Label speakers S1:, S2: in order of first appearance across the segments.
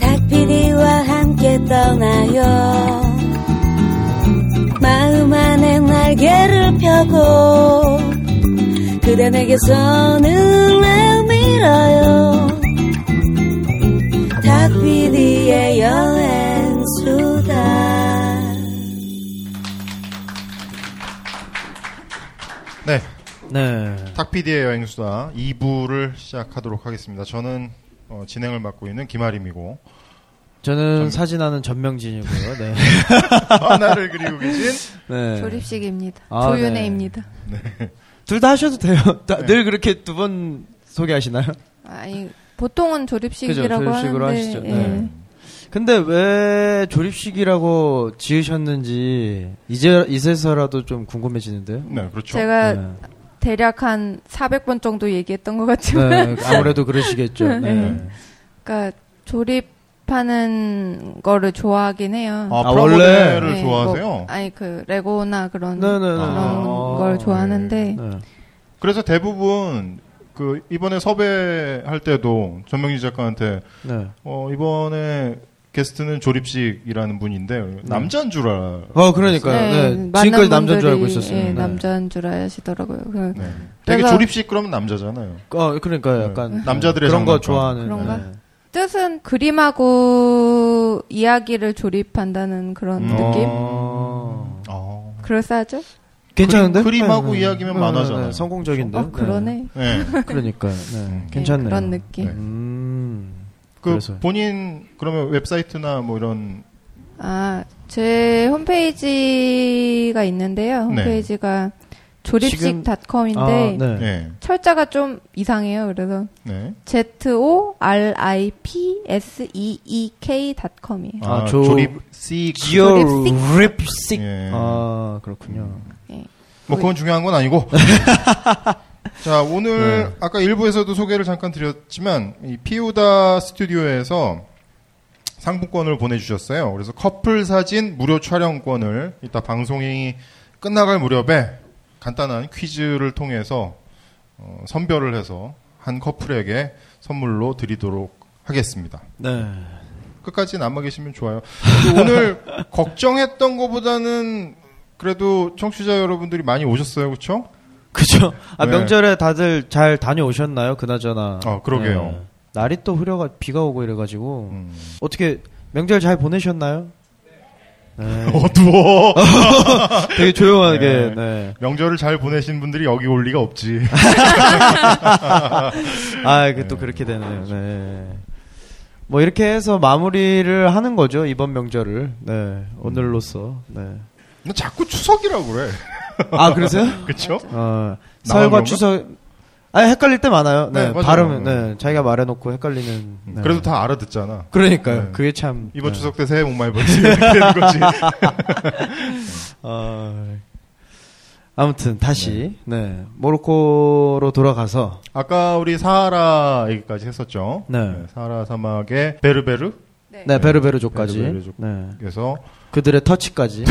S1: 닭피디와 함께 떠나요 마음 안에 날개를 펴고 그대 내게 손을 내밀어요 닭피디의 여행수다
S2: 네,
S3: 네.
S2: 탁피디의 여행수다 2부를 시작하도록 하겠습니다. 저는 어, 진행을 맡고 있는 김아림이고
S3: 저는
S2: 전-
S3: 사진하는 전명진이고요. 네.
S2: 아, 나를 그리고 계신
S3: 네.
S4: 조립식입니다.
S3: 아,
S4: 조윤혜입니다.
S3: 둘 다 하셔도 돼요. 다-
S2: 네.
S3: 늘 그렇게 두 번 소개하시나요?
S4: 아니 보통은 조립식이라고
S3: 그죠, 조립식으로
S4: 하는데
S3: 하시죠.
S4: 예.
S3: 네. 근데 왜 조립식이라고 지으셨는지 이제 이제서라도 좀 궁금해지는데요.
S2: 네 그렇죠.
S4: 제가
S3: 네.
S4: 대략 한 400번 정도 얘기했던 것 같지만
S3: 네, 아무래도 그러시겠죠. 네.
S2: 네.
S4: 그러니까 조립하는 거를 좋아하긴 해요.
S2: 아,
S3: 아,
S2: 프라모델을
S4: 네,
S2: 좋아하세요?
S4: 뭐, 아니 그 레고나 그런
S3: 네, 네, 네.
S4: 그런
S3: 아,
S4: 걸 좋아하는데
S3: 네.
S2: 그래서 대부분 그 이번에 섭외할 때도 전명진 작가한테
S3: 네.
S2: 어, 이번에 게스트는 조립식이라는
S3: 네.
S2: 분인데 남자인 줄 알아요.
S3: 어, 그러니까요. 네.
S4: 많은
S3: 지금까지 남자인 줄
S4: 분들이,
S3: 알고 있었어요.
S4: 예,
S3: 네.
S4: 남자인 줄 아시더라고요. 그,
S2: 네. 되게
S4: 그래서-
S2: 조립식 그러면 남자잖아요.
S3: 어, 그러니까
S2: 네.
S3: 약간
S2: 남자들의
S3: 그런
S2: 장난감.
S3: 거 좋아하는.
S4: 그런가?
S3: 네.
S4: 뜻은 그림하고 이야기를 조립한다는 그런
S2: 음.
S4: 느낌.
S3: 어.
S2: 어.
S4: 그럴싸하죠?
S3: 괜찮은데?
S2: 그림- 그림하고
S3: 네.
S2: 이야기면
S3: 네,
S2: 만화잖아요.
S3: 네, 네. 성공적인데.
S4: 어 그러네.
S3: 네.
S2: 네.
S3: 그러니까. 네. 괜찮네요.
S4: 그런 느낌.
S2: 네.
S3: 음.
S2: 그
S3: 그래서.
S2: 본인 그러면 웹사이트나 뭐 이런
S4: 아, 제 홈페이지가 있는데요.
S2: 네.
S4: 홈페이지가
S3: 지금-
S4: 조립식닷컴인데
S3: 아, 네.
S2: 네.
S4: 철자가 좀 이상해요. 그래서
S2: 네.
S4: Z O R I P S E E K.com이에요.
S3: 아,
S2: 아,
S3: 조-
S2: 조립식
S3: 조립식.
S2: 예.
S3: 아, 그렇군요.
S4: 네.
S2: 뭐 그건 중요한 건 아니고. 자, 오늘 아까 일부에서도 소개를 잠깐 드렸지만 이 피우다 스튜디오에서 상품권을 보내주셨어요. 그래서 커플 사진 무료 촬영권을 이따 방송이 끝나갈 무렵에 간단한 퀴즈를 통해서 어, 선별을 해서 한 커플에게 선물로 드리도록 하겠습니다.
S3: 네.
S2: 끝까지 남아 계시면 좋아요. 근데 오늘 걱정했던 것보다는 그래도 청취자 여러분들이 많이 오셨어요, 그렇죠?
S3: 그죠? 아,
S2: 네.
S3: 명절에 다들 잘 다녀오셨나요? 그나저나.
S2: 아, 그러게요. 음.
S3: 네. 날이 또 흐려가, 비가 오고 이래가지고. 어떻게, 명절 잘 보내셨나요? 네.
S2: 어두워.
S3: 되게 조용하게,
S2: 네.
S3: 네.
S2: 명절을 잘 보내신 분들이 여기 올 리가 없지.
S3: 아, 이게 또 그렇게 되네요. 네. 뭐 이렇게 해서 마무리를 하는 거죠 이번 명절을. 네, 오늘로써. 네.
S2: 너 자꾸 추석이라고 그래.
S3: 아 그러세요?
S2: 그렇죠?
S3: 어,
S2: 나만
S3: 설과
S2: 그런가?
S3: 추석. 아 헷갈릴 때 많아요.
S2: 네,
S3: 네,
S2: 맞아요.
S3: 발음은 네 자기가 말해놓고 헷갈리는. 네.
S2: 그래도 다 알아듣잖아.
S3: 그러니까요.
S2: 네.
S3: 그게 참
S2: 이번
S3: 네.
S2: 추석 때 새해 복 많이 받으세요. 이렇게 되는 거지.
S3: 아, 아무튼 다시 네. 모로코로 돌아가서
S2: 아까 우리 사하라 얘기까지 했었죠.
S3: 네.
S2: 사하라 사막의 베르베르에서
S3: 네 베르베르족까지
S2: 베르베르족.
S3: 네 그들의 터치까지.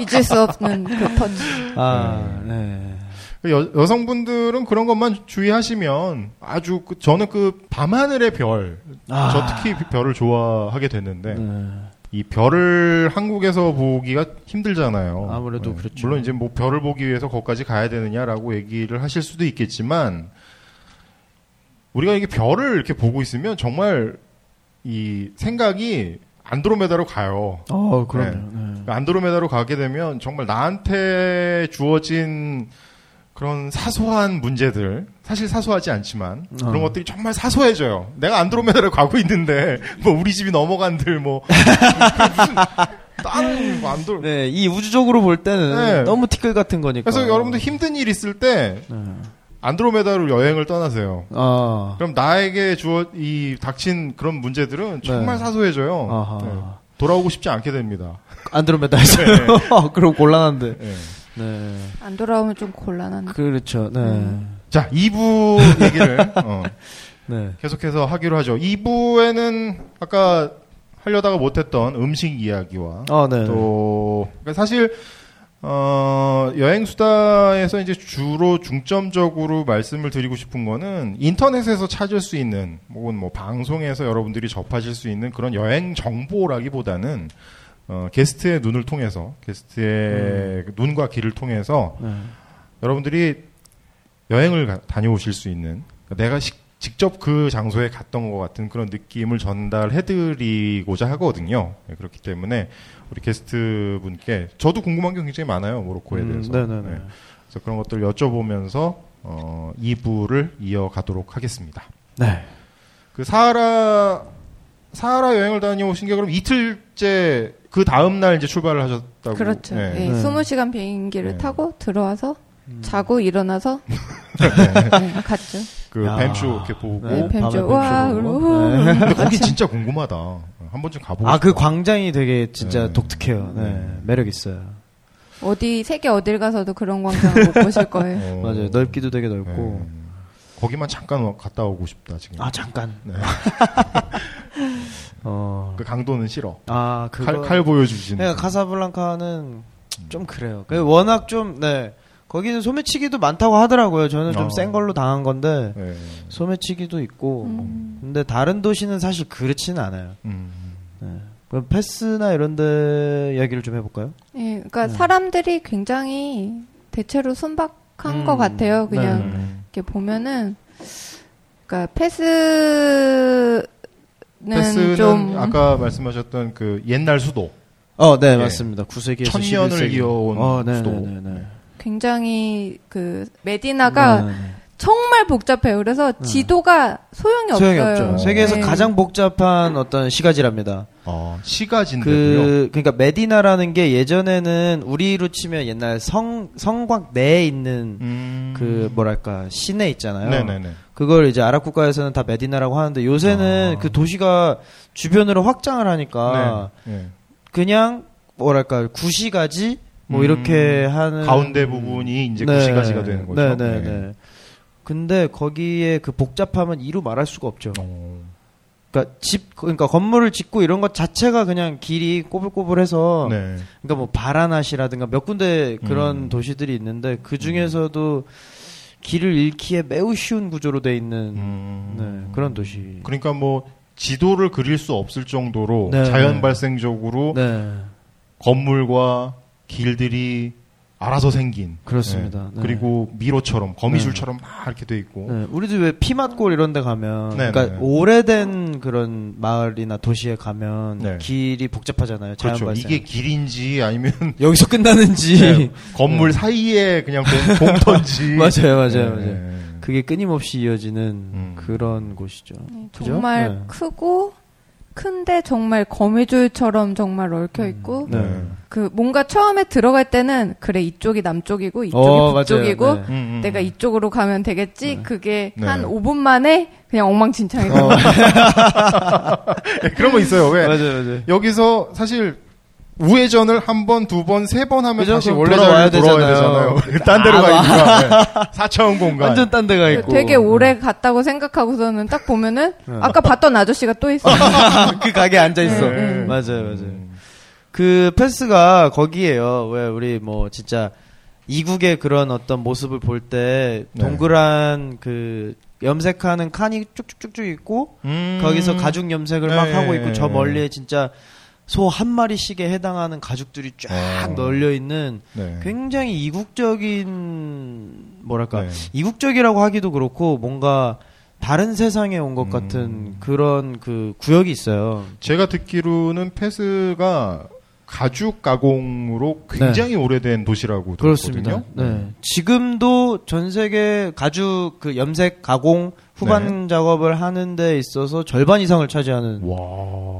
S4: 잊을 수 없는 그 터치.
S3: 아 네.
S2: 그 여, 성분들은 그런 것만 주의하시면 아주 그- 저는 그 밤하늘의 별,
S3: 아.
S2: 저 특히 별을 좋아하게 됐는데
S3: 네.
S2: 이 별을 한국에서 보기가 힘들잖아요.
S3: 아무래도 그렇죠.
S2: 물론 이제 뭐 별을 보기 위해서 거기까지 가야 되느냐라고 얘기를 하실 수도 있겠지만 우리가 이게 별을 이렇게 보고 있으면 정말 이 생각이 안드로메다로 가요.
S3: 어 그럼요. 네.
S2: 안드로메다로 가게 되면 정말 나한테 주어진 그런 사소한 문제들 사실 사소하지 않지만 그런
S3: 어.
S2: 것들이 정말 사소해져요. 내가 안드로메다로 가고 있는데 뭐 우리 집이 넘어간들 뭐 무슨 다른 뭐 안드로
S3: 네, 이 우주적으로 볼 때는
S2: 네.
S3: 너무 티끌 같은 거니까.
S2: 그래서 여러분들 힘든 일 있을 때
S3: 네.
S2: 안드로메다로 여행을 떠나세요.
S3: 아,
S2: 그럼 나에게 주어 이 닥친 그런 문제들은 정말
S3: 네.
S2: 사소해져요.
S3: 아하.
S2: 네. 돌아오고 싶지 않게 됩니다.
S3: 안드로메다에서요. 그럼 곤란한데.
S2: 예.
S3: 네,
S4: 안 돌아오면 좀 곤란한.
S3: 그렇죠. 네,
S4: 음.
S2: 자, 2부 얘기를 어,
S3: 네.
S2: 계속해서 하기로 하죠. 2부에는 아까
S3: 네.
S2: 하려다가 못했던 음식 이야기와
S3: 아, 네.
S2: 또 사실 어, 여행수다에서 이제 주로 중점적으로 말씀을 드리고 싶은 거는 인터넷에서 찾을 수 있는 혹은 뭐 방송에서 여러분들이 접하실 수 있는 그런 여행 정보라기보다는 어, 게스트의 눈을 통해서 게스트의 눈과 귀를 통해서
S3: 네.
S2: 여러분들이 여행을 가- 다녀오실 수 있는 그러니까 내가 시- 직접 그 장소에 갔던 것 같은 그런 느낌을 전달해드리고자 하거든요. 네, 그렇기 때문에 우리 게스트 분께 저도 궁금한 게 굉장히 많아요 모로코에
S3: 음,
S2: 대해서.
S3: 네네네.
S2: 네. 그래서 그런 것들 을 여쭤보면서 어, 2부를 이어가도록 하겠습니다.
S3: 네.
S2: 그 사하라 사하라 여행을 다녀오신 게 그럼 이틀째 그 다음 날 이제 출발을 하셨다고.
S4: 그렇죠.
S2: 네.
S4: 예,
S3: 네. 음.
S4: 20시간 비행기를
S2: 네.
S4: 타고 들어와서 자고 일어나서 네, 갔죠.
S2: 그
S3: 야.
S2: 뱀쇼 이렇게 보고.
S4: 네, 뱀
S3: 밤에 뱀쇼
S4: 쪽, 와,
S3: 보고.
S4: 우와.
S3: 네.
S2: 근데 거기 진짜 궁금하다. 한 번쯤 가보고.
S3: 아, 그
S2: 싶다.
S3: 광장이 되게 진짜
S2: 네.
S3: 독특해요. 네.
S2: 네.
S3: 매력 있어요.
S4: 어디 세계 어딜 가서도 그런 광장을 못 보실 거예요.
S2: 어.
S3: 맞아요. 넓기도 되게 넓고.
S2: 네. 거기만 잠깐 와- 갔다 오고 싶다 지금.
S3: 아, 잠깐.
S2: 네.
S3: 어.
S2: 그 강도는 싫어.
S3: 아, 그거.
S2: 칼, 칼 보여주신.
S3: 네, 카사블랑카는 좀 그래요. 그 워낙 좀, 네. 거기는 소매치기도 많다고 하더라고요. 저는
S2: 어.
S3: 좀 센 걸로 당한 건데,
S2: 네.
S3: 소매치기도 있고,
S4: 음.
S3: 근데 다른 도시는 사실 그렇지는 않아요. 네.
S2: 음.
S3: 그럼 패스나 이런 데 이야기를 좀 해볼까요?
S4: 예, 그러니까
S3: 네.
S4: 사람들이 굉장히 대체로 순박한
S3: 음.
S4: 것 같아요. 그냥
S3: 네.
S2: 음.
S4: 이렇게 보면은, 그러니까 패스는
S2: 패스는
S4: 좀
S2: 아까 말씀하셨던 그 옛날 수도.
S3: 어, 네,
S2: 예.
S3: 맞습니다. 9세기에서
S2: 천년을
S3: 11세기.
S2: 이어온
S3: 어, 네,
S2: 수도.
S3: 네, 네, 네.
S4: 굉장히 그 메디나가
S3: 네, 네.
S4: 정말 복잡해요. 그래서 지도가 소용이,
S3: 소용이
S4: 없어요.
S3: 없죠. 세계에서
S4: 네.
S3: 가장 복잡한 어떤 시가지랍니다.
S2: 어, 시가진데요.
S3: 그 그러니까 메디나라는 게 예전에는 우리로 치면 옛날 성 성곽 내에 있는
S2: 음.
S3: 그 뭐랄까 시내 있잖아요.
S2: 네네네.
S3: 그걸 이제 아랍 국가에서는 다 메디나라고 하는데 요새는
S2: 아.
S3: 그 도시가 주변으로 확장을 하니까
S2: 네.
S3: 그냥 뭐랄까 구시가지 뭐
S2: 음.
S3: 이렇게 하는
S2: 네. 가운데 부분이 이제
S3: 네.
S2: 구시가지가 되는 거죠.
S3: 네네네. 근데 거기에 그 복잡함은 이루 말할 수가 없죠.
S2: 어.
S3: 그러니까 집 그러니까 건물을 짓고 이런 것 자체가 그냥 길이 꼬불꼬불해서
S2: 네.
S3: 그러니까 뭐 바라나시라든가 몇 군데 그런
S2: 음.
S3: 도시들이 있는데 그 중에서도 길을 잃기에 매우 쉬운 구조로 돼 있는
S2: 음.
S3: 네, 그런 도시.
S2: 그러니까 뭐 지도를 그릴 수 없을 정도로
S3: 네.
S2: 자연 발생적으로
S3: 네,
S2: 건물과 길들이 알아서 생긴 예,
S3: 그렇습니다. 네.
S2: 그리고 미로처럼 거미줄처럼 막 이렇게 돼 있고
S3: 네, 우리도 왜 피맛골 이런 데 가면
S2: 어. 네,
S3: 그러니까
S2: 네.
S3: 오래된 그런 마을이나 도시에 가면
S2: 네.
S3: 길이 복잡하잖아요. 자연
S2: 그렇죠.
S3: 발생. 네.
S2: 이게 길인지 아니면
S3: 여기서 끝나는지
S2: 네, 건물 사이에 그냥 공터인지
S3: 맞아요, 맞아요, 맞아요.
S2: 네.
S3: 그게 끊임없이 이어지는
S2: 음.
S3: 그런 곳이죠.
S4: 네,
S3: 그죠?
S4: 정말
S3: 네.
S4: 크고 큰데 정말 거미줄처럼 정말 얽혀 있고
S3: 네.
S2: 음,
S4: 그 뭔가 처음에 들어갈 때는 그래 이쪽이 남쪽이고 이쪽이
S3: 어,
S4: 북쪽이고
S3: 맞아요. 네.
S2: 음, 음.
S4: 내가 이쪽으로 가면 되겠지 그게
S2: 네.
S4: 한 5분 만에 그냥
S3: 어,
S4: 엉망진창이 돼요.
S2: 네, 그런 거 있어요. 왜
S3: 맞아요, 맞아요.
S2: 여기서 사실 우회전을 한 번, 두 번, 세 번 하면
S3: 그죠?
S2: 다시
S3: 그럼
S2: 원래
S3: 돌아와야
S2: 자리로 돌아와야
S3: 되잖아요.
S2: 되잖아요. 딴 데로
S3: 아,
S2: 가니까 네. 4차원 공간.
S3: 완전 딴 데가 있고.
S4: 네, 되게 오래 갔다고 생각하고서는 딱 보면은
S3: 네.
S4: 아까 봤던 아저씨가 또 있어.
S3: 그 가게 앉아 있어.
S2: 네.
S3: 맞아요, 맞아요. 그 패스가 거기에요. 왜 우리 뭐 진짜 이국의 그런 어떤 모습을 볼 때
S2: 네.
S3: 동그란 그 염색하는 칸이 쭉쭉쭉쭉 있고
S2: 음.
S3: 거기서 가죽 염색을 막
S2: 네.
S3: 하고 있고 저 멀리에 진짜 소 한 마리씩에 해당하는 가죽들이 쫙
S2: 어.
S3: 널려 있는
S2: 네.
S3: 굉장히 이국적인 뭐랄까
S2: 네.
S3: 이국적이라고 하기도 그렇고 뭔가 다른 세상에 온 것
S2: 음.
S3: 같은 그런 그 구역이 있어요.
S2: 제가 듣기로는 패스가 가죽 가공으로 굉장히 오래된 도시라고
S3: 네. 그렇습니다.
S2: 들었거든요.
S3: 네. 지금도 전 세계 가죽 그 염색 가공 후반
S2: 네.
S3: 작업을 하는 데 있어서 절반 이상을 차지하는
S2: 와.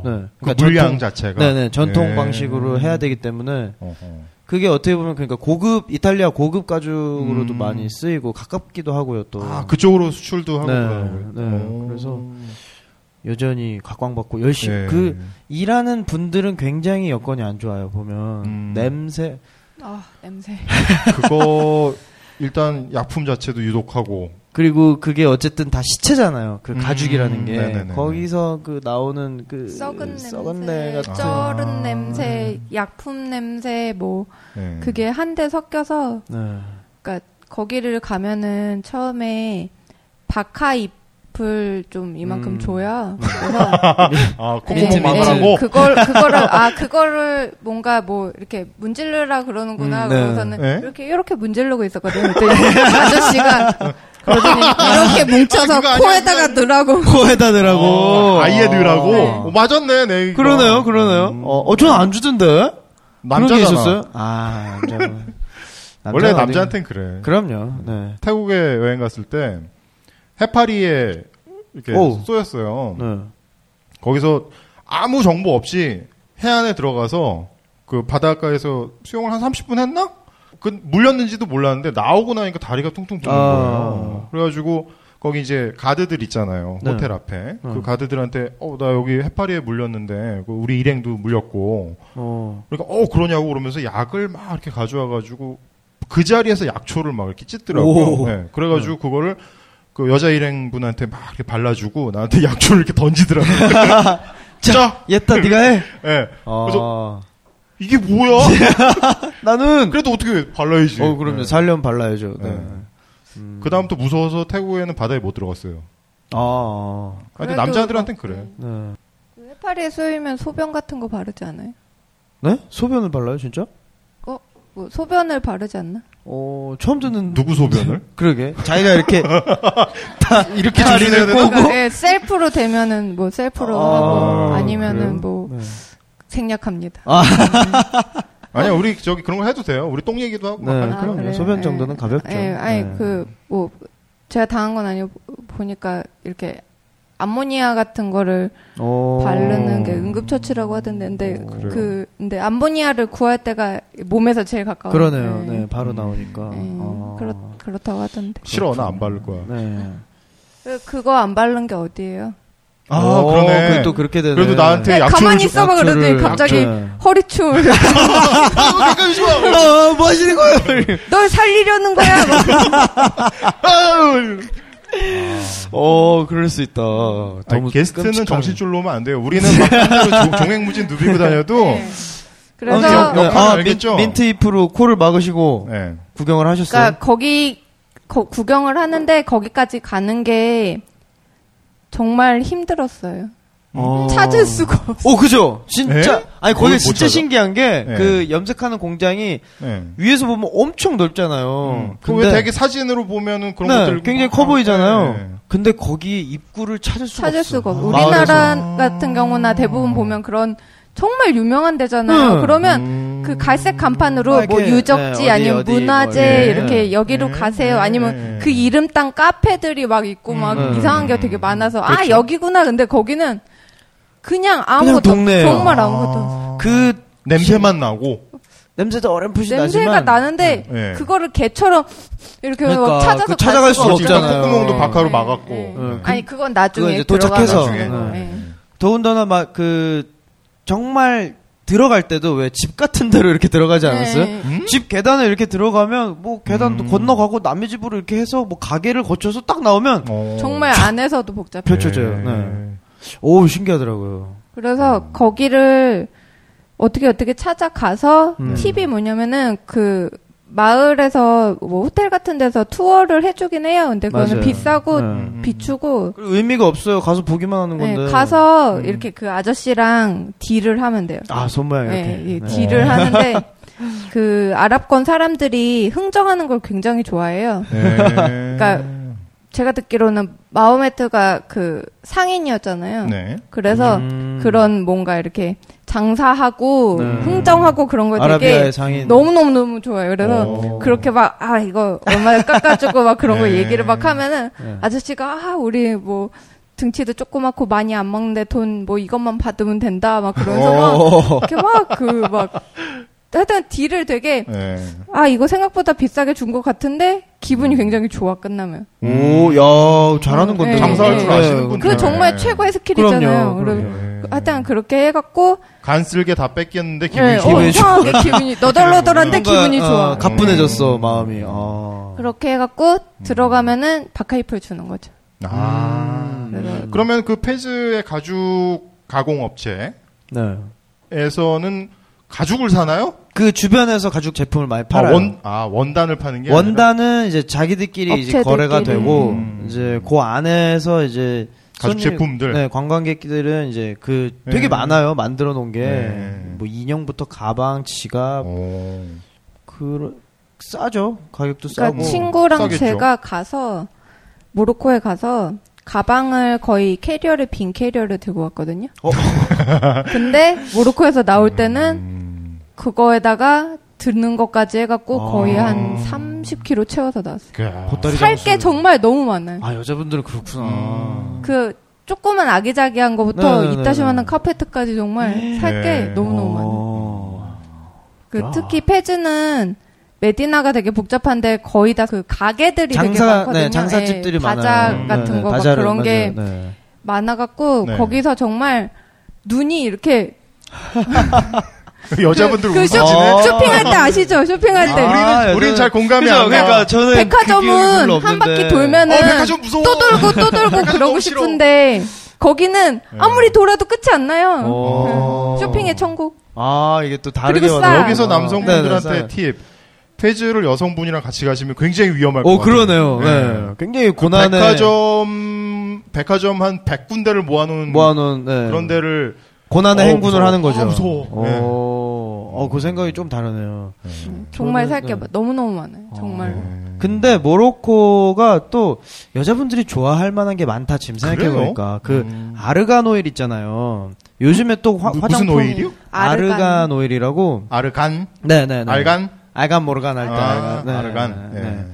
S3: 네.
S2: 그
S3: 그러니까
S2: 물량
S3: 전통-
S2: 자체가
S3: 네네 전통
S2: 네.
S3: 방식으로 해야 되기 때문에
S2: 어허.
S3: 그게 어떻게 보면 그러니까 고급 이탈리아 고급 가죽으로도
S2: 음.
S3: 많이 쓰이고 가깝기도 하고요 또
S2: 아, 그쪽으로 수출도 하고
S3: 네,
S2: 그러는 거예요.
S3: 네.
S2: 오.
S3: 그래서 여전히 각광받고 열심히
S2: 예.
S3: 그 일하는 분들은 굉장히 여건이 안 좋아요 보면
S2: 음.
S3: 냄새
S4: 아 냄새.
S2: 그거 일단 약품 자체도 유독하고
S3: 그리고 그게 어쨌든 다 시체잖아요. 그
S2: 음,
S3: 가죽이라는 게
S2: 네네네.
S3: 거기서 그 나오는 그
S4: 음, 썩은,
S3: 내
S4: 냄새, 네.
S3: 같은
S4: 쩔은
S2: 아.
S4: 냄새, 약품 냄새 뭐
S3: 음.
S2: 네.
S4: 그게 한데 섞여서
S3: 네.
S4: 그러니까 거기를 가면은 처음에 박하 잎을 좀 이만큼
S3: 음.
S4: 줘요. 그래서
S2: 아
S3: 민트,
S2: 콩콩
S4: 네, 네,
S2: 막으라고.
S4: 그걸 그거를 아 그거를 뭔가 뭐 이렇게 문질르라 그러는구나
S3: 음, 네.
S4: 그러고서는
S2: 네?
S4: 이렇게 이렇게 문질르고 있었거든요. 그때 아저씨가 그러더니 이렇게 뭉쳐서
S2: 아, 그거 아니야,
S4: 코에다가 넣으라고
S3: 코에다 넣으라고.
S2: 뭐 어, 아예 넣으라고.
S3: 네.
S2: 어, 맞았네. 내 이거.
S3: 어. 그러네요, 그러네요. 어, 어, 저는 안 주던데. 그런 게
S2: 남자잖아.
S3: 있었어요? 아, 남자.
S2: 원래 남자한텐 그래.
S3: 그럼요. 네.
S2: 태국에 여행 갔을 때 해파리에 이렇게
S3: 오.
S2: 쏘였어요.
S3: 네.
S2: 거기서 아무 정보 없이 해안에 들어가서 그 바닷가에서 수영을 한 30분 했나? 그 물렸는지도 몰랐는데 나오고 나니까 다리가 퉁퉁 부는
S3: 아.
S2: 거예요. 그래가지고 거기 이제 가드들 있잖아요.
S3: 네.
S2: 호텔 앞에
S3: 음.
S2: 그 가드들한테 어 나 여기 해파리에 물렸는데 그 우리 일행도 물렸고
S3: 어.
S2: 그러니까 어 그러냐고 그러면서 약을 막 이렇게 가져와가지고 그 자리에서 약초를 막 이렇게
S3: 오.
S2: 찢더라고요. 네, 그래가지고 그거를 그 여자 일행분한테 막 이렇게 발라주고 나한테 약초를 이렇게 던지더라고요. 자,
S3: 얘따, 네가 해.
S2: 예.
S3: 어.
S2: 이게 뭐야?
S3: 나는.
S2: 그래도 어떻게 발라야지.
S3: 예. 어, 그럼요.
S2: 네.
S3: 살려면 발라야죠. 네.
S2: 네. 그 다음부터 무서워서 태국에는 바다에 못 들어갔어요. 아,
S3: 아.
S2: 근데
S4: 그래도 음.
S2: 남자들한테는 그래.
S3: 네.
S4: 해파리에 쏘이면 소변 같은 거 바르지 않아요?
S3: 네? 소변을 발라요, 진짜?
S4: 뭐 소변을 바르지 않나?
S3: 어, 처음 듣는.
S2: 누구 소변을?
S3: 그러게. 자기가 이렇게. 다, 이렇게
S2: 다리를
S3: 다리를
S2: 꼬고.
S3: 꼬고.
S4: 그러니까 예, 셀프로 되면은 뭐 셀프로
S2: 아,
S4: 하고 아니면은
S3: 그래요?
S4: 뭐
S3: 네.
S4: 생략합니다.
S2: 아니야, 우리 저기 그런 거 해도 돼요. 우리 똥 얘기도 하고.
S3: 네,
S2: 막 하니까.
S4: 아,
S3: 그럼요.
S4: 그래요?
S3: 소변
S4: 예.
S3: 정도는 가볍죠.
S4: 예, 아니
S3: 네.
S4: 그 뭐 제가 당한 건 아니고 보니까 이렇게 암모니아 같은 거를
S3: 어.
S4: 바르는 게 응급처치라고 하던데 근데
S2: 그래요?
S4: 그 근데 암모니아를 구할 때가 몸에서 제일 가까워.
S3: 그러네요. 네, 바로 나오니까. 아.
S4: 그렇 그렇다고 하던데.
S2: 싫어, 나 안 바를 거야.
S3: 네.
S4: 그- 그거 안 바른 게 어디예요?
S2: 아,
S3: 어,
S2: 그러네.
S3: 그게 또 그렇게 되네.
S2: 그래도 나한테
S4: 그냥
S2: 약초를
S4: 가만히
S2: 좀-
S4: 있어봐
S3: 약초를-
S4: 그러더니 갑자기
S3: 약초를.
S4: 허리춤을 아, 그러니까
S2: 가까이 좀 와.
S3: 어, 뭐 하시는 거예요?
S4: 널 살리려는 거야. 막.
S2: 아유.
S3: 어, 그럴 수 있다.
S2: 아니,
S3: 너무
S2: 게스트는
S3: 끔찍한-
S2: 정신줄로 오면 안 돼요. 우리는 막 한대로 조- 종횡무진 누비고 다녀도
S4: 네.
S3: 어,
S2: 그래서-
S4: 그래서
S2: 역- 역할을
S3: 아,
S2: 알겠죠?
S3: 민, 트 잎으로 코를 막으시고
S2: 네.
S3: 구경을 하셨어요.
S4: 그러니까 거기 거- 구경을 하는데 거기까지 가는 게 정말 힘들었어요.
S3: 어.
S4: 찾을 수가 없어.
S3: 오, 그죠? 진짜.
S2: 에? 네? 거의
S3: 아니, 거기
S2: 못
S3: 진짜
S2: 찾아.
S3: 신기한 게,
S2: 네.
S3: 그 염색하는 공장이
S2: 네.
S3: 위에서 보면 엄청 넓잖아요.
S2: 음. 그왜 되게 사진으로 보면은 그런
S3: 네,
S2: 것들
S3: 굉장히
S2: 막-
S3: 커 보이잖아요.
S2: 네. 아,
S3: 근데 거기 입구를 찾을 수가
S4: 찾을
S3: 없어.
S4: 수가 없어.
S3: 아. 마을에서. 음.
S4: 우리나라 같은 경우나 대부분 보면 그런 정말 유명한 데잖아요.
S3: 응.
S4: 그러면
S2: 음.
S4: 그 갈색 간판으로
S3: 아,
S4: 뭐
S3: 이렇게,
S4: 유적지
S3: 네, 어디,
S4: 아니면
S3: 어디,
S4: 문화재
S3: 뭐 예.
S2: 이렇게.
S4: 이렇게 여기로
S2: 네,
S4: 가세요.
S2: 네,
S4: 아니면
S2: 네.
S4: 그 이름 딴 카페들이 막 있고 막
S3: 음.
S4: 이상한 게 되게 많아서 아
S3: 그렇죠.
S4: 여기구나. 근데 거기는 그냥 아무것도
S3: 동네예요.
S4: 정말 아무것도 없어.
S3: 그
S2: 냄새만 나고
S3: 냄새도 어렴풋이
S4: 냄새가
S3: 나지만
S4: 나는데
S2: 네.
S4: 그거를 개처럼 이렇게
S3: 그러니까
S4: 막 찾아서
S3: 그 찾아갈
S4: 갈
S3: 수
S4: 수가
S3: 없죠. 없잖아요.
S2: 어, 콧구멍도 박하로
S4: 네,
S2: 막았고.
S4: 네.
S3: 네.
S4: 아니 그건 나중에
S3: 그거 이제 도착해서.
S4: 들어가서.
S2: 네.
S4: 네.
S3: 더군다나 막 그 정말 들어갈 때도 왜 집 같은 데로 이렇게 들어가지 않았어요?
S4: 네.
S2: 음?
S3: 집 계단을 이렇게 들어가면 뭐 계단도
S2: 음.
S3: 건너가고 남의 집으로 이렇게 해서 뭐 가게를 거쳐서 딱 나오면
S2: 어.
S4: 정말 안에서도 복잡해.
S3: 펼쳐져요. 네. 오 신기하더라고요.
S4: 그래서 거기를 어떻게 어떻게 찾아가서
S3: 음.
S4: 팁이 뭐냐면은 그 마을에서 뭐 호텔 같은 데서 투어를 해주긴 해요. 근데 그거는
S3: 맞아요.
S4: 비싸고
S3: 네.
S2: 음.
S4: 비추고
S3: 그리고 의미가 없어요. 가서 보기만 하는
S4: 네,
S3: 건데.
S4: 가서
S3: 음.
S4: 이렇게 그 아저씨랑 딜을 하면 돼요.
S3: 아 손모양 이렇게.
S4: 네, 이
S3: 네.
S4: 딜을
S2: 어.
S4: 하는데 그 아랍권 사람들이 흥정하는 걸 굉장히 좋아해요.
S2: 네.
S4: 그러니까 제가 듣기로는 마호메트가 그 상인이었잖아요.
S2: 네.
S4: 그래서
S3: 음.
S4: 그런 뭔가 이렇게 장사하고
S3: 네.
S4: 흥정하고 그런 거
S3: 아라비아의
S4: 되게
S3: 상인.
S4: 너무 너무 너무 좋아요. 그래서
S2: 오.
S4: 그렇게 막 아 이거 얼마에 깎아주고 막 그런 거
S2: 네.
S4: 얘기를 막 하면은
S3: 네.
S4: 아저씨가 아 우리 뭐 등치도 조그맣고 많이 안 먹는데 돈 뭐 이것만 받으면 된다 막 그러면서 막
S3: 오.
S4: 이렇게 막 그 막 하여튼 딜을 되게
S2: 네.
S4: 아 이거 생각보다 비싸게 준 것 같은데
S3: 음.
S4: 기분이 굉장히 좋아 끝나면
S3: 오, 야, 잘하는 건데.
S4: 네,
S2: 장사할 줄
S4: 네.
S2: 아시는 분.
S4: 그
S2: 네.
S4: 정말 최고의 스킬이잖아요.
S3: 그럼요, 그럼요.
S4: 그럼-
S2: 네.
S4: 하여튼 그렇게 해갖고
S2: 간 쓸게 다 뺏겼는데 기분이
S4: 네,
S2: 좋아.
S4: 어,
S3: 기분이 좋아.
S4: 이상하게 기분이 너덜너덜한데
S3: 뭔가,
S4: 기분이 좋아.
S3: 어, 가뿐해졌어 마음이. 어.
S4: 그렇게 해갖고 들어가면은 바카이프를 주는 거죠.
S2: 아.
S3: 음.
S4: 그래서
S2: 그러면 그 페즈의 가죽 가공 업체에서는
S3: 네.
S2: 가죽을 사나요?
S3: 그 주변에서 가죽 제품을 많이 팔아요.
S2: 아, 원, 아, 원단을 파는 게 아니라?
S3: 원단은 이제 자기들끼리 이제
S4: 업체들끼리.
S3: 거래가 되고
S2: 음.
S3: 이제 그 안에서 이제
S2: 가죽
S3: 손님-
S2: 제품들.
S3: 네 관광객들은 이제 그 되게
S2: 네.
S3: 많아요 만들어 놓은 게 뭐
S2: 네.
S3: 인형부터 가방 지갑
S2: 오.
S3: 어. 그 싸죠 가격도
S4: 그러니까
S3: 싸고
S4: 친구랑
S2: 싸겠죠.
S4: 제가 가서 모로코에 가서 가방을 거의 캐리어를 빈 캐리어를 들고 왔거든요.
S3: 어.
S4: 근데 모로코에서 나올 때는
S2: 음.
S4: 그거에다가 드는 것까지 해갖고 거의
S3: 아.
S4: 한 30kg 채워서 나왔어요.
S2: 그,
S3: 보따리
S4: 살 게
S3: 장수.
S4: 정말 너무 많아요.
S3: 아 여자분들은 그렇구나
S4: 그 조그만 아기자기한 거부터
S3: 네네네네.
S4: 이따시만한 카페트까지 정말 살 게
S2: 네.
S4: 너무너무 많아요.
S3: 어.
S4: 그
S3: 야.
S4: 특히 페즈는 메디나가 되게 복잡한데 거의 다 그 가게들이 되게
S3: 장사
S4: 많거든요.
S3: 네 장사집들이
S4: 예,
S3: 많아요
S4: 바자 같은
S3: 네,
S4: 거 막
S3: 바자를
S4: 그런 게
S3: 만드는, 네.
S4: 많아갖고
S2: 네.
S4: 거기서 정말 눈이 이렇게
S2: 여자분들
S4: 그, 그 쇼,
S2: 웃어지네.
S4: 쇼핑할 때 아시죠? 쇼핑할 때
S2: 우리는- 우리는 잘 공감이
S3: 그죠?
S2: 안 가.
S3: 그러니까 저는 그 기억이 별로
S4: 백화점은 한 바퀴
S3: 없는데.
S4: 돌면은
S2: 어, 백화점 무서워.
S4: 또 돌고 또 돌고
S2: 백화점
S4: 그러고
S2: 너무 싫어. 네.
S4: 싶은데 거기는 아무리 돌아도 끝이 안 나요.
S3: 어.
S4: 쇼핑의 천국.
S3: 아 이게 또 다르게
S4: 그리고
S3: 와서-
S4: 싸.
S2: 여기서
S3: 아.
S2: 남성분들한테
S3: 네, 네, 싸요.
S2: 팁. 페즈를 여성분이랑 같이 가시면 굉장히 위험할 것
S3: 오
S2: 같아요.
S3: 어, 그러네요. 네. 굉장히 고난의
S2: 백화점 백화점 한 100군데를 모아놓은
S3: 모아놓은 네.
S2: 그런 데를
S3: 고난의
S2: 어,
S3: 행군을
S2: 무서워.
S3: 하는 거죠.
S2: 아, 무서워.
S3: 어,
S2: 네.
S3: 어, 그 생각이 좀 다르네요.
S4: 정말
S3: 저는-
S4: 살게
S3: 네.
S4: 너무너무 많아요. 정말로.
S3: 어. 근데 모로코가 또 여자분들이 좋아할 만한 게 많다 지금 생각해 보니까 그
S2: 음.
S3: 아르간 오일 있잖아요. 요즘에 또 화,
S2: 무-
S3: 화장품
S2: 무슨 오일이요?
S3: 아르간,
S4: 아르간
S3: 오일이라고
S2: 아르간
S3: 네네네
S2: 알간
S3: 알간 모르간 할때
S2: 아,
S3: 네,
S2: 아르간
S3: 네.
S2: 예.
S3: 네.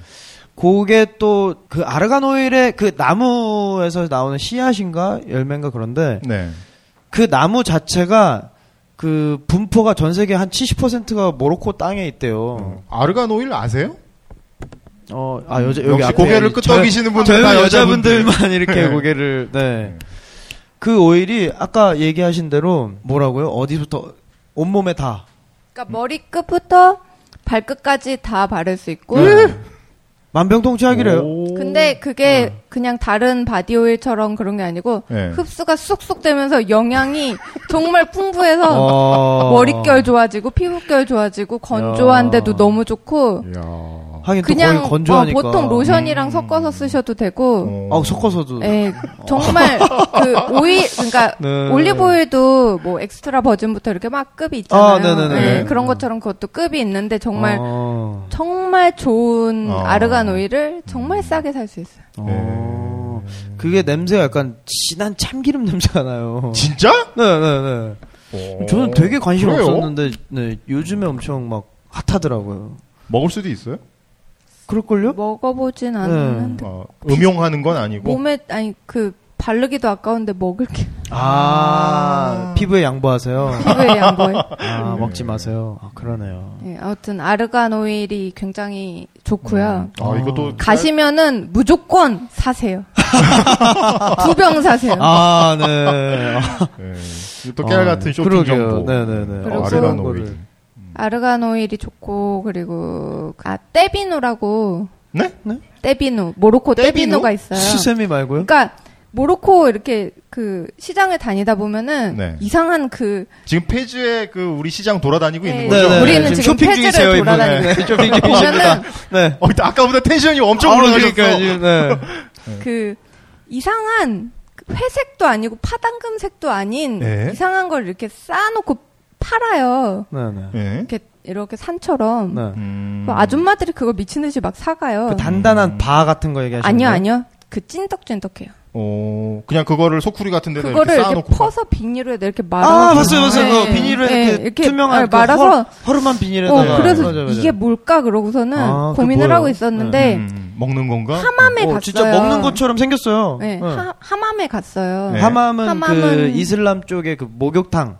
S3: 그게 또 그 아르간 오일의 그 나무에서 나오는 씨앗인가 열매인가 그런데
S2: 네.
S3: 그 나무 자체가 그 분포가 전 세계 한 70%가 모로코 땅에
S2: 음.
S3: 있대요.
S2: 아르간 오일 아세요?
S3: 어, 아 여자 여기
S2: 역시
S3: 앞에
S2: 고개를
S3: 저-
S2: 끄덕이시는 분들
S3: 저는
S2: 다 여자분들.
S3: 여자분들만 이렇게
S2: 네.
S3: 고개를 네. 그 오일이 아까 얘기하신 대로 뭐라고요? 어디부터 온몸에 다.
S4: 그러니까 머리 끝부터 발끝까지 다 바를 수 있고
S3: 네. 만병통치약이래요.
S4: 근데 그게 그냥 다른 바디 오일처럼 그런 게 아니고
S2: 네.
S4: 흡수가 쑥쑥 되면서 영양이 정말 풍부해서
S3: 어.
S4: 아, 머릿결 좋아지고 피부결 좋아지고 건조한데도
S3: 야.
S4: 너무 좋고
S2: 이야.
S3: 하긴 또
S4: 그냥
S3: 거의 건조하니까.
S4: 어, 보통 로션이랑 섞어서 쓰셔도 되고
S2: 어.
S3: 아, 섞어서도.
S4: 예, 정말 그 오일 그러니까
S3: 네.
S4: 올리브 오일도 뭐 엑스트라 버진부터 이렇게 막 급이 있잖아요.
S3: 아, 네네네.
S4: 예, 그런 것처럼 그것도 급이 있는데 정말
S3: 어.
S4: 정말 좋은
S2: 어.
S4: 아르간 오일을 정말 싸게 살 수 있어요.
S2: 네.
S3: 어. 그게 냄새가 약간 진한 참기름 냄새가 나요.
S2: 진짜?
S3: 네네네.
S2: 오.
S3: 저는 되게 관심
S2: 어. 그래요?
S3: 없었는데 네, 요즘에 엄청 막 핫하더라고요.
S2: 먹을 수도 있어요?
S3: 그럴걸요?
S4: 먹어보진 않았는데
S2: 어, 음용하는 건 아니고
S4: 몸에 아니 그 바르기도 아까운데 먹을 게
S3: 아, 피부에 양보하세요.
S4: 피부에 양보해.
S3: 아, 먹지 마세요. 아, 그러네요.
S4: 예, 아무튼 아르간 오일이 굉장히 좋고요.
S2: 아, 이것도
S4: 어. 가시면은 무조건 사세요. 두 병 사세요.
S3: 아, 네. 아,
S2: 예. 또 깨알 같은 쇼핑
S3: 그러게요.
S2: 정보.
S3: 네네네.
S4: 그리고
S2: 아르간
S3: 그런
S2: 오일.
S3: 거를.
S4: 아르간 오일이 좋고 그리고 아 떼비누라고
S2: 네?
S4: 떼비누 모로코
S2: 떼비누?
S4: 떼비누? 가 있어요.
S3: 수세미 말고요?
S4: 그러니까 모로코 이렇게 그 시장을 다니다 보면은
S2: 네.
S4: 이상한 그
S2: 지금 페이지에 그 우리 시장 돌아다니고 있는
S4: 네.
S2: 거죠.
S4: 네네. 우리는 지금
S3: 쇼핑
S4: 패지를
S3: 중이세요, 이분.
S4: 돌아다니고
S3: 네, 쇼핑 중이십니다.
S4: 보면은
S3: 네.
S2: 어, 일단 아까보다 텐션이 엄청
S3: 아우,
S2: 올라가셨어.
S3: 그러니까요, 지금, 네.
S4: 그 이상한 회색도 아니고 파당금색도 아닌
S2: 네.
S4: 이상한 걸 이렇게 쌓아놓고 팔아요.
S3: 네네.
S2: 예.
S4: 이렇게 이렇게 산처럼.
S3: 네.
S2: 음.
S4: 그 아줌마들이 그걸 미친 듯이 막 사가요.
S3: 그 단단한 바 같은 거 얘기하시는
S4: 음. 아니요,
S3: 거예요? 네,
S4: 아니요. 그 찐떡찐떡해요.
S2: 어, 그냥 그거를 소쿠리 같은 데다
S4: 그거를
S2: 이렇게
S4: 이렇게,
S2: 쌓아놓고.
S4: 퍼서 비닐로 이렇게 말아서
S3: 아, 봤어요, 봤어요. 그거 비닐을
S4: 네,
S3: 이렇게, 투명한
S4: 아,
S3: 그
S4: 말아서
S3: 허, 허름한 비닐에다가.
S4: 어, 그래서
S3: 맞아, 맞아.
S4: 이게 뭘까 그러고서는
S3: 아, 그
S4: 고민을
S3: 뭐예요? 네,
S4: 하고 있었는데
S2: 음, 먹는 건가?
S4: 하맘에
S3: 어,
S4: 갔어요.
S3: 진짜 먹는 것처럼 생겼어요.
S4: 네,
S3: 네.
S4: 하, 하맘에 갔어요.
S2: 네.
S3: 하맘은, 그
S4: 하맘은-
S3: 이슬람 쪽의 그 목욕탕.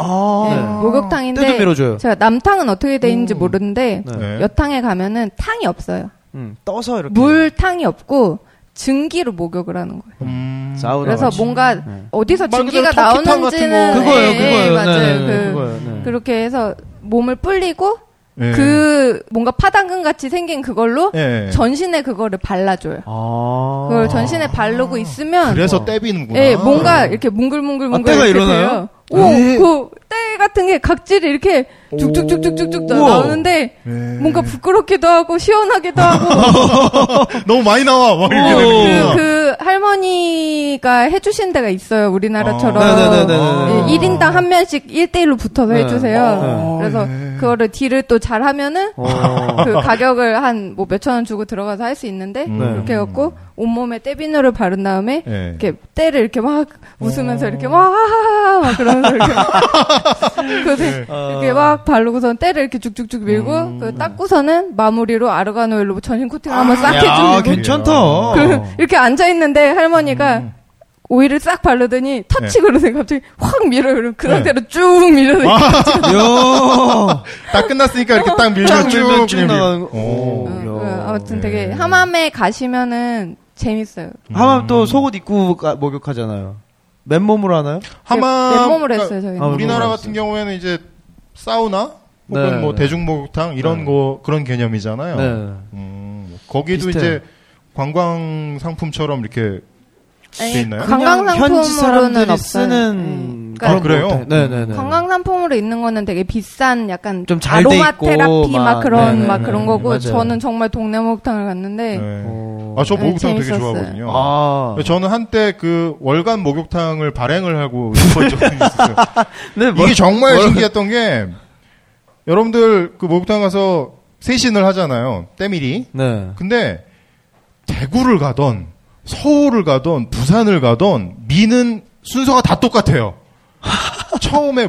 S3: 아,
S4: 네,
S3: 때도
S4: 목욕탕인데
S3: 밀어줘요.
S4: 제가 남탕은 어떻게 돼 있는지 모르는데
S3: 네.
S2: 네.
S4: 여탕에 가면은 탕이 없어요.
S3: 음, 떠서 이렇게.
S4: 물 탕이 없고 증기로 목욕을 하는 거예요.
S2: 음.
S3: 사우나
S4: 그래서
S3: 같이.
S4: 뭔가
S3: 어, 네.
S4: 어디서
S2: 말 그대로
S4: 증기가
S2: 터키탕 같은
S4: 나오는지는
S2: 거.
S3: 그거예요,
S4: 예, 예,
S3: 그거예요.
S4: 맞아요.
S3: 네,
S4: 그,
S3: 그거예요. 네.
S4: 그렇게 해서 몸을 불리고
S2: 예.
S4: 그 뭔가 파당근 같이 생긴 그걸로
S2: 예.
S4: 전신에 그거를 발라줘요.
S3: 네. 아.
S4: 그걸 전신에 바르고 있으면
S2: 그래서 떼비는구나.
S4: 예, 뭔가 이렇게 뭉글뭉글뭉글
S3: 아, 때가
S4: 이렇게
S3: 일어나요?
S4: 돼요.
S3: 네.
S4: 오, 그때 같은 게 각질이 이렇게 쭉쭉쭉쭉쭉쭉
S3: 오. 우와. 예.
S4: 나오는데
S2: 네.
S4: 뭔가 부끄럽기도 하고 시원하기도 하고
S2: 너무 많이 나와. 막 이렇게
S3: 오.
S2: 되는구나.
S4: 그, 그 할머니가 해주신 데가 있어요 우리나라처럼
S3: 아. 네네네네네.
S4: 예, 1인당 한 면씩 1대1로 붙어서
S3: 네.
S4: 해주세요
S3: 어.
S4: 그래서
S2: 예.
S4: 그거를 딜을 또 잘하면은
S3: 어.
S4: 그 가격을 한 뭐 몇 천 원 주고 들어가서 할 수 있는데
S2: 음.
S3: 네.
S4: 그렇게 해갖고 온몸에 떼비누를 바른 다음에
S2: 예.
S4: 이렇게 때를 이렇게 막 웃으면서 이렇게 막막 그러면서 이렇게 그래서
S2: 네.
S4: 이렇게 막 바르고선 때를 이렇게 쭉쭉쭉 밀고
S2: 음.
S4: 그 닦고서는 마무리로 아르간 오일로 전신 코팅을 한번
S3: 아.
S4: 싹
S3: 야,
S4: 해주고
S3: 괜찮다.
S4: 그,
S2: 어.
S4: 이렇게 앉아 있는데 할머니가
S2: 음.
S4: 오일을 싹 바르더니 터치 그러더니 갑자기 확 밀어요. 그럼 그
S2: 네.
S4: 상태로 쭉 밀어요.
S3: 야.
S2: 딱 끝났으니까 이렇게 딱 밀면
S3: 쫙
S2: 쭉,
S3: 밀면 쭉
S2: 그냥 밀-
S3: 나가는 거.
S2: 오.
S3: 어.
S4: 어,
S3: 야.
S4: 어, 아무튼
S2: 예.
S4: 되게 하맘에 가시면은 재밌어요.
S3: 하면 또 속옷 입고 가- 목욕하잖아요. 맨몸으로 하나요?
S2: 하마
S4: 맨몸으로
S2: 그러니까
S4: 했어요, 저희는.
S3: 아,
S2: 우리나라
S3: 맨몸으로
S2: 같은 경우에는 이제 사우나 혹은
S3: 네.
S2: 뭐 대중목욕탕 이런
S3: 네.
S2: 거 그런 개념이잖아요.
S3: 네.
S2: 음, 거기도
S3: 비슷해요.
S2: 이제 관광 상품처럼 이렇게 돼 있나요?
S4: 관- 관광
S3: 그냥
S4: 상품으로는
S3: 현지 사람들이
S4: 없어요.
S3: 쓰는
S4: 네.
S3: 그런
S2: 아, 그래요?
S3: 것 같아요. 네네네.
S4: 관광 상품으로 있는 거는 되게 비싼 약간
S3: 좀잘돼
S4: 아로마
S3: 있고
S4: 테라피 막,
S3: 막,
S4: 그런
S3: 네네네.
S4: 막 그런 거고
S3: 맞아요.
S4: 저는 정말 동네 목욕탕을 갔는데
S2: 네.
S3: 어.
S2: 아, 저
S4: 네,
S2: 목욕탕 되게
S4: 재밌었어요.
S2: 좋아하거든요.
S3: 아.
S2: 저는 한때 그 월간 목욕탕을 발행을 하고 있었던 적이 있어요.
S3: 네,
S2: 이게 정말 신기했던 게 여러분들 그 목욕탕 가서 세신을 하잖아요. 때밀이.
S3: 네.
S2: 근데 대구를 가던 서울을 가던 부산을 가던 미는 순서가 다 똑같아요. 처음에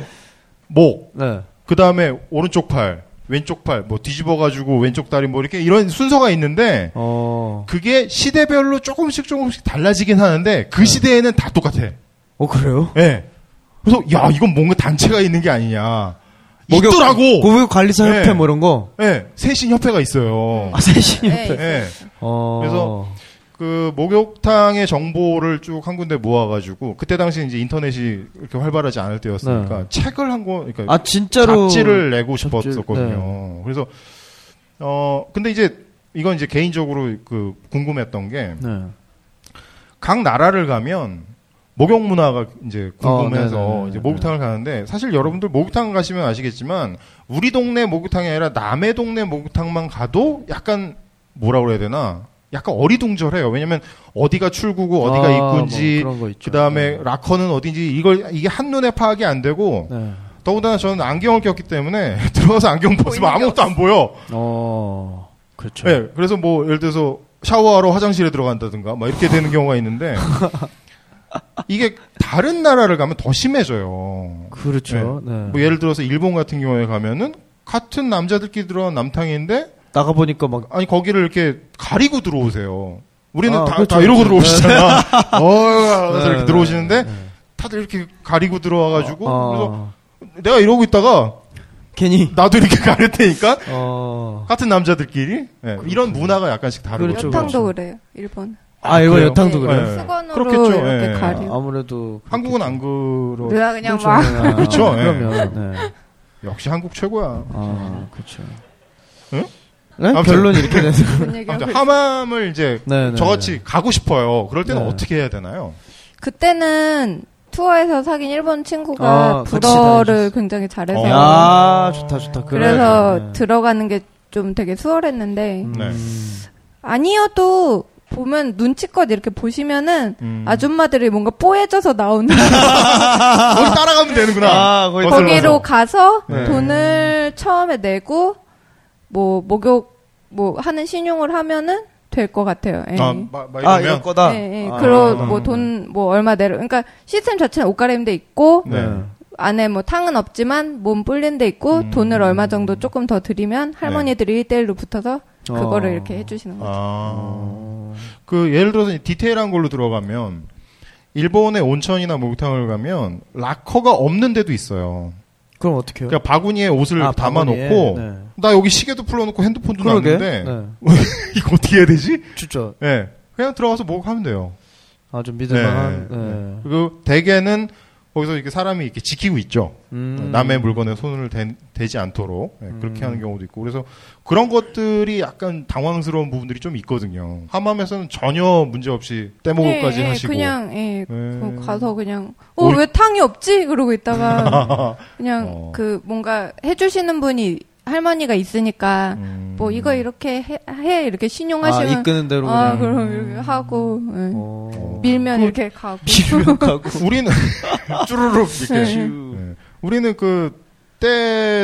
S2: 목,
S3: 네.
S2: 그 다음에 오른쪽 팔, 왼쪽 팔, 뭐 뒤집어 가지고 왼쪽 다리 뭐 이렇게 이런 순서가 있는데
S3: 어.
S2: 그게 시대별로 조금씩 조금씩 달라지긴 하는데 그 시대에는 다 똑같아. 예.
S3: 어 그래요?
S2: 그래서 야 이건 뭔가 단체가 있는 게 아니냐. 있더라고.
S3: 목욕 관리사
S2: 네.
S3: 협회 뭐 이런 거.
S2: 예. 세신 협회가 있어요.
S3: 아, 세신이.
S4: 네,
S2: 예.
S3: 어.
S2: 그래서 그 목욕탕의 정보를 쭉 한 군데 모아가지고 그때 당시 이제 인터넷이 이렇게 활발하지 않을 때였으니까 책을 한 권, 그러니까
S3: 네. 아 진짜로 네.
S2: 잡지를 내고
S3: 잡지,
S2: 싶었었거든요. 그래서 어 근데 이제 이건 이제 개인적으로 그 궁금했던 게 각
S3: 네.
S2: 나라를 가면 목욕 문화가 이제 궁금해서
S3: 어, 네네네.
S2: 이제 목욕탕을 가는데 사실 여러분들 목욕탕 가시면 아시겠지만 우리 동네 목욕탕이 아니라 남의 동네 목욕탕만 가도 약간 뭐라 그래야 되나 약간 어리둥절해요. 왜냐면 어디가 출구고 어디가
S3: 아,
S2: 입구인지
S3: 뭐 그런 거 있죠.
S2: 그다음에
S3: 네.
S2: 라커는 어딘지 이걸 이게 한눈에 파악이 안 되고
S3: 네.
S2: 더군다나 저는 안경을 꼈기 때문에 들어가서 안경 벗으면
S4: 보이는 게
S2: 아무것도 안 보여.
S3: 어. 그렇죠.
S2: 예. 그래서 뭐 예를 들어서 샤워하러 화장실에 들어간다든가 막 이렇게 되는 경우가 있는데 이게 다른 나라를 가면 더 심해져요.
S3: 그렇죠. 네.
S2: 뭐 예를 들어서 일본 같은 경우에 가면은 같은 남자들끼리 들어간 남탕인데
S3: 나가 보니까 막
S2: 아니 거기를 이렇게 가리고 들어오세요. 우리는
S3: 아,
S2: 다,
S3: 그렇죠,
S2: 다 이러고
S3: 그렇죠.
S2: 들어오시잖아. 어,
S3: 네,
S2: 그래서 이렇게
S3: 네,
S2: 들어오시는데
S3: 네.
S2: 다들 이렇게 가리고 들어와가지고 그래서
S3: 어.
S2: 내가 이러고 있다가
S3: 괜히
S2: 나도 이렇게 가렸다니까
S3: 어.
S2: 같은 남자들끼리 예, 이런 문화가 약간씩 다르죠.
S3: 그렇죠,
S4: 여탕도
S3: 그렇죠.
S4: 그래요 일본.
S3: 아, 이거
S2: 그래요?
S3: 여탕도 그래요.
S2: 네.
S4: 수건으로
S2: 그렇겠죠,
S4: 이렇게
S2: 예.
S4: 가리.
S3: 아, 아무래도
S2: 한국은 안 그러.
S4: 누가 그냥
S3: 그렇죠.
S4: 막
S3: 아,
S2: 그렇죠, 예.
S3: 그러면 네.
S2: 역시 한국 최고야.
S3: 아, 그렇죠.
S2: 음. 응?
S3: 네?
S2: 아무튼.
S3: 결론 이렇게 되는.
S4: 그런 얘기
S2: 아무튼 하맘을 이제
S3: 네, 네,
S2: 저같이 가고 싶어요. 그럴 때는
S3: 네.
S2: 어떻게 해야 되나요?
S4: 그때는 투어에서 사귄 일본 친구가
S3: 아, 같이
S4: 불어를
S3: 다니셨어요.
S4: 굉장히 잘해서
S2: 어.
S3: 야, 아, 좋다, 좋다. 그래.
S4: 그래서
S3: 네.
S4: 들어가는 게 좀 되게 수월했는데
S3: 음.
S2: 네.
S4: 아니어도 보면 눈치껏 이렇게 보시면은
S2: 음.
S4: 아줌마들이 뭔가 뽀해져서 나오는
S2: 거기 따라가면 되는구나.
S3: 아, 거기
S2: 거슬러서.
S4: 거기로 가서
S2: 네.
S4: 돈을 처음에 내고 뭐 목욕 뭐 하는 신용을 하면은 될 것 같아요. 예.
S2: 아, 마, 마
S3: 아,
S2: 이러면
S3: 이럴 거다.
S4: 예, 예.
S3: 아,
S4: 그러
S2: 아.
S4: 뭐돈 뭐 얼마 내려. 그러니까 시스템 자체는 옷가림돼 있고
S2: 네.
S4: 안에 뭐 탕은 없지만 몸 불린 데 있고
S2: 음.
S4: 돈을 얼마 정도 조금 더 드리면 할머니들이 1대1로 붙어서 그거를 이렇게 해주시는 거죠.
S2: 아. 그 예를 들어서 디테일한 걸로 들어가면 일본의 온천이나 목욕탕을 가면 락커가 없는 데도 있어요.
S3: 그럼 어떻게 해요?
S2: 그러니까 바구니에 옷을
S3: 아,
S2: 담아놓고
S3: 바구니에, 네.
S2: 나 여기 시계도 풀어놓고 핸드폰도
S3: 그러게.
S2: 놨는데
S3: 네.
S2: 이거 어떻게 해야 되지? 네.
S3: 진짜.
S2: 예. 그냥 들어가서 목욕하면 돼요.
S3: 아, 좀 믿을만한.
S2: 네.
S3: 네.
S2: 그리고 대개는 거기서 이렇게 사람이 이렇게 지키고 있죠.
S3: 음.
S2: 어, 남의 물건에 손을 대, 지 않도록 예, 그렇게
S3: 음.
S2: 하는 경우도 있고 그래서 그런 것들이 약간 당황스러운 부분들이 좀 있거든요. 하맘에서는 전혀 문제 없이 떼먹을까지
S4: 예, 예,
S2: 하시고
S4: 그냥 예,
S3: 음.
S2: 예.
S4: 뭐 가서 그냥 어
S2: 올-
S4: 왜 탕이 없지? 그러고 있다가 그냥
S2: 어.
S4: 그 뭔가 해주시는 분이 할머니가 있으니까
S2: 음.
S4: 뭐 이거 이렇게 해, 해 이렇게
S3: 아,
S4: 신용하시면
S3: 이끄는 대로 그냥. 음.
S4: 아, 그럼 이렇게 하고 예.
S3: 어.
S4: 밀면 이렇게 가고
S3: 밀면하고.
S2: 그 우리는 쭈르륵
S4: 네.
S2: 이렇게 예. 우리는 그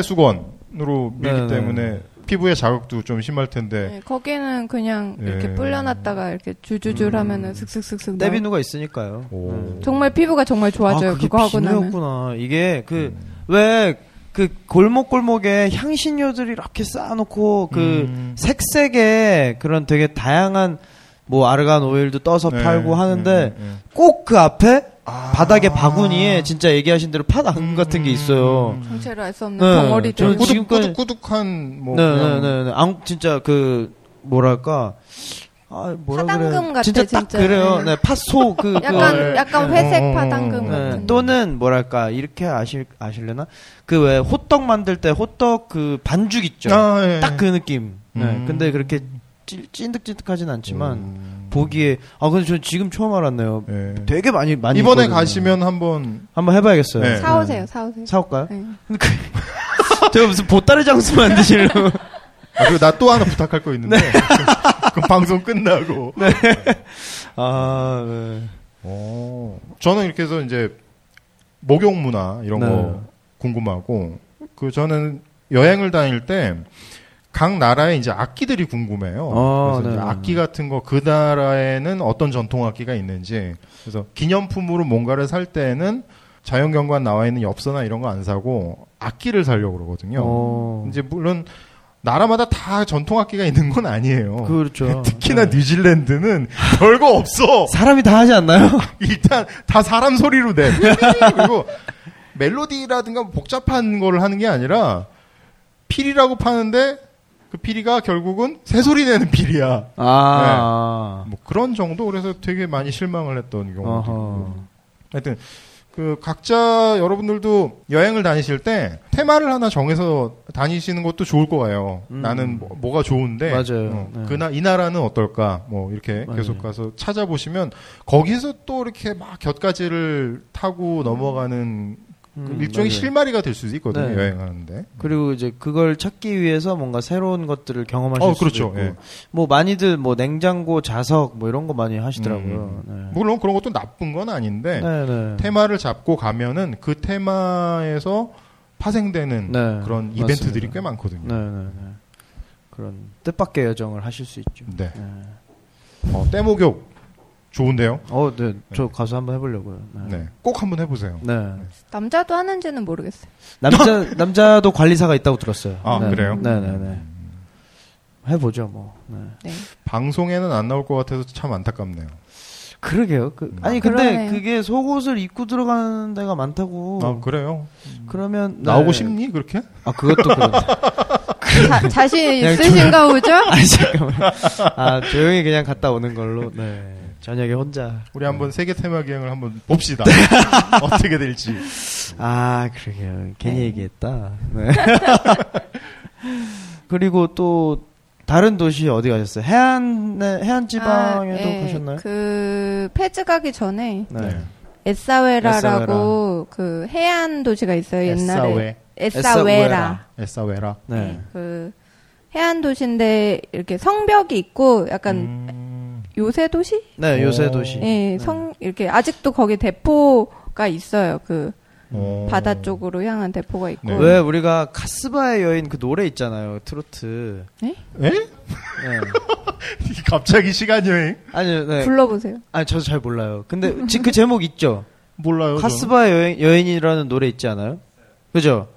S2: 떼수건으로 밀기
S3: 네네.
S2: 때문에 피부에 자극도 좀 심할 텐데
S4: 예, 거기는 그냥 이렇게
S2: 예.
S4: 불려놨다가 이렇게 줄줄줄
S3: 음.
S4: 하면은 슥슥슥슥 나와.
S3: 떼비누가 있으니까.
S2: 오. 예,
S4: 정말 피부가 정말 좋아져요
S3: 네. 아, 그게
S4: 그거 하고 나면
S3: 비누였구나. 이게
S2: 음.
S3: 그 왜 그 골목골목에 향신료들이 이렇게 쌓아놓고 그
S2: 음.
S3: 색색의 그런 되게 다양한 뭐 아르간 오일도 떠서
S2: 네,
S3: 팔고 하는데
S2: 네, 네, 네.
S3: 꼭 그 앞에
S2: 아. 음.
S3: 바닥에 바구니에 진짜 얘기하신 대로 팥 안 같은 게 있어요.
S4: 정체를 알 수 없는
S3: 네,
S4: 덩어리들
S3: 저는
S2: 꾸둑,
S3: 지금- 지금까지-
S2: 꾸둑, 한뭐
S3: 네네네.
S2: 그냥
S3: 네, 네. 안 진짜 그 뭐랄까 아 뭐라
S4: 파당금
S3: 그래요?
S4: 같아,
S3: 진짜 딱
S4: 진짜.
S3: 그래요.
S4: 네.
S3: 네 팥소 그
S4: 약간
S2: 네.
S4: 약간
S2: 네. 어, 어,
S4: 회색
S2: 어.
S4: 파당금
S2: 네.
S4: 같은
S3: 또는 뭐랄까 이렇게 아실 아실려나 그 왜 호떡 만들 때 호떡 그 반죽 있죠
S2: 아, 예, 예.
S3: 딱 그 느낌 네,
S2: 음.
S3: 근데 그렇게 찐- 찐득찐득하진 않지만
S2: 음.
S3: 보기에 아 근데 저 지금 처음 알았네요
S2: 예.
S3: 되게 많이 많이
S2: 이번에
S3: 있거든요.
S2: 가시면 한번
S3: 한번 해봐야겠어요
S2: 네.
S4: 사오세요 사오세요
S3: 사올까요 그,
S4: 네.
S3: 제가 무슨 보따리 장수 만드시려고
S2: 아, 그리고 나 또 하나 부탁할 거
S3: 네.
S2: 있는데 그럼 방송 끝나고
S3: 아 네.
S2: 오. 어, 저는 이렇게 해서 이제 목욕 문화 이런
S3: 네.
S2: 거 궁금하고 그 저는 여행을 다닐 때 각 나라의 이제 악기들이 궁금해요.
S3: 아,
S2: 그래서 이제
S3: 네네네.
S2: 악기 같은 거 그 나라에는 어떤 전통 악기가 있는지 그래서 기념품으로 뭔가를 살 때는 자연경관 나와 있는 엽서나 이런 거 안 사고 악기를 사려고 그러거든요.
S3: 어.
S2: 이제 물론 나라마다 다 전통 악기가 있는 건 아니에요.
S3: 그렇죠
S2: 특히나
S3: 네.
S2: 뉴질랜드는 별거 없어.
S3: 사람이 다 하지 않나요
S2: 일단 다 사람 소리로 내. 그리고 멜로디라든가 뭐 복잡한 거를 하는 게 아니라 피리라고 파는데 그 피리가 결국은 새소리 내는 피리야.
S3: 아
S2: 뭐 그런 정도 그래서 되게 많이 실망을 했던 경우도 있고.
S3: 네. 어허.
S2: 하여튼 그 각자 여러분들도 여행을 다니실 때 테마를 하나 정해서 다니시는 것도 좋을 거 같아요.
S3: 음.
S2: 나는 뭐, 가 좋은데
S3: 맞아요.
S2: 어,
S3: 네.
S2: 그나 이 나라는 어떨까? 뭐 이렇게
S3: 맞아요.
S2: 계속 가서 찾아보시면 거기서 또 이렇게 막 곁가지를 타고 넘어가는 그
S3: 음,
S2: 일종의
S3: 맞아요.
S2: 실마리가 될 수도 있거든요.
S3: 네.
S2: 여행하는데.
S3: 그리고 이제 그걸 찾기 위해서 뭔가 새로운 것들을 경험하실
S2: 어,
S3: 수도
S2: 그렇죠.
S3: 있고
S2: 예.
S3: 뭐 많이들 뭐 냉장고 자석 뭐 이런 거 많이 하시더라고요.
S2: 음, 물론 그런 것도 나쁜 건 아닌데
S3: 네. 네, 네.
S2: 테마를 잡고 가면은 그 테마에서 파생되는
S3: 네,
S2: 그런
S3: 맞습니다.
S2: 이벤트들이 꽤 많거든요.
S3: 네, 네, 네. 그런 뜻밖의 여정을 하실 수 있죠.
S2: 네.
S3: 네.
S2: 어, 떼목욕 좋은데요.
S3: 어, 네. 저 가서 한번 해보려고요. 네.
S2: 네, 꼭 한번 해보세요.
S3: 네.
S4: 남자도 하는지는 모르겠어요
S3: 남자 남자도 관리사가 있다고 들었어요.
S2: 아,
S3: 네.
S2: 그래요?
S3: 네, 네, 네. 해보죠, 뭐. 네.
S4: 네.
S2: 방송에는 안 나올 것 같아서 참 안타깝네요.
S3: 그러게요. 그, 아니 근데
S4: 그러네요.
S3: 그게 속옷을 입고 들어가는 데가 많다고.
S2: 아 그래요?
S3: 그러면 네.
S2: 나오고 싶니 그렇게?
S3: 아 그것도 그런데.
S4: 자, 자신
S3: 그냥
S4: 있으신가 보죠?
S3: 아니 잠깐만. 아 조용히 그냥 갔다 오는 걸로. 네. 저녁에 혼자.
S2: 우리 한번 세계 테마 기행을 한번 봅시다.
S3: 네.
S2: 어떻게 될지.
S3: 아 그러게요. 괜히 얘기했다. 네. 그리고 또 다른 도시 어디 가셨어요? 해안 네, 해안 지방에도
S4: 아, 예.
S3: 가셨나요?
S4: 그 페즈 가기 전에
S3: 네.
S4: 에사웨라라고 그 해안 도시가 있어요 옛날에 에사웨라
S2: 에사웨라.
S3: 네.
S4: 네, 그 해안 도시인데 이렇게 성벽이 있고 약간
S2: 음,
S4: 요새 도시
S3: 네, 요새 도시.
S2: 오.
S4: 예, 성 이렇게 아직도 거기 대포가 있어요. 그
S3: 음.
S2: 어.
S4: 바다 쪽으로 향한 대포가 있고.
S2: 네.
S3: 왜 우리가 카스바의 여인 그 노래 있잖아요. 트로트.
S2: 에?
S3: 네.
S2: 갑자기 시간 여행?
S3: 아니요. 네.
S4: 예? 불러보세요.
S3: 아니 저도 잘 몰라요. 근데 지금 그 제목 있죠.
S2: 몰라요.
S3: 카스바 여인, 여인이라는 노래 있지 않아요? 그죠?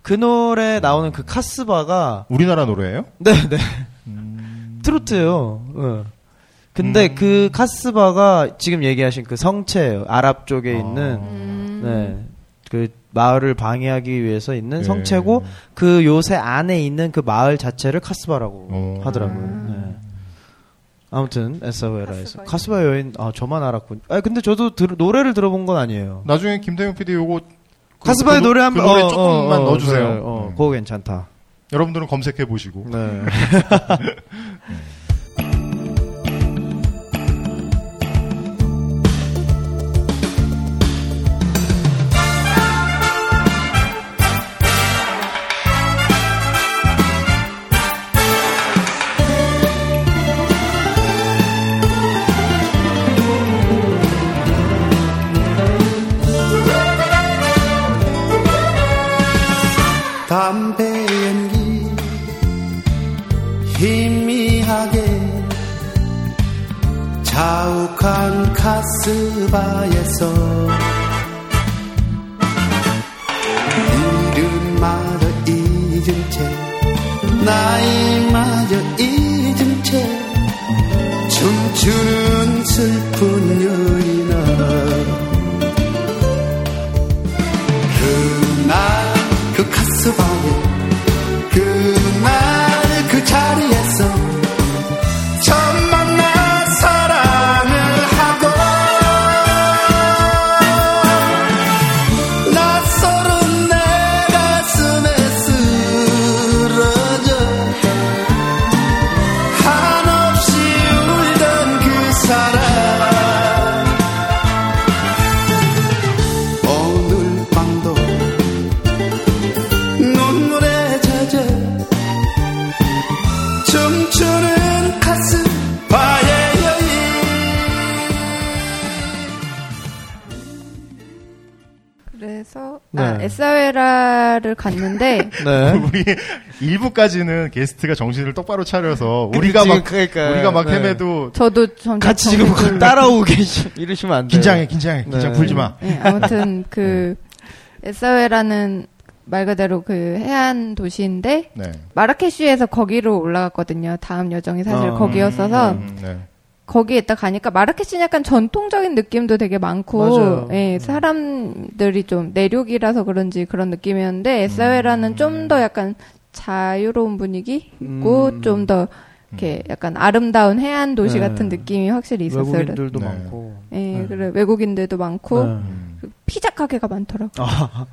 S3: 그 노래 나오는 그 카스바가
S2: 우리나라 노래예요?
S3: 네네
S2: 음.
S3: 트로트예요. 예. 근데 그 카스바가 지금 얘기하신 그 성체예요. 아랍 쪽에
S2: 아.
S3: 있는
S4: 음.
S3: 네. 그 마을을 방해하기 위해서 있는
S2: 예.
S3: 성체고 그 요새 안에 있는 그 마을 자체를 카스바라고
S2: 어.
S3: 하더라고요.
S4: 아.
S3: 네. 아무튼 에사웨라에서
S4: 카스바
S3: 카스바 여인 아 저만 알았군. 아 근데 저도 들- 노래를 들어본 건 아니에요.
S2: 나중에 김태형 PD 요거 그-
S3: 카스바의
S2: 그 노-
S3: 노래 한번
S2: 그 노래 조금만 넣어주세요.
S3: 그래, 어,
S2: 음.
S3: 그거 괜찮다.
S2: 여러분들은 검색해 보시고.
S3: 네.
S5: 담배 연기 희미하게 자욱한 카스바에서 이름마저 잊은 채 나이마저 잊은 채 춤추는 슬픈 여인아 그날 그 카스바에 그날 그 자리에서 처음 만나 사랑을 하고 낯설은 내 가슴에 쓰러져 한없이 울던 그 사람 오늘 밤도 눈물에 젖어 춤추는 가슴 바의 여인
S4: 그래서
S3: 네.
S4: 아, 에사웨라를 갔는데
S3: 네.
S2: 우리 일부까지는 게스트가 정신을 똑바로 차려서 우리가
S3: 지금
S2: 막
S3: 그러니까요.
S2: 우리가 막
S3: 네.
S2: 헤매도
S4: 저도 점점
S3: 같이 지금
S4: 정신줄-
S3: 따라오고 계시 이러시면 안 돼요.
S2: 긴장해 긴장해 긴장
S3: 네.
S2: 풀지 마.
S4: 예, 아무튼 그
S3: 예.
S4: 에사웨라는 말 그대로 그 해안 도시인데
S2: 네.
S4: 마라케슈에서 거기로 올라갔거든요. 다음 여정이 사실
S3: 어.
S4: 거기였어서
S2: 음, 네.
S4: 거기에 있다 가니까 마라케시는 약간 전통적인 느낌도
S3: 맞아요.
S4: 되게
S3: 음.
S4: 많고 예, 사람들이 좀 내륙이라서 그런지 그런 느낌이었는데 에사웨라는
S3: 음.
S4: 좀 더 약간 자유로운 분위기 있고
S3: 음.
S4: 좀 더 이렇게 약간 아름다운 해안 도시
S3: 네.
S4: 같은 느낌이 확실히 있었어요.
S3: 외국인들도
S2: 네.
S3: 많고.
S4: 예,
S3: 네.
S4: 그래 외국인들도 많고
S3: 네.
S2: 음.
S4: 피자 가게가 많더라고.
S3: 아,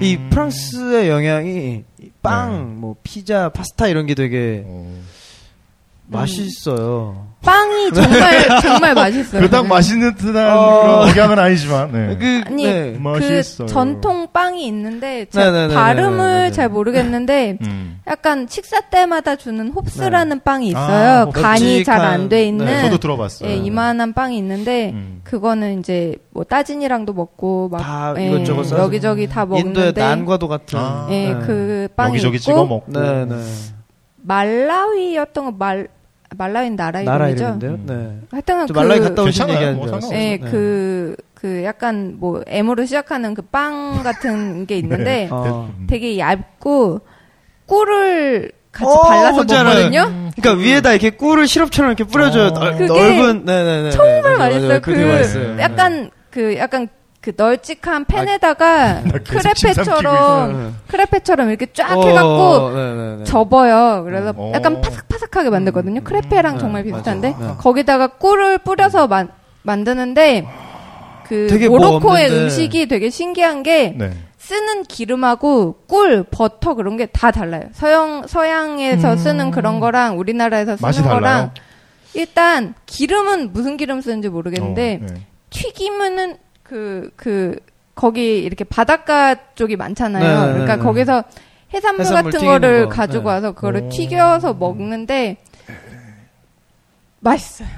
S3: 이
S2: 음.
S3: 프랑스의 영향이 이 빵,
S2: 네.
S3: 뭐 피자, 파스타 이런 게 되게
S4: 음.
S2: 어.
S3: 맛있어요.
S4: 빵이 정말 정말 맛있어요. 네.
S2: 그닥 맛있는 듯한
S3: 어.
S2: 그런 억양은 아니지만. 네.
S3: 그,
S4: 아니,
S3: 네.
S4: 그
S2: 멋있어요.
S4: 전통 빵이 있는데
S3: 네,
S4: 제가
S3: 네, 네,
S4: 발음을
S3: 네, 네, 네.
S4: 잘 모르겠는데
S2: 음.
S4: 약간 식사 때마다 주는 홉스라는 빵이
S2: 아,
S4: 있어요.
S2: 홉스.
S4: 간이 잘 안
S3: 네,
S4: 돼 있는
S2: 저도 들어봤어요.
S4: 예, 이만한 빵이 있는데
S2: 음.
S4: 그거는 이제 뭐 따진이랑도 먹고 막
S3: 다
S4: 예,
S3: 이것저것 써서
S4: 여기저기 다
S3: 인도의
S4: 먹는데
S3: 난과도 같은.
S2: 아. 음.
S4: 예,
S3: 네.
S4: 그 빵이
S2: 여기저기
S4: 있고
S2: 찍어 먹고.
S3: 네, 네.
S4: 말라위였던 거말 말라위 나라
S3: 나라
S4: 이름이죠.
S3: 이름인데요.
S2: 음.
S3: 네.
S4: 하여튼
S3: 저 말라이
S4: 그-
S3: 갔다 오신
S2: 괜찮아요.
S3: 얘기하는
S2: 뭐
S3: 줄 알았어요. 네.
S4: 예,
S2: 상관없어요.
S4: 그, 그 약간 뭐, M으로 시작하는 그 빵 같은 게 있는데
S3: 어.
S4: 되게 얇고 꿀을 같이
S3: 어,
S4: 발라서
S3: 뭔지 알아요.
S4: 먹거든요? 음.
S3: 그러니까 위에다 이렇게 꿀을 시럽처럼 이렇게 뿌려줘요.
S2: 어.
S3: 넓-
S4: 그게
S3: 넓은, 네, 네, 네.
S4: 정말 맛있어요.
S3: 그게 맛있어요. 네.
S4: 그, 약간 그, 약간 그 널찍한 팬에다가
S2: 계속 침 삼키고
S4: 크레페처럼, 크레페처럼 이렇게 쫙 해갖고
S3: 어, 네, 네, 네.
S4: 접어요. 그래서
S2: 어.
S4: 약간 파삭파삭하게 만들거든요. 크레페랑
S3: 네,
S4: 정말 비슷한데
S3: 맞아요. 네.
S4: 거기다가 꿀을 뿌려서 만 만드는데 그
S3: 되게 뭐
S4: 모로코의
S3: 없는데.
S4: 음식이 되게 신기한 게
S2: 네.
S4: 쓰는 기름하고 꿀, 버터 그런 게 다 달라요. 서양
S3: 음.
S4: 서양에서 쓰는 그런 거랑 우리나라에서 쓰는
S2: 맛이 달라요?
S4: 거랑 일단 기름은 무슨 기름 쓰는지 모르겠는데
S2: 어, 네.
S4: 튀김은 그 그 거기 이렇게 바닷가 쪽이 많잖아요.
S3: 네, 네,
S4: 그러니까
S3: 네.
S4: 거기서 해산물,
S3: 해산물
S4: 같은
S3: 튀기는
S4: 거를
S3: 거.
S4: 가지고
S3: 네.
S4: 와서 그거를
S2: 오.
S4: 튀겨서 먹는데 맛있어요.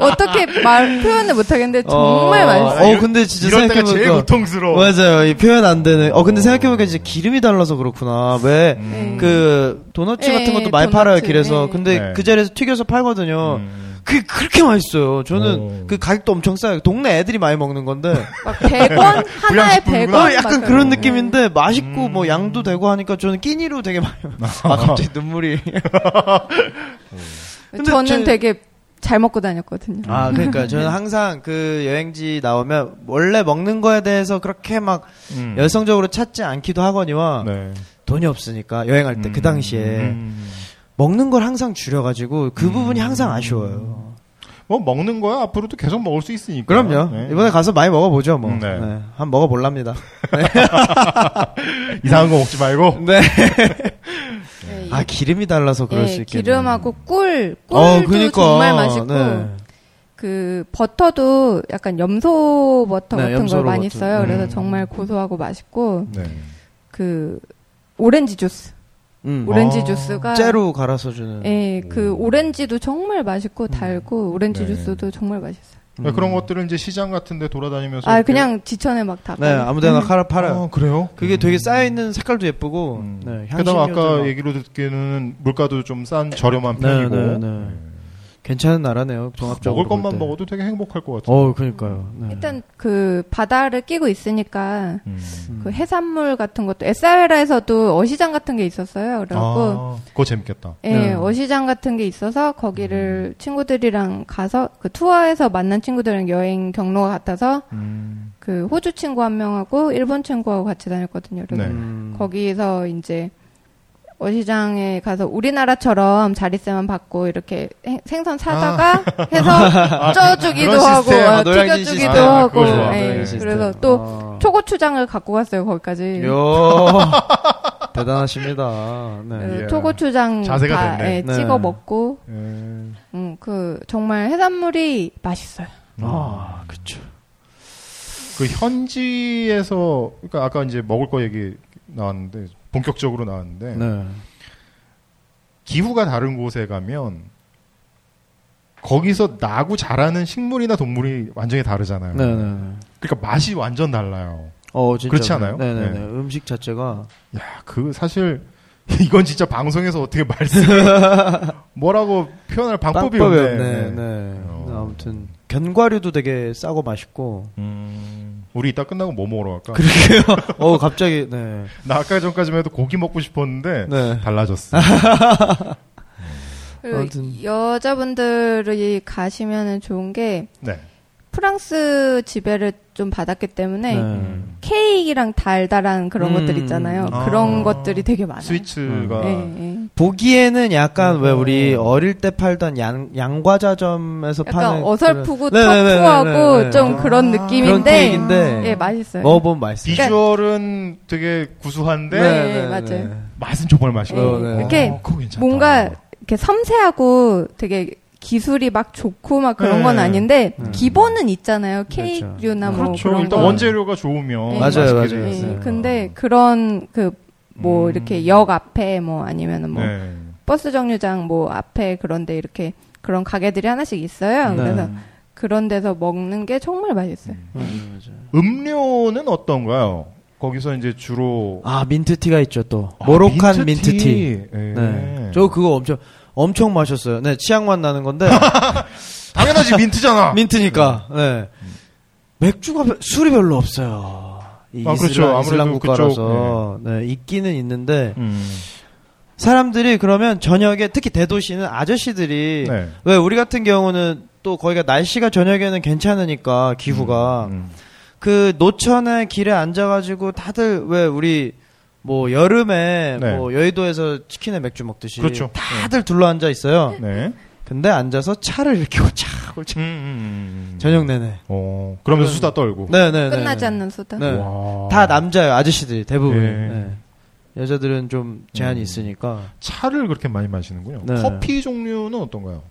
S4: 어떻게 말 표현을 못 하겠는데 정말
S3: 어,
S4: 맛있어요.
S3: 어, 근데 진짜
S2: 이럴 때가 제일
S3: 생각해보니까.
S2: 고통스러워.
S3: 맞아요. 이 표현 안 되는. 어, 근데
S2: 어.
S3: 생각해보니까 이제 기름이 달라서 그렇구나. 왜,
S2: 음.
S4: 네.
S3: 그, 도넛집
S4: 예,
S3: 같은 것도 많이
S4: 도넛집,
S3: 팔아요, 길에서.
S4: 예.
S3: 근데
S2: 네.
S3: 그 자리에서 튀겨서 팔거든요.
S2: 음.
S3: 그게 그렇게 맛있어요. 저는
S2: 오.
S3: 그 가격도 엄청 싸요. 동네 애들이 많이 먹는 건데.
S4: 막 100원 하나에
S2: 불량식품이구나.
S4: 100원
S3: 어, 약간 그런
S2: 음.
S4: 네.
S3: 느낌인데 맛있고 뭐 양도 되고 하니까 저는 끼니로 되게 많이. 아, 갑자기 눈물이. 근데
S4: 네. 저는
S3: 제-
S4: 되게 잘 먹고 다녔거든요.
S3: 아, 그러니까 저는 항상 그 여행지 나오면 원래 먹는 거에 대해서 그렇게 막
S2: 음.
S3: 열성적으로 찾지 않기도 하거니와
S2: 네.
S3: 그 돈이 없으니까 여행할 때 그 당시에
S2: 음.
S3: 먹는 걸 항상 줄여가지고 그 부분이 항상 아쉬워요.
S2: 뭐 먹는 거야 앞으로도 계속 먹을 수 있으니까.
S3: 그럼요.
S2: 네.
S3: 이번에 가서 많이 먹어보죠, 뭐.
S2: 음, 네.
S3: 네, 한번 먹어볼랍니다.
S2: 이상한 거 먹지 말고.
S3: 네.
S4: 예,
S3: 아, 기름이 달라서 그럴 수
S4: 예,
S3: 있겠네.
S4: 기름하고 꿀, 꿀도
S3: 어, 그러니까.
S4: 정말 맛있고
S3: 네.
S4: 그 버터도 약간 염소 버터
S3: 네,
S4: 같은
S3: 염소로
S4: 걸 많이
S3: 버터.
S4: 써요. 그래서
S2: 음.
S4: 정말 고소하고 맛있고
S2: 네.
S4: 그 오렌지 주스,
S3: 음.
S4: 오렌지
S2: 아,
S4: 주스가
S3: 째로 갈아서 주는.
S4: 예, 그 오렌지도 정말 맛있고 달고 오렌지
S2: 네.
S4: 주스도 정말 맛있어요.
S3: 음.
S2: 그러니까 그런 것들을 이제 시장 같은데 돌아다니면서.
S4: 아
S2: 이렇게-
S4: 그냥 지천에 막 다.
S3: 네, 아무데나 칼 팔아요.
S2: 아, 그래요?
S3: 어, 그게 되게 쌓여있는 색깔도 예쁘고,
S2: 음.
S3: 네,
S2: 게다가 아까
S3: 향신료도 막-
S2: 얘기로 듣기에는 물가도 좀 싼 저렴한
S3: 네,
S2: 편이고
S3: 네, 네. 괜찮은 나라네요, 종합적으로.
S2: 먹을 것만
S3: 볼 때.
S2: 먹어도 되게 행복할 것 같아요.
S3: 어, 그니까요. 네.
S4: 일단 그 바다를 끼고 있으니까
S2: 음.
S4: 그 해산물 같은 것도 에사웨라에서도 어시장 같은 게 있었어요. 그래갖고
S2: 아, 그거 재밌겠다.
S4: 예,
S3: 네.
S4: 어시장 같은 게 있어서 거기를 친구들이랑 가서 그 투어에서 만난 친구들이랑 여행 경로가 같아서
S2: 음.
S4: 그 호주 친구 한 명하고 일본 친구하고 같이 다녔거든요. 그래서
S2: 네.
S3: 음.
S4: 거기서 이제 어시장에 가서 우리나라처럼 자릿세만 받고 이렇게 해- 생선 사다가 해서 쪄주기도
S2: 아. 그런
S4: 하고
S2: 시스템.
S4: 어,
S3: 아, 노량진
S4: 튀겨주기도
S2: 시스템. 아,
S4: 하고
S2: 그거 좋아.
S4: 예,
S2: 노량진 시스템.
S4: 그래서 또
S3: 아.
S4: 초고추장을 갖고 갔어요 거기까지.
S3: 요 대단하십니다. 네.
S4: 그래서
S2: 예.
S4: 초고추장
S2: 자세가
S4: 다
S2: 됐네.
S4: 예,
S3: 네.
S4: 찍어 먹고
S2: 음.
S4: 음, 그 정말 해산물이 맛있어요.
S2: 음.
S3: 아, 그쵸.
S2: 그 현지에서 그러니까 아까 이제 먹을 거 얘기 나왔는데 본격적으로 나왔는데
S3: 네.
S2: 기후가 다른 곳에 가면 거기서 나고 자라는 식물이나 동물이 완전히 다르잖아요.
S3: 네, 네, 네.
S2: 그러니까 맛이 완전 달라요.
S3: 어, 진짜.
S2: 그렇지 않아요?
S3: 네, 네,
S2: 네.
S3: 네. 음식 자체가
S2: 야, 그 사실 이건 진짜 방송에서 어떻게 말씀 뭐라고 표현할 방법이
S3: 빵법이
S2: 없네.
S3: 없네. 네.
S2: 어.
S3: 아무튼 견과류도 되게 싸고 맛있고.
S2: 음, 우리 이따 끝나고 뭐 먹으러 갈까?
S3: 그러게요. 어, 갑자기 네.
S2: 나 아까 전까지만 해도 고기 먹고 싶었는데
S3: 네.
S2: 달라졌어.
S4: 그리고
S3: 아무튼.
S4: 여자분들이 가시면은 좋은 게
S2: 네.
S4: 프랑스 지배를 좀 받았기 때문에
S3: 네.
S2: 음.
S4: 케이크랑 달달한
S3: 음.
S4: 그런 것들 있잖아요.
S2: 아.
S4: 그런 것들이 되게 많아요. 네.
S2: 스위츠가
S4: 예, 예.
S3: 보기에는 약간 왜 우리
S2: 음.
S3: 어릴 때 팔던 양 양과자점에서
S4: 약간
S3: 파는
S4: 어설프고
S3: 그 그런- 네, 네, 네, 네,
S4: 터프하고
S3: 네, 네.
S4: 좀
S2: 아.
S4: 그런
S3: 그런
S4: 느낌인데
S3: 케이크인데
S4: 예 맛있어요.
S3: 먹어보면 맛있어요.
S2: 비주얼은 되게 구수한데
S4: 네. 맞아요.
S2: 맛은 정말 맛있고
S3: 어, 네.
S4: 이렇게
S2: 어, 그거 괜찮다.
S4: 뭔가 이렇게 섬세하고 되게 기술이 막 좋고 막 그런
S2: 네.
S4: 건 아닌데
S3: 네.
S4: 기본은 있잖아요. 케이크류나 뭐
S2: 그렇죠.
S4: 런
S2: 일단
S4: 거.
S2: 원재료가 좋으면
S4: 네.
S3: 맞아요,
S2: 맛있게
S3: 맞아요.
S2: 돼요.
S4: 예,
S3: 네.
S4: 근데 그런 그 뭐
S2: 음.
S4: 이렇게 역 앞에 뭐 아니면은 뭐
S2: 네.
S4: 버스 정류장 뭐 앞에 그런데 이렇게 그런 가게들이 하나씩 있어요.
S3: 네.
S4: 그래서 그런 데서 먹는 게 정말 맛있어요.
S3: 음.
S2: 음료는 어떤가요? 거기서 이제 주로 아,
S3: 아 민트티가 있죠 또 모로칸 민트티.
S2: 예.
S3: 네. 저 그거 엄청 엄청 마셨어요. 네 취향만 나는 건데
S2: 당연하지 민트잖아.
S3: 민트니까. 네. 맥주가 별- 술이 별로 없어요. 이
S2: 아, 그렇죠.
S3: 이슬람, 이슬람
S2: 아무래도
S3: 국가라서 네. 있기는 있는데
S2: 음.
S3: 사람들이 그러면 저녁에 특히 대도시는 아저씨들이
S2: 네.
S3: 왜 우리 같은 경우는 또 거기가 날씨가 저녁에는 괜찮으니까 기후가
S2: 음.
S3: 그 노천의 길에 앉아가지고 다들 왜 우리 뭐 여름에
S2: 네.
S3: 뭐 여의도에서 치킨에 맥주 먹듯이
S2: 그렇죠.
S3: 다들 둘러앉아 있어요.
S2: 네.
S3: 근데 앉아서 차를 이렇게 골차골차
S2: 음, 음, 음.
S3: 저녁 내내.
S2: 어, 그러면서 수다 떨고.
S3: 네. 네네.
S4: 끝나지 않는 수다.
S3: 네.
S2: 와.
S3: 다 남자예요 아저씨들이 대부분.
S2: 아. 예. 음.
S3: 네. 여자들은 좀 제한이 있으니까.
S2: 차를 그렇게 많이 마시는군요.
S3: 네.
S2: 커피 종류는 어떤가요?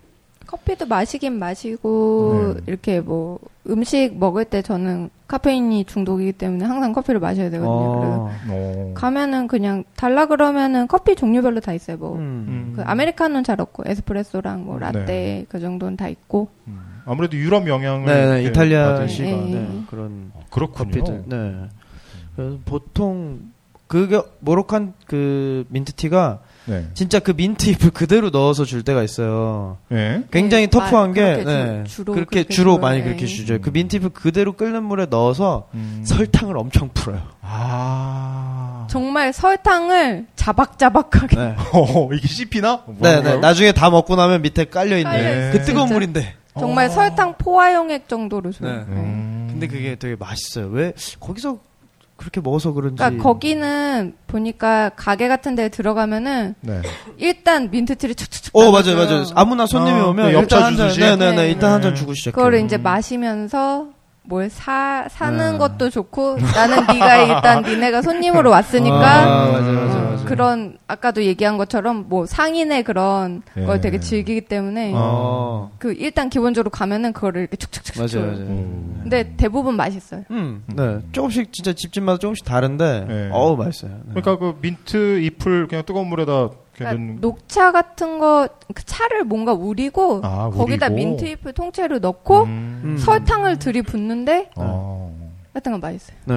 S4: 커피도 마시긴 마시고
S2: 네.
S4: 이렇게 뭐 음식 먹을 때 저는 카페인이 중독이기 때문에 항상 커피를 마셔야 되거든요. 네, 그래서
S3: 어.
S2: 어.
S4: 가면은 그냥 달라 그러면은 커피 종류별로 다 있어요. 뭐
S3: 음.
S4: 그 아메리카노는 잘 없고 에스프레소랑 뭐 라떼 그 정도는 다 있고.
S2: 음. 아무래도 유럽 영향을
S3: 네,
S2: 이렇게
S3: 이탈리아식
S2: 받으신-
S4: 예, 예,
S3: 네,
S4: 예.
S3: 그런
S2: 어, 그렇군요. 음.
S3: 커피들. 네. 그래서 보통 그게 모로칸 그 민트티가
S2: 네.
S3: 진짜 그 민트 잎을 그대로 넣어서 줄 때가 있어요.
S2: 예.
S3: 굉장히
S4: 네,
S3: 터프한
S4: 마-
S3: 게
S4: 그렇게 주-
S3: 네,
S4: 주로
S3: 그렇게
S4: 그렇게
S3: 주로
S4: 줘요.
S3: 많이
S4: 네.
S3: 그렇게 주죠. 그 민트 잎을 그대로 끓는 물에 넣어서
S2: 음.
S3: 설탕을 엄청 풀어요.
S2: 아.
S4: 정말 설탕을 자박자박하게
S3: 네.
S2: 어, 이게 씹히나?
S3: 네, 네.
S2: 뭐라고요?
S3: 나중에 다 먹고 나면 밑에 깔려 있는
S2: 깔려있어요.
S3: 그 뜨거운
S4: 진짜.
S3: 물인데.
S4: 정말
S2: 어.
S4: 설탕 포화용액 정도로 줘요.
S3: 네.
S4: 네.
S2: 음.
S3: 근데 그게 되게 맛있어요. 왜 거기서 그렇게 먹어서 그런지.
S4: 그러니까 거기는 보니까 가게 같은 데 들어가면은
S2: 네.
S4: 일단 민트티를 툭툭툭
S3: 어
S4: 따라줘요.
S3: 맞아요 맞아요. 아무나 손님이
S2: 아,
S3: 오면
S2: 그
S3: 일단
S2: 엽차
S3: 한 잔.
S2: 주듯이?
S3: 네네네
S4: 네.
S3: 일단 한 잔
S2: 네.
S3: 주고 시작해.
S4: 그거를 이제 마시면서 뭘 사 사는
S3: 음. 네.
S4: 것도 좋고 나는 네가 일단 니네가 손님으로 왔으니까
S3: 아, 맞아요 맞아요 맞아요.
S4: 그런 아까도 얘기한 것처럼 뭐 상인의 그런
S2: 예.
S4: 걸 되게 즐기기 때문에
S3: 어
S4: 그 일단 기본적으로 가면은 그거를 이렇게 축축축
S3: 맞아요 맞아요.
S2: 음.
S4: 근데 대부분 맛있어요.
S3: 음, 네. 조금씩 진짜 집집마다 조금씩 다른데
S2: 네.
S3: 어우 맛있어요. 네.
S2: 그러니까 그 민트 잎을 그냥 뜨거운 물에다
S4: 그러니까
S2: 그냥 넣는-
S4: 녹차 같은 거그 차를 뭔가 우리고
S2: 아,
S4: 거기다
S2: 우리고.
S4: 민트잎을 통째로 넣고
S2: 음.
S3: 음.
S4: 설탕을 들이붓는데
S2: 어.
S4: 하여튼 건 맛있어요.
S3: 네.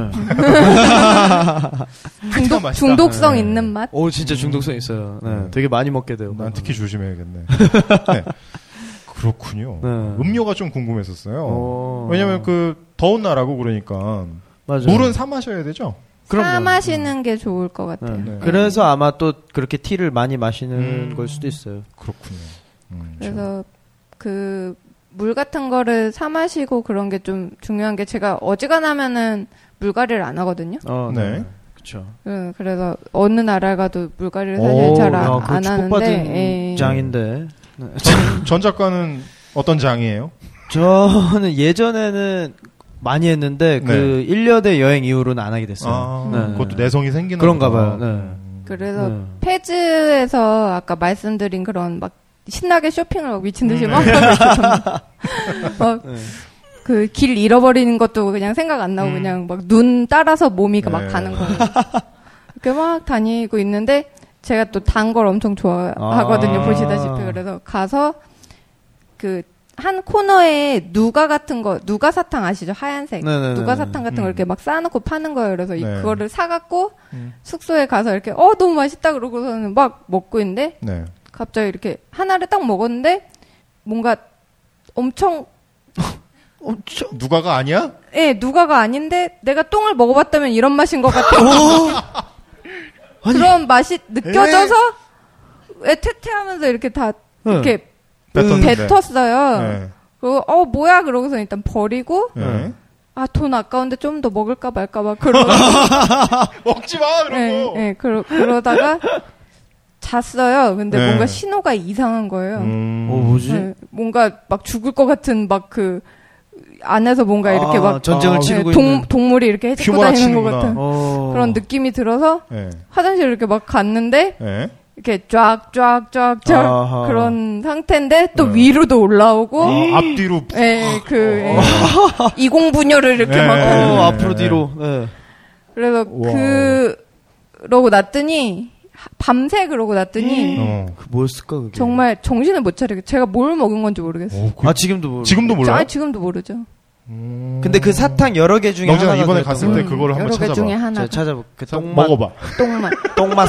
S2: 하여튼
S4: 중독,
S2: 맛있다.
S4: 중독성
S2: 네.
S4: 있는 맛?
S3: 오 어, 진짜 중독성 있어요. 네.
S2: 음.
S3: 되게 많이 먹게 돼요.
S2: 난 특히 조심해야겠네. 네. 그렇군요.
S3: 네.
S2: 음료가 좀 궁금했었어요.
S3: 어.
S2: 왜냐면 그 더운 나라고 그러니까
S3: 맞아요.
S2: 물은 사 마셔야 되죠.
S3: 그럼요.
S4: 사 마시는 게 좋을 것 같아요.
S3: 네.
S2: 네.
S3: 그래서 아마 또 그렇게 티를 많이 마시는
S2: 음.
S3: 걸 수도 있어요.
S2: 그렇군요. 음.
S4: 그래서 그 물 같은 거를 사 마시고 그런 게 좀 중요한 게 제가 어지간하면은 물갈이를 안 하거든요.
S3: 어,
S2: 네.
S3: 그렇죠.
S4: 음, 그래서 어느 나라 가도 물갈이를 사실 잘 아, 안 하는데 예.
S3: 축복받은 장인데.
S2: 네. 전 작가는 어떤 장이에요?
S3: 저는 예전에는 많이 했는데 그 1년대 여행 이후로는 안 하게 됐어요.
S2: 네. 아,
S3: 네.
S2: 그것도 내성이 생기는
S3: 그런가
S2: 거구나.
S3: 봐요. 네.
S2: 음.
S4: 그래서
S3: 네.
S4: 페즈에서 아까 말씀드린 그런 막 신나게 쇼핑을 막 미친 듯이
S2: 음.
S4: 막 어,
S3: 네.
S4: 그 길 잃어버리는 것도 그냥 생각 안 나고
S2: 음.
S4: 그냥 막 눈 따라서 몸이 막
S2: 네.
S4: 가는 거예요. 이렇게 막 다니고 있는데 제가 또 단 걸 엄청 좋아하거든요.
S3: 아.
S4: 보시다시피 그래서 가서 그 한 코너에 누가 같은 거 누가 사탕 아시죠? 하얀색
S3: 네네네네.
S4: 누가 사탕 같은 거
S2: 음.
S4: 이렇게 막 쌓아놓고 파는 거예요. 그래서 이-
S2: 네.
S4: 그거를 사갖고
S2: 음.
S4: 숙소에 가서 이렇게 어 너무 맛있다 그러고서는 막 먹고 있는데
S2: 네.
S4: 갑자기 이렇게 하나를 딱 먹었는데 뭔가 엄청
S2: 어, 누가가 아니야?
S4: 예, 누가가 아닌데 내가 똥을 먹어봤다면 이런 맛인 것 같아.
S2: 어?
S4: 그런 맛이 느껴져서 왜 퇴퇴하면서 이렇게 다
S3: 네.
S4: 이렇게
S2: 뱉었는데.
S4: 음, 뱉었어요.
S2: 네.
S4: 그리고 어 뭐야 그러고서 일단 버리고
S2: 네.
S4: 아 돈 아까운데 좀 더 먹을까 말까 막 그러
S2: 먹지 마
S4: 예,
S2: 그러고.
S4: 예, 그러 그러다가 잤어요. 근데
S2: 네.
S4: 뭔가 신호가 이상한 거예요.
S2: 음.
S3: 어, 뭐지?
S4: 네, 뭔가 막 죽을 것 같은 막 그 안에서 뭔가 이렇게
S3: 아,
S4: 막
S3: 전쟁을
S2: 아,
S3: 치르고
S4: 예, 동,
S3: 있는
S4: 동물이 이렇게 해치고
S2: 휘몰아
S4: 다니는 것
S2: 치는구나.
S4: 같은
S3: 어.
S4: 그런 느낌이 들어서
S2: 네.
S4: 화장실 이렇게 막 갔는데
S2: 네.
S4: 이렇게 쫙쫙쫙쫙
S3: 아하.
S4: 그런 상태인데 또
S2: 네.
S4: 위로도 올라오고
S3: 어.
S2: 아, 앞뒤로
S4: 예, 그 예. 이공분열을 이렇게
S2: 네.
S4: 막
S3: 어,
S4: 하고.
S3: 앞으로 뒤로. 네.
S4: 그래서
S2: 와.
S4: 그러고 났더니 하- 밤새 그러고 났더니
S2: 어.
S3: 그 뭐였을까 그게?
S4: 정말 정신을 못 차리고 제가 뭘 먹은 건지 모르겠어요.
S2: 오, 그-
S3: 아 지금도 모르.
S2: 지금도 몰라요?
S4: 아, 지금도 모르죠.
S3: 근데 그 사탕 여러 개 중에
S2: 영진아,
S3: 하나가
S2: 이번에
S3: 그랬던
S2: 갔을
S3: 거예요.
S2: 때 그거를 한번
S4: 여러 개
S2: 찾아봐.
S4: 중에 음, 네, 하나
S3: 제가 찾아볼 그
S2: 사-
S3: 똥맛
S2: 먹어봐.
S4: 똥맛.
S3: 똥맛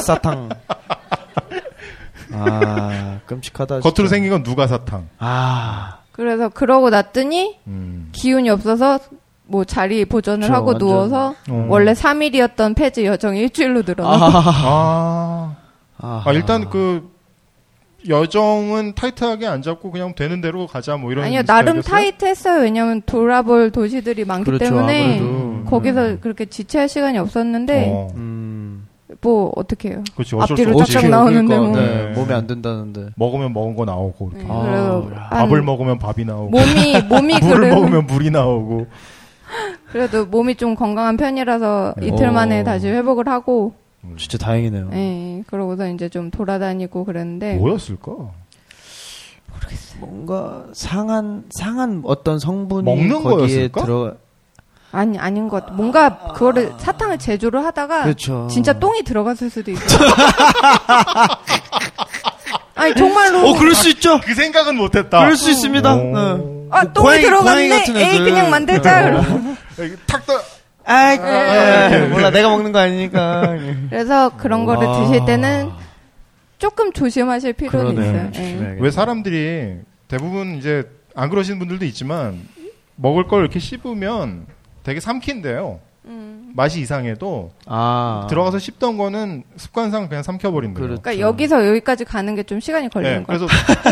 S3: 사탕. 아 끔찍하다.
S2: 겉으로
S3: 진짜.
S2: 생긴 건 누가 사탕.
S3: 아
S4: 그래서 그러고 났더니
S2: 음.
S4: 기운이 없어서 뭐 자리 보존을
S3: 그쵸,
S4: 하고
S3: 완전.
S4: 누워서
S2: 어.
S4: 원래 3일이었던 폐지 여정이 일주일로 늘어나.
S3: 아하.
S2: 아.
S3: 아하.
S2: 아, 일단 그 여정은 타이트하게 안 잡고 그냥 되는 대로 가자 뭐 이런
S4: 아니요 나름
S2: 스타일이었어요?
S4: 타이트했어요. 왜냐하면 돌아볼 도시들이 많기
S3: 그렇죠,
S4: 때문에
S3: 아무래도.
S4: 거기서 그렇게 지체할 시간이 없었는데
S2: 음. 어.
S3: 음.
S4: 뭐 어떻게 해요?
S2: 그렇지 어쩔 수
S4: 네. 앞뒤로
S2: 없지.
S4: 쫙쫙 나오는데
S3: 그러니까,
S2: 뭐.
S3: 네, 몸에 안 된다는데.
S2: 먹으면 먹은 거 나오고 이렇게.
S4: 네,
S3: 아,
S4: 그래서
S3: 야.
S4: 한
S2: 밥을 먹으면 밥이 나오고
S4: 몸이 몸이
S2: 물을
S4: 그래도,
S2: 먹으면 물이 나오고
S4: 그래도 몸이 좀 건강한 편이라서
S2: 네.
S4: 이틀 만에
S3: 오.
S4: 다시 회복을 하고
S2: 음.
S3: 진짜 다행이네요.
S4: 예, 그러고서 이제 좀 돌아다니고 그랬는데
S2: 뭐였을까?
S3: 뭔가 상한 상한 어떤 성분이
S2: 먹는
S3: 거기에
S2: 거였을까?
S3: 들어.
S4: 아니 아닌 것 같아. 뭔가 그거를 사탕을 제조를 하다가
S3: 그렇죠.
S4: 진짜 똥이 들어갔을 수도 있어. 아니 정말로
S3: 어 그럴 수 있죠.
S2: 그 생각은 못했다. 어.
S3: 그럴 수 있습니다.
S2: 오.
S3: 네.
S4: 아
S3: 뭐
S4: 똥이
S3: 고양이- 고양이
S4: 들어갔네.
S3: 같은
S4: 에이
S3: 애들. 어.
S4: 그냥 만들자. 그러고.
S3: 네.
S2: 탁 떠.
S3: 아이, 예, 몰라 내가 먹는 거 아니니까.
S4: 네. 그래서 그런 거를
S3: 와.
S4: 드실 때는 조금 조심하실
S3: 아.
S4: 필요는
S3: 그러네요.
S4: 있어요. 예.
S3: 조심해야겠다.
S2: 왜 사람들이 대부분 이제 안 그러시는 분들도 있지만 먹을 걸 이렇게 씹으면 되게 삼킨대요.
S4: 음.
S2: 맛이 이상해도
S3: 아
S2: 들어가서 씹던 거는 습관상 그냥 삼켜버린대요.
S3: 그렇죠.
S4: 그러니까 여기서 여기까지 가는 게 좀 시간이 걸리는
S2: 예,
S4: 거예요.
S2: 그래서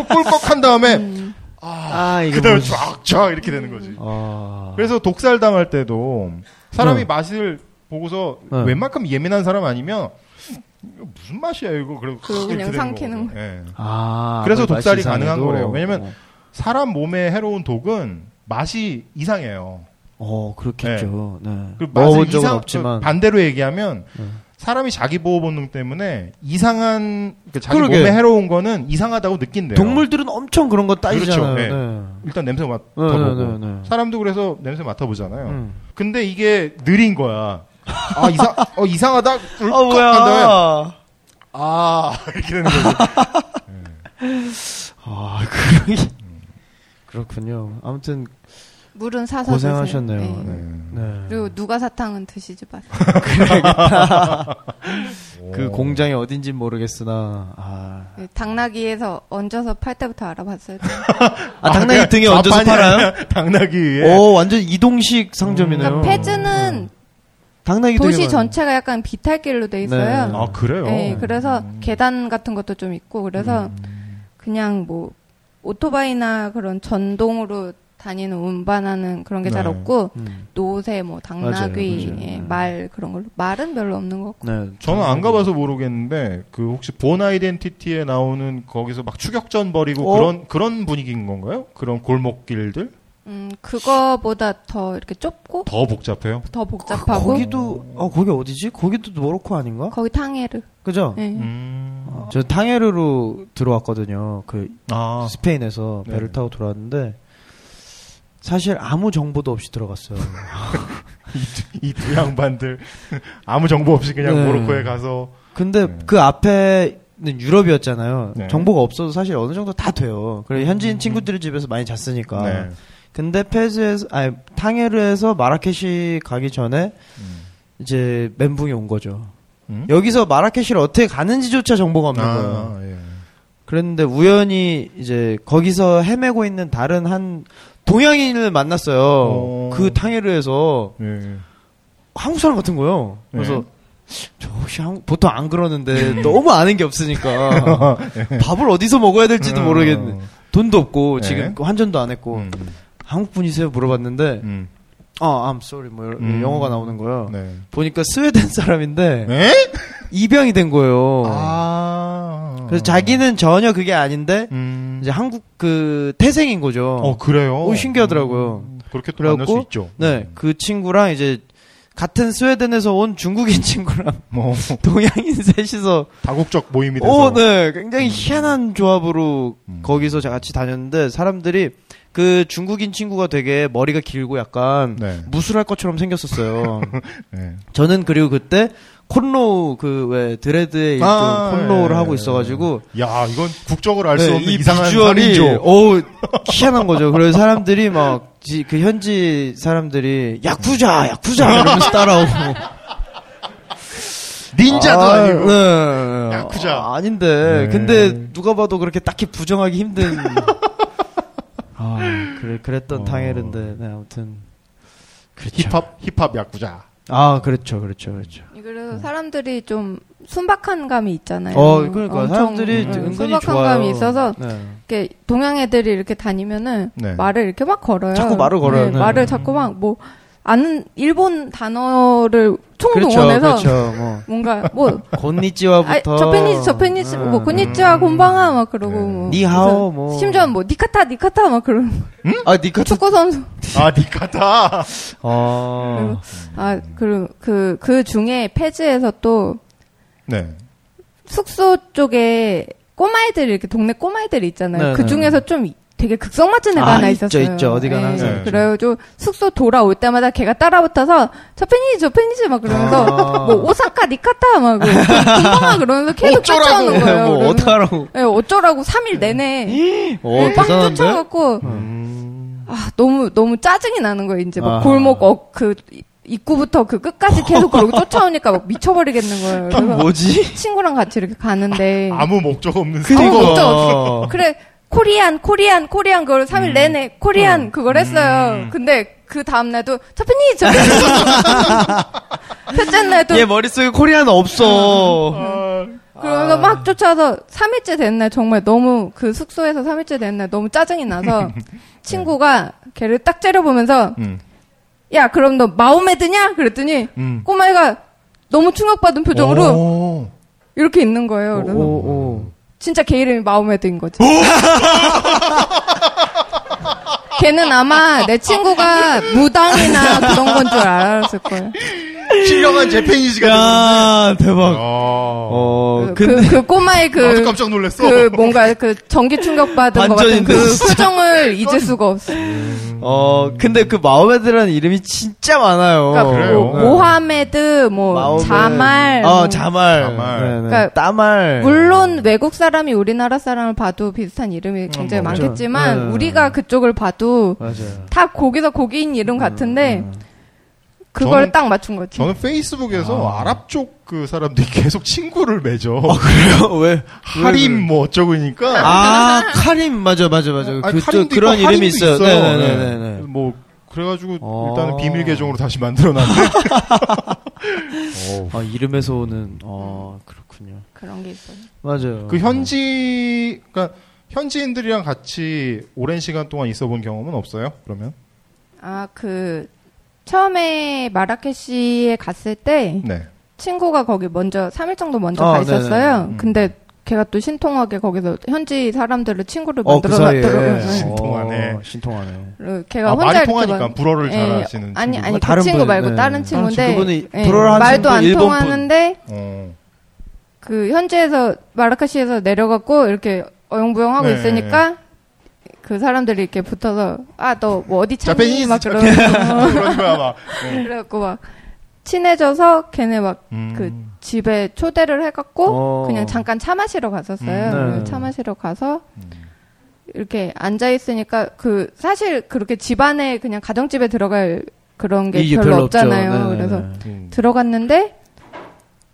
S2: 꿀꺽한 다음에
S3: 아 이게
S2: 그다음에
S3: 뭐지?
S2: 쫙쫙 이렇게 되는 거지.
S3: 아
S2: 그래서 독살 당할 때도 사람이
S3: 어. 네.
S2: 맛을 보고서
S3: 네.
S2: 웬만큼 예민한 사람 아니면 이거 무슨 맛이야 이거 그리고
S4: 그리고
S2: 이렇게
S4: 그냥
S2: 되는
S4: 삼키는
S2: 거거든요. 예.
S3: 아,
S2: 그래서
S3: 그 맛이
S2: 독살이
S3: 이상해도.
S2: 가능한 거래요. 왜냐면- 사람 몸에 해로운 독은 맛이 이상해요.
S3: 어, 그렇겠죠. 네.
S2: 그
S3: 먹어본
S2: 맛을
S3: 적은
S2: 이상-
S3: 없지만.
S2: 그 반대로 얘기하면
S3: 음.
S2: 사람이 자기 보호 본능 때문에 이상한 그 자기
S3: 그러게.
S2: 몸에 해로운 거는 이상하다고 느낀대요.
S3: 동물들은 엄청 그런 거
S2: 그렇죠.
S3: 따지잖아요.
S2: 네.
S3: 네.
S2: 일단 냄새
S3: 네,
S2: 맡아보고
S3: 네, 네, 네.
S2: 사람도 그래서 냄새 맡아보잖아요.
S3: 음.
S2: 근데 이게 느린 거야. 아 이상 어 이상하다.
S3: 아,
S2: 울컥 한 다음에
S3: 뭐야.
S2: 아 이렇게 되는 거죠.
S3: 아, 그러 그렇군요. 아무튼
S4: 물은 사서
S3: 고생하셨네요.
S4: 드세요. 네.
S3: 네.
S4: 그리고 누가 사탕은 드시지 마세요.
S3: 그 공장이 어딘지 모르겠으나 아,
S4: 네, 당나귀에서 얹어서 팔 때부터 알아봤어요.
S3: 아 당나귀 등에
S2: 좌판이
S3: 얹어서 팔아요?
S2: 아니라 당나귀 위에.
S3: 오 완전 이동식 상점이네요.
S4: 그러니까 폐주는
S3: 당나귀 등에
S4: 도시
S3: 많아요.
S4: 전체가 약간 비탈길로 돼 있어요.
S3: 네.
S2: 아 그래요.
S4: 네, 그래서
S3: 음.
S4: 계단 같은 것도 좀 있고 그래서 그냥 뭐 오토바이나 그런 전동으로 다니는 운반하는 그런 게 잘
S2: 네.
S4: 없고
S3: 음.
S4: 노새 뭐 당나귀
S3: 맞아요, 맞아요.
S4: 예,
S3: 음.
S4: 말 그런 걸로 말은 별로 없는 거.
S3: 네,
S2: 저는 안 가봐서 모르겠는데 그 혹시 본 아이덴티티에 나오는 거기서 막 추격전 벌이고
S3: 어?
S2: 그런 그런 분위기인 건가요? 그런 골목길들
S4: 음 그거보다 더 이렇게 좁고
S2: 더 복잡해요.
S4: 더 복잡하고
S3: 거기도 어 거기 어디지? 거기도 모로코 아닌가?
S4: 거기 탕해르.
S3: 그죠? 어,
S4: 예.
S2: 음.
S3: 저 탕헤르로 들어왔거든요. 그
S2: 아
S3: 스페인에서 배를
S2: 네.
S3: 타고 돌아왔는데 사실 아무 정보도 없이 들어갔어요.
S2: 이 두 양반들 아무 정보 없이 그냥
S3: 네.
S2: 모로코에 가서
S3: 근데
S2: 네.
S3: 그 앞에는 유럽이었잖아요.
S2: 네. 음.
S3: 정보가 없어도 사실 어느 정도 다 돼요. 그리고 현지인 친구들 집에서 많이 잤으니까.
S2: 네.
S3: 근데 페즈에서 아니 탕헤르에서 마라케시 가기 전에
S2: 음.
S3: 이제 멘붕이 온 거죠.
S2: 음?
S3: 여기서 마라케시를 어떻게 가는지조차 정보가 없는 거예요.
S2: 아, 예.
S3: 그랬는데 우연히 이제 거기서 헤매고 있는 다른 한 동양인을 만났어요.
S2: 어.
S3: 그 탕헤르에서
S2: 예.
S3: 한국 사람 같은 거예요. 그래서
S2: 네.
S3: 저 혹시 한국- 보통 안 그러는데 너무 아는 게 없으니까 밥을 어디서 먹어야 될지도 모르겠네. 돈도 없고
S2: 음. 네.
S3: 지금 환전도 안 했고
S2: 음,
S3: 한국 분이세요 물어봤는데
S2: 음.
S3: 아, I'm sorry 뭐 이런
S2: 음.
S3: 영어가 나오는 거예요.
S2: 네.
S3: 보니까 스웨덴 사람인데
S2: 에?
S3: 입양이 된
S2: 어.
S3: 거예요.
S2: 네? 아.
S3: 그래서 자기는 전혀 그게 아닌데
S2: 음.
S3: 이제 한국 그 태생인 거죠.
S2: 어 그래요.
S3: 오, 신기하더라고요.
S2: 음, 그렇게 또 만날 수
S3: 그래갖고,
S2: 있죠. 음.
S3: 네, 그 친구랑 이제 같은 스웨덴에서 온 중국인 친구랑
S2: 뭐
S3: 동양인 셋이서
S2: 다국적 모임이 돼서.
S3: 오, 네, 굉장히 희한한 조합으로
S2: 음.
S3: 거기서 자- 같이 다녔는데 사람들이 그 중국인 친구가 되게 머리가 길고 약간
S2: 네.
S3: 무술할 것처럼 생겼었어요.
S2: 네.
S3: 저는 그리고 그때 콘로우 그 왜 드레드에 있던
S2: 아,
S3: 콘로우를
S2: 예,
S3: 하고
S2: 예,
S3: 있어가지고
S2: 야, 이건 국적을 알 수
S3: 네,
S2: 없는 이상한 살인조.
S3: 어우 희한한 거죠. 그래서 사람들이 막 그 현지 사람들이 야쿠자 야쿠자 이러면서 따라오고
S2: 닌자도
S3: 아,
S2: 아, 니고
S3: 네, 네, 네.
S2: 야쿠자.
S3: 아, 아닌데
S2: 네.
S3: 근데 누가 봐도 그렇게 딱히 부정하기 힘든 아 그래 그랬던
S2: 어.
S3: 당해인데 네, 아무튼 그렇죠.
S2: 힙합 힙합 야구자.
S3: 아 그렇죠 그렇죠 그렇죠.
S4: 그래서 사람들이 좀 순박한 감이 있잖아요.
S3: 어 그러니까
S4: 네. 엄청,
S3: 사람들이
S4: 음,
S3: 은근히
S4: 순박한
S3: 좋아요.
S4: 감이 있어서
S3: 네.
S4: 이렇게 동양 애들이 이렇게 다니면은
S2: 네.
S4: 말을 이렇게 막 걸어요.
S3: 자꾸 말을 걸어요. 네.
S4: 말을 자꾸 막 뭐 아는 일본 단어를 뭐 총동원해서
S3: 그렇죠 그렇죠. 뭐
S4: 뭔가 뭐 아이,
S3: 곤니찌와부터
S4: 저페니스 저페니스
S3: 네.
S4: 뭐 고니치와 곤방아 막 그러고
S2: 네.
S4: 뭐
S3: 니하오
S4: 그래서
S3: 뭐
S4: 심지어 뭐 니카타 니카타 막 그런
S3: 아 니카
S4: 축구 선수
S2: 아, 니카타.
S3: 아
S4: 그리고 아 그리고 그그 중에 페즈에서 또
S2: 네.
S4: 숙소 쪽에 꼬마애들 이렇게 동네 꼬마애들 이 있잖아요.
S3: 네,
S4: 그
S3: 네.
S4: 중에서 좀 되게 극성 맞은 애가
S3: 아,
S4: 하나
S3: 있죠,
S4: 있었어요. 네.
S3: 있죠. 어디 가나 항상
S2: 있죠.
S4: 그래가지고 숙소 돌아올 때마다 걔가 따라붙어서 저 팬이지 저 팬이지 막 그러면서
S3: 아.
S4: 뭐 오사카 니카타 막 그러고 금방 그러면서 계속
S2: 어쩌라고.
S4: 쫓아오는 거예요.
S3: 뭐
S4: 그러면서
S3: 어떡하라고
S4: 예, 어쩌라고 3일 내내
S3: 어
S4: 빵
S3: 대단한데 어.
S4: 쫓아갖고
S2: 음.
S4: 아 너무 너무 짜증이 나는 거예요. 이제 막
S3: 아하.
S4: 골목 어, 그 입구부터 그 끝까지 계속 그러고 쫓아오니까 막 미쳐버리겠는 거예요. 그래서
S3: 아, 뭐지
S4: 친구랑 같이 이렇게 가는데
S2: 아무 목적 없는
S4: 그니까.
S2: 스티커.
S4: 목적 없어. 음. 그래 코리안 코리안 코리안 그걸 3일 내내 코리안 그걸 했어요. 근데 그 다음 날도 차피니 저피 셋째 날도
S3: 얘 머릿속에 코리아는 없어
S4: 그러면서 막 쫓아서 3일째 된 날 정말 너무 그 숙소에서 음. 3일째 된 날 너무 짜증이 나서 친구가 걔를 딱 째려보면서
S2: 음.
S4: 야 그럼 너 마음에 드냐? 그랬더니
S2: 음.
S4: 꼬마애가 너무 충격받은
S2: 어.
S4: 표정으로
S2: 오.
S4: 이렇게 있는 거예요. 그래서
S3: 오,
S4: 진짜 걔 이름이 마음에 든 거죠. 걔는 아마 내 친구가 무당이나 그런 건 줄 알았을 거예요.
S2: 신령한
S3: 오.
S2: 재팬이시가
S3: 야, 대박.
S2: 어.
S3: 어,
S4: 그,
S3: 근데.
S4: 그 꼬마의
S2: 아주
S4: 그,
S2: 깜짝 놀랐어.
S4: 그 뭔가 그 전기 충격 받은 것 같은
S3: 반전인데,
S4: 그
S3: 진짜.
S4: 표정을 잊을 수가 없어. 요
S3: 어, 근데 그 마오메드라는 이름이 진짜 많아요. 네.
S4: 그러니까
S2: 그래요.
S4: 뭐 모하메드, 뭐
S3: 마오메-
S4: 자말,
S3: 어,
S4: 뭐.
S3: 자말.
S2: 자말.
S3: 네, 네.
S4: 그러니까
S3: 따말.
S4: 물론 외국 사람이 우리나라 사람을 봐도 비슷한 이름이 굉장히
S2: 음,
S3: 맞죠.
S4: 많겠지만
S3: 네.
S4: 우리가 그쪽을 봐도
S3: 맞아요.
S4: 다 거기서 거기인 이름 같은데 그걸
S2: 저는-
S4: 딱 맞춘 거지.
S2: 저는 페이스북에서 아랍 쪽 그 사람들이 계속 친구를 맺어.
S3: 그래요? 왜?
S2: 하림 뭐 어쩌고니까.
S3: 아, 카림. 맞아, 맞아, 맞아.
S2: 아니,
S3: 그쪽,
S2: 카림도
S3: 그런
S2: 있고 하림도
S3: 이름이 있어요. 네네네. 네.
S2: 뭐 그래가지고
S3: 어.
S2: 일단은 비밀 계정으로 다시 만들어놨는데. 어우.
S3: 아, 이름에서 오는, 어, 그렇군요.
S4: 그런 게 있어요.
S3: 맞아요.
S2: 그 현지 그러니까 현지인들이랑 같이 오랜 시간 동안 있어본 경험은 없어요? 그러면?
S4: 아, 그 처음에 마라케시에 갔을 때
S2: 네.
S4: 친구가 거기 먼저 3일 정도 먼저
S3: 어,
S4: 가 있었어요.
S2: 네네. 음.
S4: 근데 걔가 또 신통하게 거기서 현지 사람들을 친구를
S3: 어, 그
S4: 만들어
S3: 사이에.
S4: 놨더라고요.
S2: 신통하네.
S3: 어, 신통하네.
S4: 그
S2: 아,
S4: 걔가 혼자
S2: 말이
S4: 이렇게
S2: 통하니까
S4: 막-
S2: 불어를
S4: 예,
S2: 잘하시는
S4: 아니
S2: 친구구나.
S4: 아니 그
S3: 다른
S4: 친구
S3: 분,
S4: 말고
S3: 네.
S4: 다른
S3: 아,
S4: 친구인데
S3: 그분이
S4: 예,
S3: 불어를 하는
S4: 말도 안
S3: 친구, 일본 분.
S4: 통하는데
S2: 어.
S4: 그 현지에서 마라카시에서 내려갖고 이렇게 어영부영하고
S2: 네.
S4: 있으니까 그 사람들이 이렇게 붙어서 아 너 뭐 어디 찾니
S2: 자페니스
S4: 막
S2: 자페-
S4: 그러고
S2: 그런 거야 막. 네.
S4: 그래갖고 막 친해져서 걔네 막 그
S2: 음.
S4: 집에 초대를 해갖고
S3: 어.
S4: 그냥 잠깐 차 마시러 갔었어요.
S3: 음, 네.
S4: 차 마시러 가서 이렇게 앉아 있으니까 그 사실 그렇게 집안에 그냥 가정집에 들어갈 그런 게
S3: 이게
S4: 별로,
S3: 별로 없죠.
S4: 없잖아요.
S3: 네네네.
S4: 그래서
S2: 음.
S4: 들어갔는데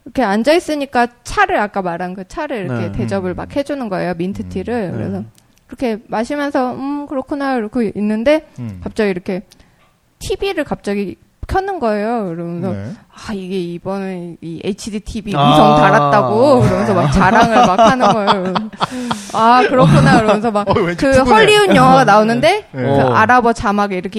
S4: 이렇게 앉아 있으니까 차를 아까 말한 그 차를 이렇게
S3: 네. 음,
S4: 대접을 막 해주는 거예요 민트티를 네, 그래서 그렇게 마시면서 음 그렇구나 이러고 있는데
S2: 음.
S4: 갑자기 이렇게 TV를 갑자기 켜는 거예요 그러면서
S2: 네.
S4: 아 이게 이번에 이 HD TV
S3: 아.
S4: 위성 달았다고 그러면서 막 자랑을 막 하는 거예요 그래서 아 그렇구나 그러면서 막
S2: 어,
S4: 그
S2: 왠지 피곤해.
S4: 헐리우드 영화가 나오는데
S2: 네.
S4: 그
S3: 어.
S4: 아랍어 자막에 이렇게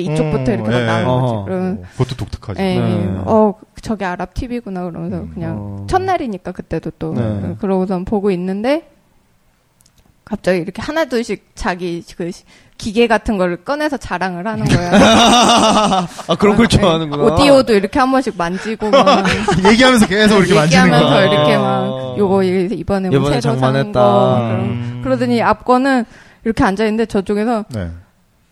S2: 음,
S4: 이쪽부터 이렇게
S2: 예.
S4: 막 나오는
S3: 어허.
S4: 거지 그러면
S2: 어, 그것도 독특하지.
S4: 예,
S3: 네.
S4: 어, 저게 아랍 TV구나 그러면서
S2: 음,
S4: 그냥
S3: 어.
S4: 첫날이니까 그때도 또
S3: 네.
S4: 그러고선 보고 있는데 갑자기 이렇게 하나둘씩 자기 그 시- 기계 같은 걸 꺼내서 자랑을 하는 거야.
S3: 아, 그런 걸 좋아하는구나.
S4: 예, 오디오도 이렇게 한 번씩 만지고 막
S2: 얘기하면서 계속 이렇게 만지는
S4: 얘기하면서
S2: 거야.
S4: 이렇게
S3: 아.
S4: 막 요거 이게 이번에 뭐
S3: 이번에
S4: 새로
S3: 장만했다.
S4: 산 거. 뭐
S2: 음.
S4: 그런- 그러더니 앞 거는 이렇게 앉아 있는데 저쪽에서
S2: 네.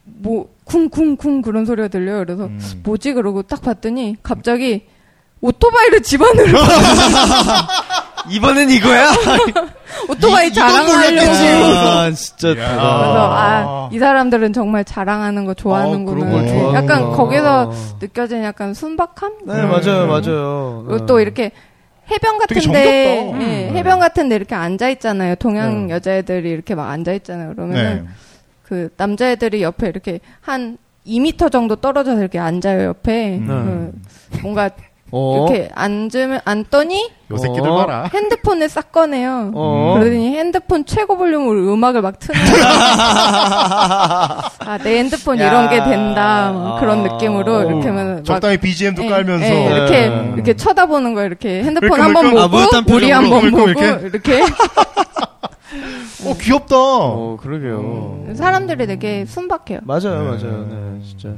S4: 뭐 쿵쿵쿵 그런 소리가 들려요. 그래서
S2: 음.
S4: 뭐지 그러고 딱 봤더니 갑자기 오토바이를 집안으로
S3: 이번엔 이거야?
S4: 오토바이 자랑하려고.
S3: 아, 진짜
S2: 야.
S3: 대박.
S4: 그래서 아, 이 사람들은 정말 자랑하는 거 좋아하는구나.
S3: 어, 그런 걸 좋아하는구나.
S4: 약간 거기서 느껴지는 약간 순박함?
S3: 네,
S2: 음.
S3: 맞아요, 맞아요.
S4: 그리고 어, 또 이렇게 해변
S2: 어. 되게
S4: 같은데,
S2: 정겹다.
S4: 예,
S2: 음.
S4: 해변 같은데 이렇게 앉아 있잖아요. 동양
S3: 네.
S4: 여자애들이 이렇게 막 앉아 있잖아요. 그러면은
S2: 네.
S4: 그 남자애들이 옆에 이렇게 한 2미터 정도 떨어져서 이렇게 앉아요 옆에.
S2: 음.
S4: 그 뭔가
S3: 어.
S4: 이렇게 앉으면 앉더니
S2: 요 새끼들
S3: 어.
S2: 봐라.
S4: 핸드폰을 싹 꺼내요.
S3: 어.
S2: 음.
S4: 그러더니 핸드폰 최고 볼륨으로 음악을 막 트는 아, 내 핸드폰
S3: 야.
S4: 이런 게 된다. 막 그런
S3: 아.
S4: 느낌으로 이렇게 하면 막
S2: 적당히 BGM도
S4: 예,
S2: 깔면서 음. 그러니까
S4: 예, 이렇게
S3: 네.
S4: 이렇게 쳐다보는 거야. 이렇게 핸드폰
S2: 물컹,
S4: 한번
S2: 물컹.
S4: 보고
S3: 아, 무릇한
S4: 우리
S3: 표정으로
S4: 한번
S2: 물컹 이렇게?
S4: 보고 이렇게,
S2: 어 귀엽다.
S3: 어, 그러게요.
S4: 사람들이 되게 순박해요.
S3: 맞아요,
S2: 네.
S3: 맞아요. 네, 진짜.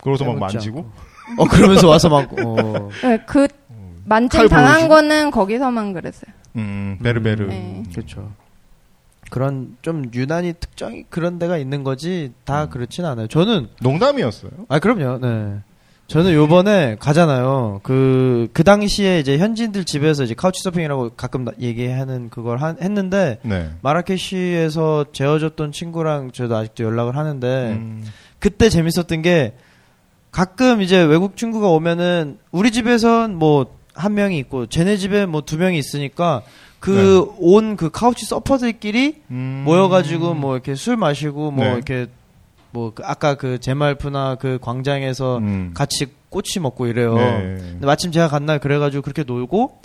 S2: 그러고서 막
S3: 해먹지
S2: 만지고.
S3: 어, 그러면서 와서 막, 어.
S4: 네, 그
S2: 칼
S4: 만진 당한
S2: 보여주고?
S4: 거는 거기서만 그랬어요.
S2: 음, 베르베르.
S4: 네.
S3: 그렇죠. 그런 좀 유난히 특정이 그런 데가 있는 거지
S2: 음.
S3: 다 그렇진 않아요. 저는
S2: 농담이었어요.
S3: 아 그럼요. 네. 저는 요번에 가잖아요. 그, 그 당시에 이제 현지인들 집에서 이제 카우치서핑이라고 가끔 나- 얘기하는 그걸 한- 했는데,
S2: 네.
S3: 마라케시에서 재워줬던 친구랑 저도 아직도 연락을 하는데,
S2: 음.
S3: 그때 재밌었던 게 가끔 이제 외국 친구가 오면은 우리 집에선 뭐 한 명이 있고 쟤네 집에 뭐 두 명이 있으니까 그 온 그 카우치 서퍼들끼리
S2: 음.
S3: 모여가지고 뭐 이렇게 술 마시고 뭐
S2: 네.
S3: 이렇게 뭐그 아까 그 제말프나 그 광장에서
S2: 음.
S3: 같이 꼬치 먹고 이래요.
S2: 네.
S3: 근데 마침 제가 간 날 그래가지고 그렇게 놀고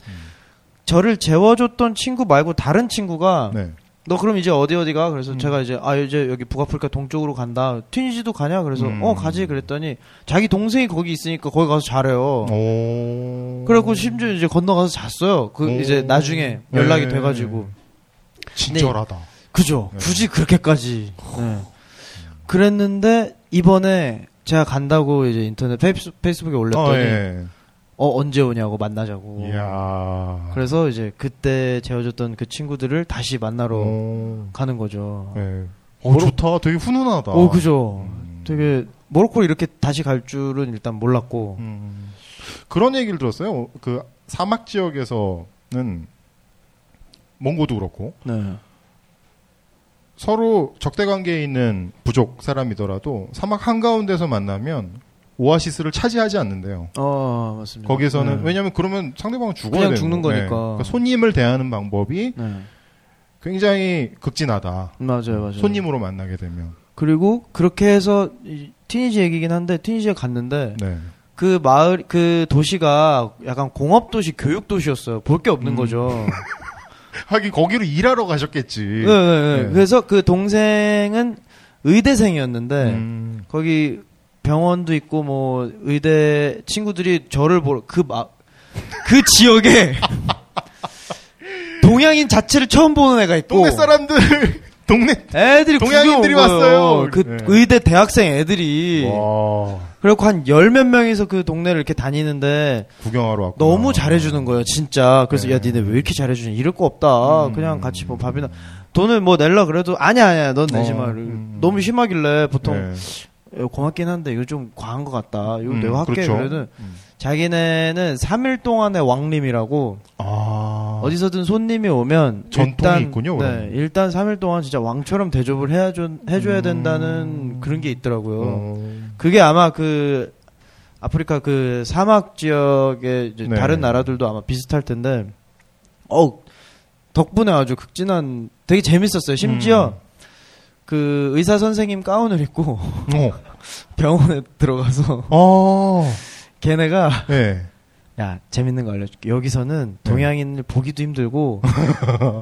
S3: 저를 재워줬던 친구 말고 다른 친구가
S2: 네. 음.
S3: 너 그럼 이제 어디 어디가? 그래서 제가 이제 아 이제 여기 북아프리카 동쪽으로 간다. 튀니지도 가냐? 그래서
S2: 음.
S3: 어 가지 그랬더니 자기 동생이 거기 있으니까 거기 가서 자래요.
S2: 어. 오.
S3: 어. 그래갖고 심지어 이제 건너가서 잤어요. 그
S2: 오.
S3: 이제 나중에 연락이
S2: 네.
S3: 돼가지고 네.
S2: 친절하다.
S3: 그죠.
S2: 네.
S3: 굳이 그렇게까지. 네. 그랬는데 이번에 제가 간다고 이제 인터넷 페이스, 북에 올렸더니 뭐
S2: 아, 예.
S3: 어 언제 오냐고 만나자고.
S2: 이야.
S3: 그래서 이제 그때 재워줬던 그 친구들을 다시 만나러
S2: 오.
S3: 가는 거죠.
S2: 예. 어, 좋다. 되게 훈훈하다.
S3: 오 네. 어, 그죠.
S2: 음.
S3: 되게 모로코 이렇게 다시 갈 줄은 일단 몰랐고.
S2: 음. 그런 얘기를 들었어요. 그 사막 지역에서는 몽고도 그렇고
S3: 네.
S2: 서로 적대 관계에 있는 부족 사람이더라도 사막 한가운데서 만나면 오아시스를 차지하지 않는데요.
S3: 어 맞습니다.
S2: 거기서는
S3: 네.
S2: 왜냐면 그러면 상대방은 죽어야
S3: 그냥
S2: 되는
S3: 죽는
S2: 거예요.
S3: 거니까.
S2: 그러니까 손님을 대하는 방법이
S3: 네.
S2: 굉장히 극진하다.
S3: 맞아요, 맞아요.
S2: 손님으로 만나게 되면.
S3: 그리고 그렇게 해서 이 티니지 얘기긴 한데 티니지에 갔는데
S2: 네.
S3: 그 마을 그 도시가 약간 공업 도시, 교육 도시였어요. 볼 게 없는
S2: 음.
S3: 거죠.
S2: 하긴 거기로 일하러 가셨겠지.
S3: 네, 네, 네.
S2: 네.
S3: 그래서 그 동생은 의대생이었는데
S2: 음.
S3: 거기 병원도 있고 뭐 의대 친구들이 저를 보러 그막 그 지역에 동양인 자체를 처음 보는 애가 있고
S2: 동네 사람들 동네
S3: 애들이
S2: 동양인들이
S3: 구경 온 거예요.
S2: 왔어요.
S3: 그
S2: 네.
S3: 의대 대학생 애들이
S2: 와,
S3: 그리고 한 열 몇 명이서 그 동네를 이렇게 다니는데
S2: 구경하러 네. 왔고
S3: 너무 잘해주는 거예요, 진짜. 그래서
S2: 아. 네.
S3: 야, 니네 왜 이렇게 잘해주냐? 이럴 거 없다.
S2: 음.
S3: 그냥 같이 뭐 밥이나 돈을 뭐 낼라 그래도 아니야, 아니야, 넌 내지
S2: 어,
S3: 마.
S2: 음.
S3: 너무 심하길래 보통
S2: 네.
S3: 야, 고맙긴 한데 이거 좀 과한 것 같다. 이거
S2: 음,
S3: 내가 할게.
S2: 그렇죠.
S3: 그래도
S2: 음.
S3: 자기네는 3일 동안의 왕림이라고
S2: 아,
S3: 어디서든 손님이 오면
S2: 전통이
S3: 일단,
S2: 있군요, 그럼.
S3: 네, 일단 3일 동안 진짜 왕처럼 대접을 해야 해줘야
S2: 음.
S3: 된다는 그런 게 있더라고요.
S2: 어.
S3: 그게 아마 그 아프리카 그 사막 지역의 이제
S2: 네.
S3: 다른 나라들도 아마 비슷할 텐데 어 덕분에 아주 극진한 되게 재밌었어요. 심지어
S2: 음.
S3: 그 의사 선생님 가운을 입고 어. 병원에 들어가서
S2: 어, 아,
S3: 걔네가
S2: 네.
S3: 야 재밌는 거 알려줄게. 여기서는
S2: 네.
S3: 동양인을 보기도 힘들고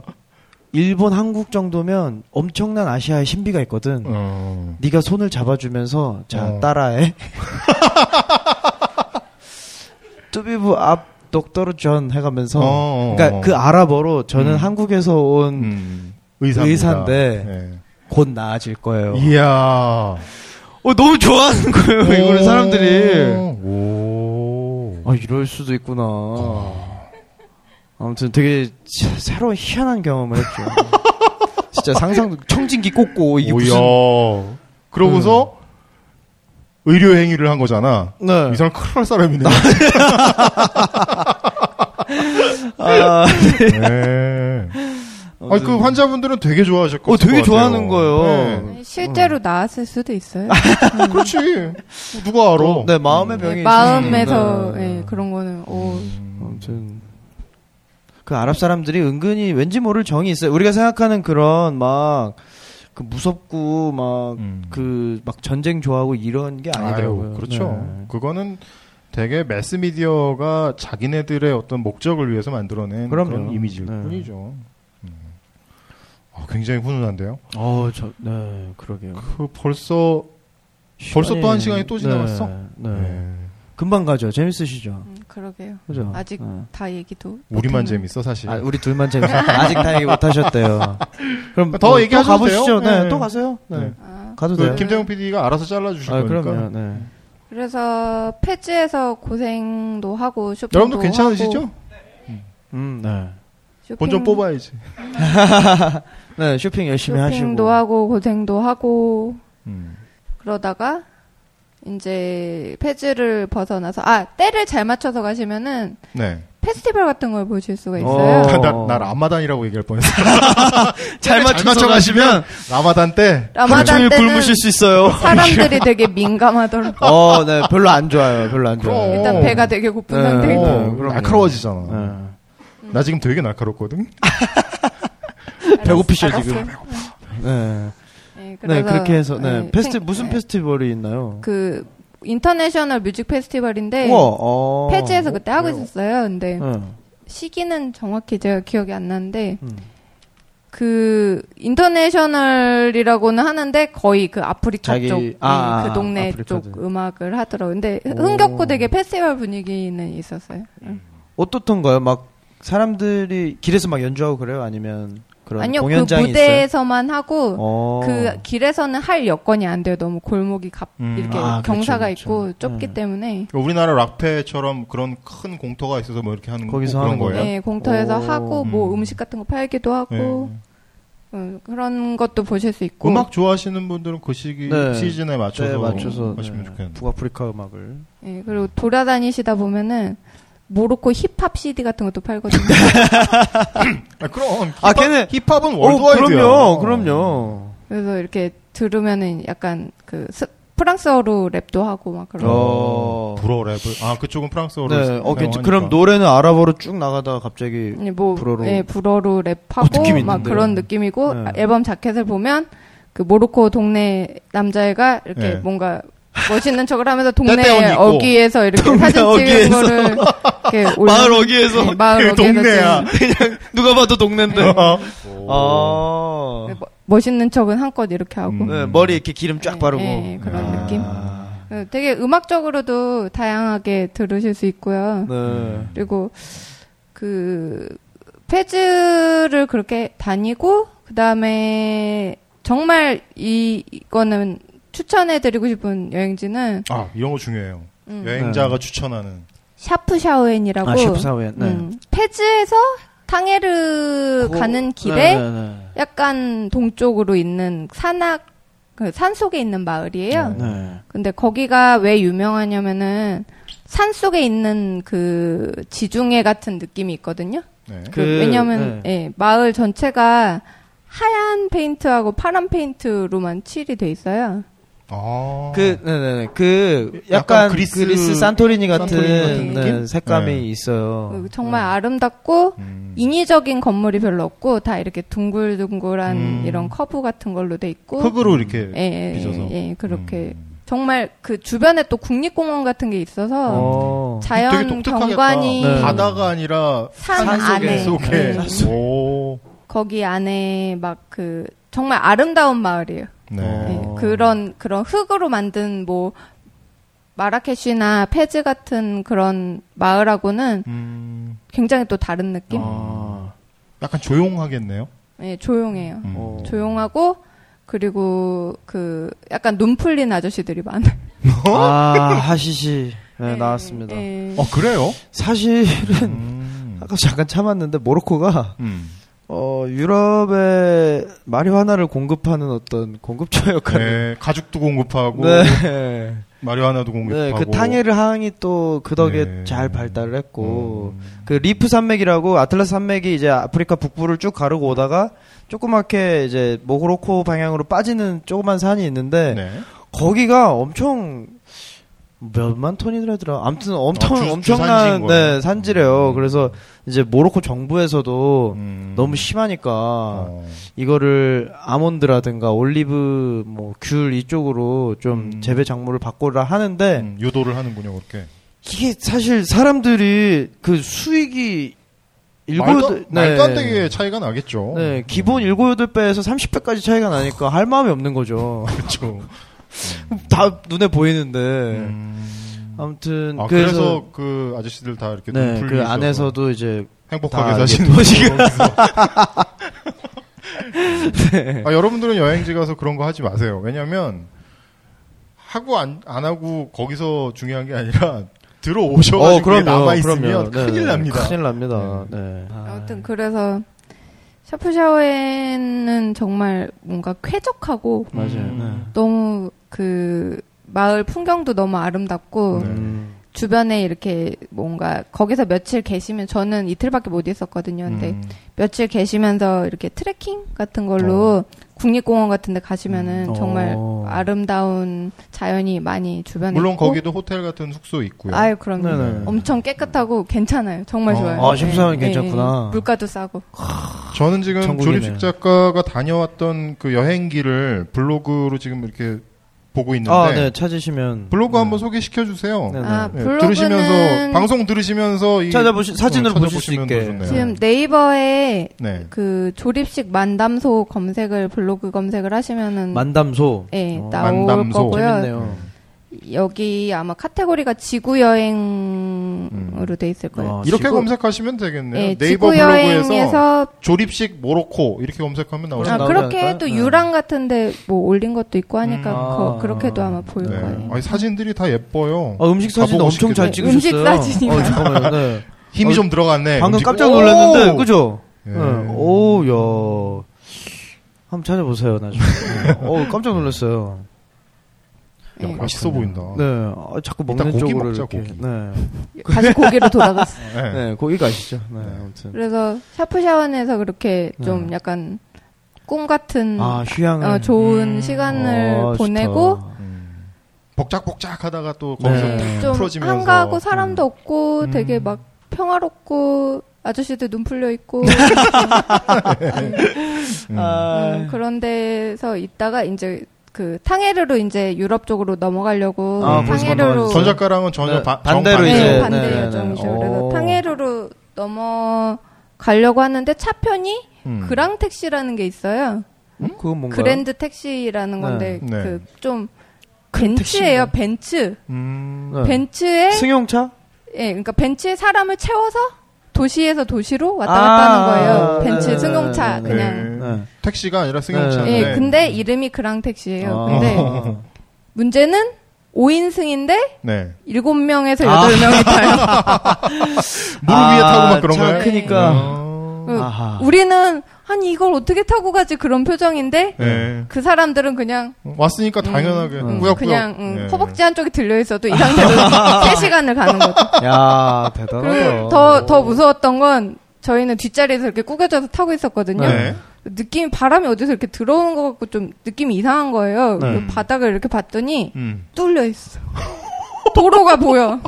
S3: 일본 한국 정도면 엄청난 아시아의 신비가 있거든.
S2: 어.
S3: 네가 손을 잡아주면서 자
S2: 어.
S3: 따라해. 뚜비브 앞 독도르 전 해가면서
S2: 어, 어,
S3: 그러니까
S2: 어.
S3: 그 아랍어로 저는
S2: 음.
S3: 한국에서 온 곧
S2: 음. 의사입니다.
S3: 의사인데. 어.
S2: 네.
S3: 나아질 거예요.
S2: 이야,
S3: 어 너무 좋아하는 거예요 이걸
S2: 오. 어.
S3: 사람들이.
S2: 오,
S3: 아 이럴 수도 있구나. 아무튼 되게 치- 새로운 희한한 경험을 했죠. 진짜 상상도 청진기 꽂고 이게 무슨
S2: 오야. 어, 그러고서 의료 행위를 한 거잖아.
S3: 음. 네.
S2: 이 사람 큰일 날 사람이네.
S3: 아,
S2: 네. 아, 그 환자분들은 되게 좋아하실 것
S3: 어, 되게
S2: 같아요.
S3: 좋아하는 거예요.
S2: 네.
S4: 실제로 나았을 수도
S2: 아,
S4: 있어요.
S2: 그렇지. 누가 알아.
S3: 네 마음의 병이
S4: 네,
S3: 있을
S4: 마음에서
S3: 수 있는데.
S4: 예, 그런 거는 오
S2: 음.
S3: 아무튼 그 아랍 사람들이 은근히 왠지 모를 정이 있어요. 우리가 생각하는 그런 막 그 무섭고 막 그 막
S2: 음.
S3: 전쟁 좋아하고 이런 게 아니더라고요.
S2: 아유, 그렇죠.
S3: 네.
S2: 그거는 되게 매스미디어가 자기네들의 어떤 목적을 위해서 만들어낸
S3: 그럼요.
S2: 그런 이미지일
S3: 네.
S2: 뿐이죠. 음. 아, 굉장히 훈훈한데요.
S3: 어, 저, 네, 그러게요.
S2: 그 벌써 벌써 또 한 시간이 또 지나갔어?
S3: 네, 네.
S2: 네.
S3: 금방 가죠. 재밌으시죠.
S4: 음, 그러게요.
S3: 그죠.
S4: 아직
S3: 네.
S4: 다 얘기도
S2: 우리만
S4: 못했는데.
S2: 재밌어 사실.
S3: 아, 우리 둘만 재밌어. 아직 다 얘기 못 하셨대요. 그럼
S2: 더
S3: 뭐, 또
S2: 얘기하셔도 돼요.
S3: 가보시죠. 네,
S2: 네.
S3: 또 가세요. 네.
S2: 네.
S4: 아,
S3: 가도
S2: 그
S3: 돼요.
S2: 김재용 PD가 알아서 잘라 주실
S3: 아,
S2: 거니까.
S3: 그럼요. 네.
S4: 그래서 패지에서 고생도 하고 쇼핑도
S3: 어,
S2: 여러분도 괜찮으시죠?
S4: 하고
S3: 음, 네.
S4: 쇼핑,
S2: 본전 뽑아야지.
S3: 네, 쇼핑 열심히
S4: 쇼핑도
S3: 하시고.
S4: 하고 고생도 하고
S2: 음.
S4: 그러다가 이제 패지를 벗어나서 아 때를 잘 맞춰서 가시면은
S2: 네.
S4: 페스티벌 같은 걸 보실 수가
S3: 어.
S4: 있어요.
S2: 날 라마단이라고 얘기할 뻔했어.
S3: 잘 맞춰 가시면
S2: 라마단 때
S3: 하루 종일
S4: 라마단 때는
S3: 굶으실 수 있어요.
S4: 사람들이 되게 민감하더라고.
S3: 어, 네, 별로 안 좋아요. 별로 안 좋아요.
S2: 그럼.
S4: 일단 배가 되게 고픈
S3: 네.
S4: 상태이고
S3: 어.
S2: 어,
S3: 그럼요.
S2: 날카로워지잖아.
S3: 네.
S2: 나 지금 되게 날카롭거든.
S3: 배고프시죠,
S4: 알았어.
S3: 지금? 네.
S4: 네,
S3: 네,
S4: 그래서,
S3: 그렇게 해서 네.
S4: 네,
S3: 페스티
S4: 생-
S3: 무슨
S4: 네,
S3: 페스티벌이 있나요?
S4: 그 인터내셔널 뮤직 페스티벌인데
S3: 우와, 어.
S4: 페지에서 그때 하고
S2: 그래요?
S4: 있었어요. 근데
S3: 네.
S4: 시기는 정확히 제가 기억이 안 나는데
S3: 음.
S4: 그 인터내셔널이라고는 하는데 거의 그 아프리카
S3: 자기-
S4: 쪽, 음,
S3: 아,
S4: 그 동네
S3: 아프리카들.
S4: 쪽 음악을 하더라고. 요 근데
S3: 오.
S4: 흥겹고 되게 페스티벌 분위기는 있었어요. 음.
S3: 어떻던가요? 막 사람들이 길에서 막 연주하고 그래요? 아니면 그런
S4: 아니요, 그
S3: 공연장이 있어요?
S4: 무대에서만 하고
S3: 어.
S4: 그 길에서는 할 여건이 안 돼요. 너무 골목이 갑
S2: 음.
S4: 이렇게
S3: 아, 그렇죠,
S4: 경사가
S3: 그렇죠.
S4: 있고 좁기
S3: 음.
S4: 때문에
S2: 우리나라 락페처럼 그런 큰 공터가 있어서 뭐 이렇게 하는
S3: 거기서
S2: 꼭
S3: 하는
S2: 그런
S3: 거예요?
S2: 거예요.
S4: 네, 공터에서
S3: 오.
S4: 하고 뭐
S2: 음.
S4: 음식 같은 거 팔기도 하고
S2: 네.
S4: 어, 그런 것도 보실 수 있고
S2: 음악 좋아하시는 분들은 그 시기
S3: 뭐 네.
S2: 시즌에 맞춰서,
S3: 네, 맞춰서
S2: 하시면
S3: 네.
S2: 좋겠는데.
S3: 북아프리카 음악을
S4: 예, 그리고 돌아다니시다 보면은 모로코 힙합 CD 같은 것도 팔거든요.
S2: 아, 그럼 힙합,
S3: 아, 걔네-
S2: 힙합은
S3: 어,
S2: 월드와이드야.
S3: 그럼요, 그럼요.
S4: 그래서 이렇게 들으면은 약간 그 스- 프랑스어로 랩도 하고 막 그런.
S3: 어.
S2: 불어 랩을 아 그쪽은 프랑스어를
S3: 네, 어,
S2: 사용하니까.
S3: 괜찮, 그럼 노래는 아랍어로 쭉 나가다가 갑자기
S4: 예, 뭐
S3: 불어로.
S4: 예, 불어로
S3: 어, 느낌
S4: 랩하고 막
S3: 있는데요.
S4: 그런 느낌이고
S3: 네.
S4: 아, 앨범 자켓을 보면 그 모로코 동네 남자애가 이렇게
S2: 네.
S4: 뭔가 멋있는 척을 하면서
S2: 때때옷
S4: 동네
S2: 입고.
S4: 어귀에서 이렇게
S3: 동네
S4: 사진 찍은
S3: 어귀에서.
S4: 거를 이렇게 올려-
S3: 마을 어귀에서
S4: 예, 마을
S2: 그
S4: 어귀에서
S2: 동네야.
S4: 찍은-
S3: 그냥 누가 봐도 동네인데.
S2: 오.
S3: 아.
S4: 네, 뭐- 멋있는 척은 한껏 이렇게 하고
S2: 음.
S3: 네, 머리 이렇게 기름 쫙
S4: 예,
S3: 바르고.
S4: 예, 그런
S3: 아.
S4: 느낌? 네, 되게 음악적으로도 다양하게 들으실 수 있고요.
S3: 네.
S4: 그리고 그 페즈를 그렇게 다니고 그다음에 정말 이 이거는 추천해 드리고 싶은 여행지는
S2: 아 이런 거 중요해요.
S4: 음.
S2: 여행자가 추천하는
S4: 샤프샤오엔이라고
S3: 아, 샤프샤오엔, 네.
S4: 음, 페즈에서 탕헤르
S3: 그-
S4: 가는 길에
S3: 네, 네,
S4: 약간 동쪽으로 있는 산악 그 산속에 있는 마을이에요.
S3: 네. 네.
S4: 근데 거기가 왜 유명하냐면은 산 속에 있는 그 지중해 같은 느낌이 있거든요.
S2: 네.
S4: 그,
S3: 그,
S4: 왜냐면 예, 마을 전체가 하얀 페인트하고 파란 페인트로만 칠이 돼 있어요.
S2: 아.
S3: 그, 네네네. 그,
S2: 약간
S3: 약간, 그리스,
S2: 그리스-
S3: 산토리니 같은,
S2: 산토리니 같은
S3: 네,
S2: 느낌?
S3: 색감이
S2: 네.
S3: 있어요.
S4: 정말 아름답고
S2: 음.
S4: 인위적인 건물이 별로 없고 다 이렇게 둥글둥글한
S2: 음.
S4: 이런 커브 같은 걸로 돼 있고
S2: 흙으로 이렇게
S4: 예, 예,
S2: 빚어서.
S4: 예, 그렇게
S2: 음.
S4: 정말 그 주변에 또 국립공원 같은 게 있어서
S3: 어.
S2: 되게
S4: 자연
S2: 독특하겠다.
S4: 경관이
S3: 네.
S2: 바다가 아니라
S4: 산,
S3: 산 속에.
S4: 안에
S2: 속에
S4: 예,
S3: 산
S2: 오.
S4: 거기 안에 막 그 정말 아름다운 마을이에요.
S2: 네.
S3: 어.
S4: 예, 그런 그런 흙으로 만든 뭐 마라케시나 페즈 같은 그런 마을하고는
S2: 음.
S4: 굉장히 또 다른 느낌.
S3: 아.
S2: 약간 조용하겠네요.
S4: 예, 조용해요.
S2: 음.
S3: 어.
S4: 조용하고 그리고 그 약간 눈 풀린 아저씨들이 많아. 요
S3: 아, 하시시. 네, 나왔습니다.
S4: 예.
S2: 어 그래요?
S3: 사실은,
S2: 음.
S3: 아까 잠깐 참았는데, 모로코가,
S2: 음.
S3: 어, 유럽에 마리화나를 공급하는 어떤 공급처 역할을.
S2: 네, 가죽도 공급하고
S3: 네.
S2: 마리화나도
S3: 네,
S2: 공급하고.
S3: 그 탕헤르 항이 또 그 덕에
S2: 네.
S3: 잘 발달을 했고
S2: 음.
S3: 그 리프 산맥이라고 아틀라스 산맥이 이제 아프리카 북부를 쭉 가르고 오다가 조그맣게 이제 모로코 방향으로 빠지는 조그만 산이 있는데
S2: 네.
S3: 거기가 엄청 몇만 톤이더라. 아무튼 엄청
S2: 아, 주-
S3: 엄청난
S2: 주산지인 거예요.
S3: 네, 산지래요. 그래서 이제 모로코 정부에서도
S2: 음.
S3: 너무 심하니까
S2: 어.
S3: 이거를 아몬드라든가 올리브 뭐 귤 이쪽으로 좀
S2: 음.
S3: 재배 작물을 바꾸라 하는데
S2: 음, 유도를 하는군요, 그렇게.
S3: 이게 사실 사람들이 그 수익이
S2: 말도,
S3: 일곱
S2: 말도 안 되게 음. 차이가 나겠죠.
S3: 네, 기본 일곱 여덟 배에서 30배까지 차이가 나니까 할 마음이 없는 거죠.
S2: 그렇죠.
S3: 다 눈에 보이는데.
S2: 음.
S3: 아무튼
S2: 아,
S3: 그래서,
S2: 그래서, 그 아저씨들 다 이렇게
S3: 네,
S2: 눈풀리
S3: 그 안에서도 이제
S2: 행복하게
S3: 다
S2: 사시는
S3: 이게
S2: 거죠, 거기서. 아, 여러분들은 여행지 가서 그런 거 하지 마세요. 왜냐면 하고 안, 안 하고 거기서 중요한 게 아니라 들어오셔가지고 그게 남아있으면
S3: 그럼요. 네,
S2: 큰일
S3: 네,
S2: 납니다.
S3: 큰일 납니다. 네.
S4: 아무튼 그래서 샤프샤오에는 정말 뭔가 쾌적하고
S3: 맞아요. 네.
S2: 음.
S4: 너무 그 마을 풍경도 너무 아름답고
S2: 네.
S3: 음.
S4: 주변에 이렇게 뭔가 거기서 며칠 계시면 저는 이틀밖에 못 있었거든요. 근데
S3: 네.
S2: 음.
S4: 며칠 계시면서 이렇게 트레킹 같은 걸로 국립공원 같은 데 가시면은
S3: 음.
S4: 정말
S3: 어.
S4: 아름다운 자연이 많이 주변에
S2: 물론
S4: 있고
S2: 거기도 호텔 같은 숙소 있고요.
S4: 아유 그럼
S3: 네네.
S4: 엄청 깨끗하고 괜찮아요. 정말
S2: 어.
S4: 좋아요. 네,
S3: 아, 심사하면 괜찮구나.
S4: 물가도 싸고.
S2: 저는 지금
S3: 천국이네요.
S2: 조립식 작가가 다녀왔던 그 여행기를 블로그로 지금 이렇게 보고 있는데
S3: 아, 네. 찾으시면
S2: 블로그 한번 소개시켜 주세요.
S3: 네, 네.
S4: 아,
S2: 네,
S4: 블로그는
S2: 들으시면서 방송 들으시면서 이-
S3: 찾아보시- 사진으로
S2: 어,
S3: 보실 수
S2: 찾아보시면
S3: 있게.
S2: 더 좋네요.
S4: 지금 네이버에
S2: 네.
S4: 그 조립식 만담소 검색을 블로그 검색을 하시면은
S3: 만담소.
S4: 예,
S3: 어,
S4: 나올
S2: 만담소.
S4: 거고요.
S3: 재밌네요.
S2: 음.
S4: 여기 아마 카테고리가 지구 여행으로 돼 있을 거예요.
S3: 어,
S2: 이렇게
S3: 지구-
S2: 검색하시면 음. 아, 되겠네요.
S4: 예,
S2: 네이버
S4: 지구
S2: 블로그에서
S4: 여행에서
S2: 조립식 모로코 이렇게 검색하면 나오죠.
S4: 아,
S3: 나오지
S4: 그렇게
S3: 않을까요?
S4: 또
S3: 네.
S4: 유랑 같은데 뭐 올린 것도 있고 하니까
S3: 음.
S4: 거-
S3: 아.
S4: 그렇게도 아마 보일
S2: 네.
S4: 거예요.
S2: 아니, 사진들이 다 예뻐요.
S3: 아, 음식 사진
S2: 가보고
S3: 엄청 잘
S2: 싶게
S4: 돼요. 음식
S3: 찍으셨어요.
S4: 사진이요?
S3: 어, 잠깐만요. 네.
S2: 힘이
S3: 어,
S2: 좀 들어갔네.
S3: 방금
S2: 음식-
S3: 깜짝
S2: 오!
S3: 놀랐는데, 그죠?
S2: 예.
S3: 네. 오, 야. 한번 찾아보세요, 나중에. 어, 깜짝 놀랐어요.
S2: 야,
S4: 예.
S2: 맛있어 보인다.
S3: 네. 아, 자꾸 먹는
S2: 일단 고기
S3: 쪽으로
S2: 먹자,
S3: 이렇게.
S2: 고기.
S3: 네.
S4: 다시 고기로 돌아갔어요.
S2: 네.
S3: 네, 고기 가시죠. 네, 아무튼.
S4: 그래서 샤프샤원에서 그렇게 좀
S3: 네.
S4: 약간 꿈 같은
S3: 아, 휴양을.
S4: 어, 좋은
S2: 음.
S4: 시간을
S3: 어,
S4: 보내고
S3: 좋다.
S2: 음. 복작복작 하다가 또 거기서
S3: 네.
S2: 탁
S4: 좀
S2: 풀어지면서
S4: 한가하고 사람도 없고
S2: 음.
S4: 되게 막 평화롭고 아저씨들 눈 풀려 있고
S2: 음.
S3: 아.
S4: 음, 그런 데서 있다가 이제 그 탕헤르로 이제 유럽 쪽으로 넘어가려고
S3: 아, 벌써
S4: 탕헤르로
S3: 넘어가셨어요?
S2: 전 작가랑은 전혀
S3: 네,
S2: 바,
S3: 반대로
S2: 정반대죠.
S3: 이제.
S4: 네,
S3: 네, 네,
S4: 반대
S3: 네.
S4: 여정이죠.
S3: 오.
S4: 그래서 탕헤르로 넘어 가려고 하는데 차편이
S2: 음.
S4: 그랑 택시라는 게 있어요.
S3: 음? 그건 뭔가.
S4: 그랜드 택시라는 건데
S2: 네. 네.
S4: 그 좀 벤츠예요. 벤츠.
S2: 음.
S3: 네.
S4: 벤츠에
S3: 승용차?
S4: 예, 그러니까 벤츠에 사람을 채워서 도시에서 도시로 왔다
S3: 아,
S4: 갔다 하는 거예요.
S3: 네,
S4: 벤츠
S3: 네, 네,
S4: 승용차
S3: 네,
S4: 그냥.
S2: 네.
S3: 네.
S2: 택시가 아니라 승용차인데
S3: 네.
S4: 예, 근데 이름이 그랑 택시예요. 네, 근데
S3: 아.
S4: 문제는 5인승인데
S2: 네.
S4: 7명에서
S3: 아.
S4: 8명이 타요.
S2: 무릎 위에
S3: 아,
S2: 타고 막 그런
S3: 참
S2: 거예요.
S3: 크니까.
S4: 그
S3: 아하.
S4: 우리는 아니 이걸 어떻게 타고 가지 그런 표정인데
S2: 네.
S4: 그 사람들은 그냥
S2: 왔으니까 당연하게
S3: 음.
S2: 꾸역꾸역.
S4: 그냥 음,
S2: 네.
S4: 허벅지 한쪽이 들려 있어도 이 상태로 3시간을 가는
S3: 아,
S4: 거죠.
S3: 야,
S4: 그리고
S3: 대단하다.
S4: 더, 더 무서웠던 건 저희는 뒷자리에서 이렇게 꾸겨져서 타고 있었거든요.
S2: 네.
S4: 느낌이 바람이 어디서 이렇게 들어오는 것 같고 좀 느낌이 이상한 거예요.
S3: 네.
S4: 그 바닥을 이렇게 봤더니
S2: 음.
S4: 뚫려 있어. 도로가 보여.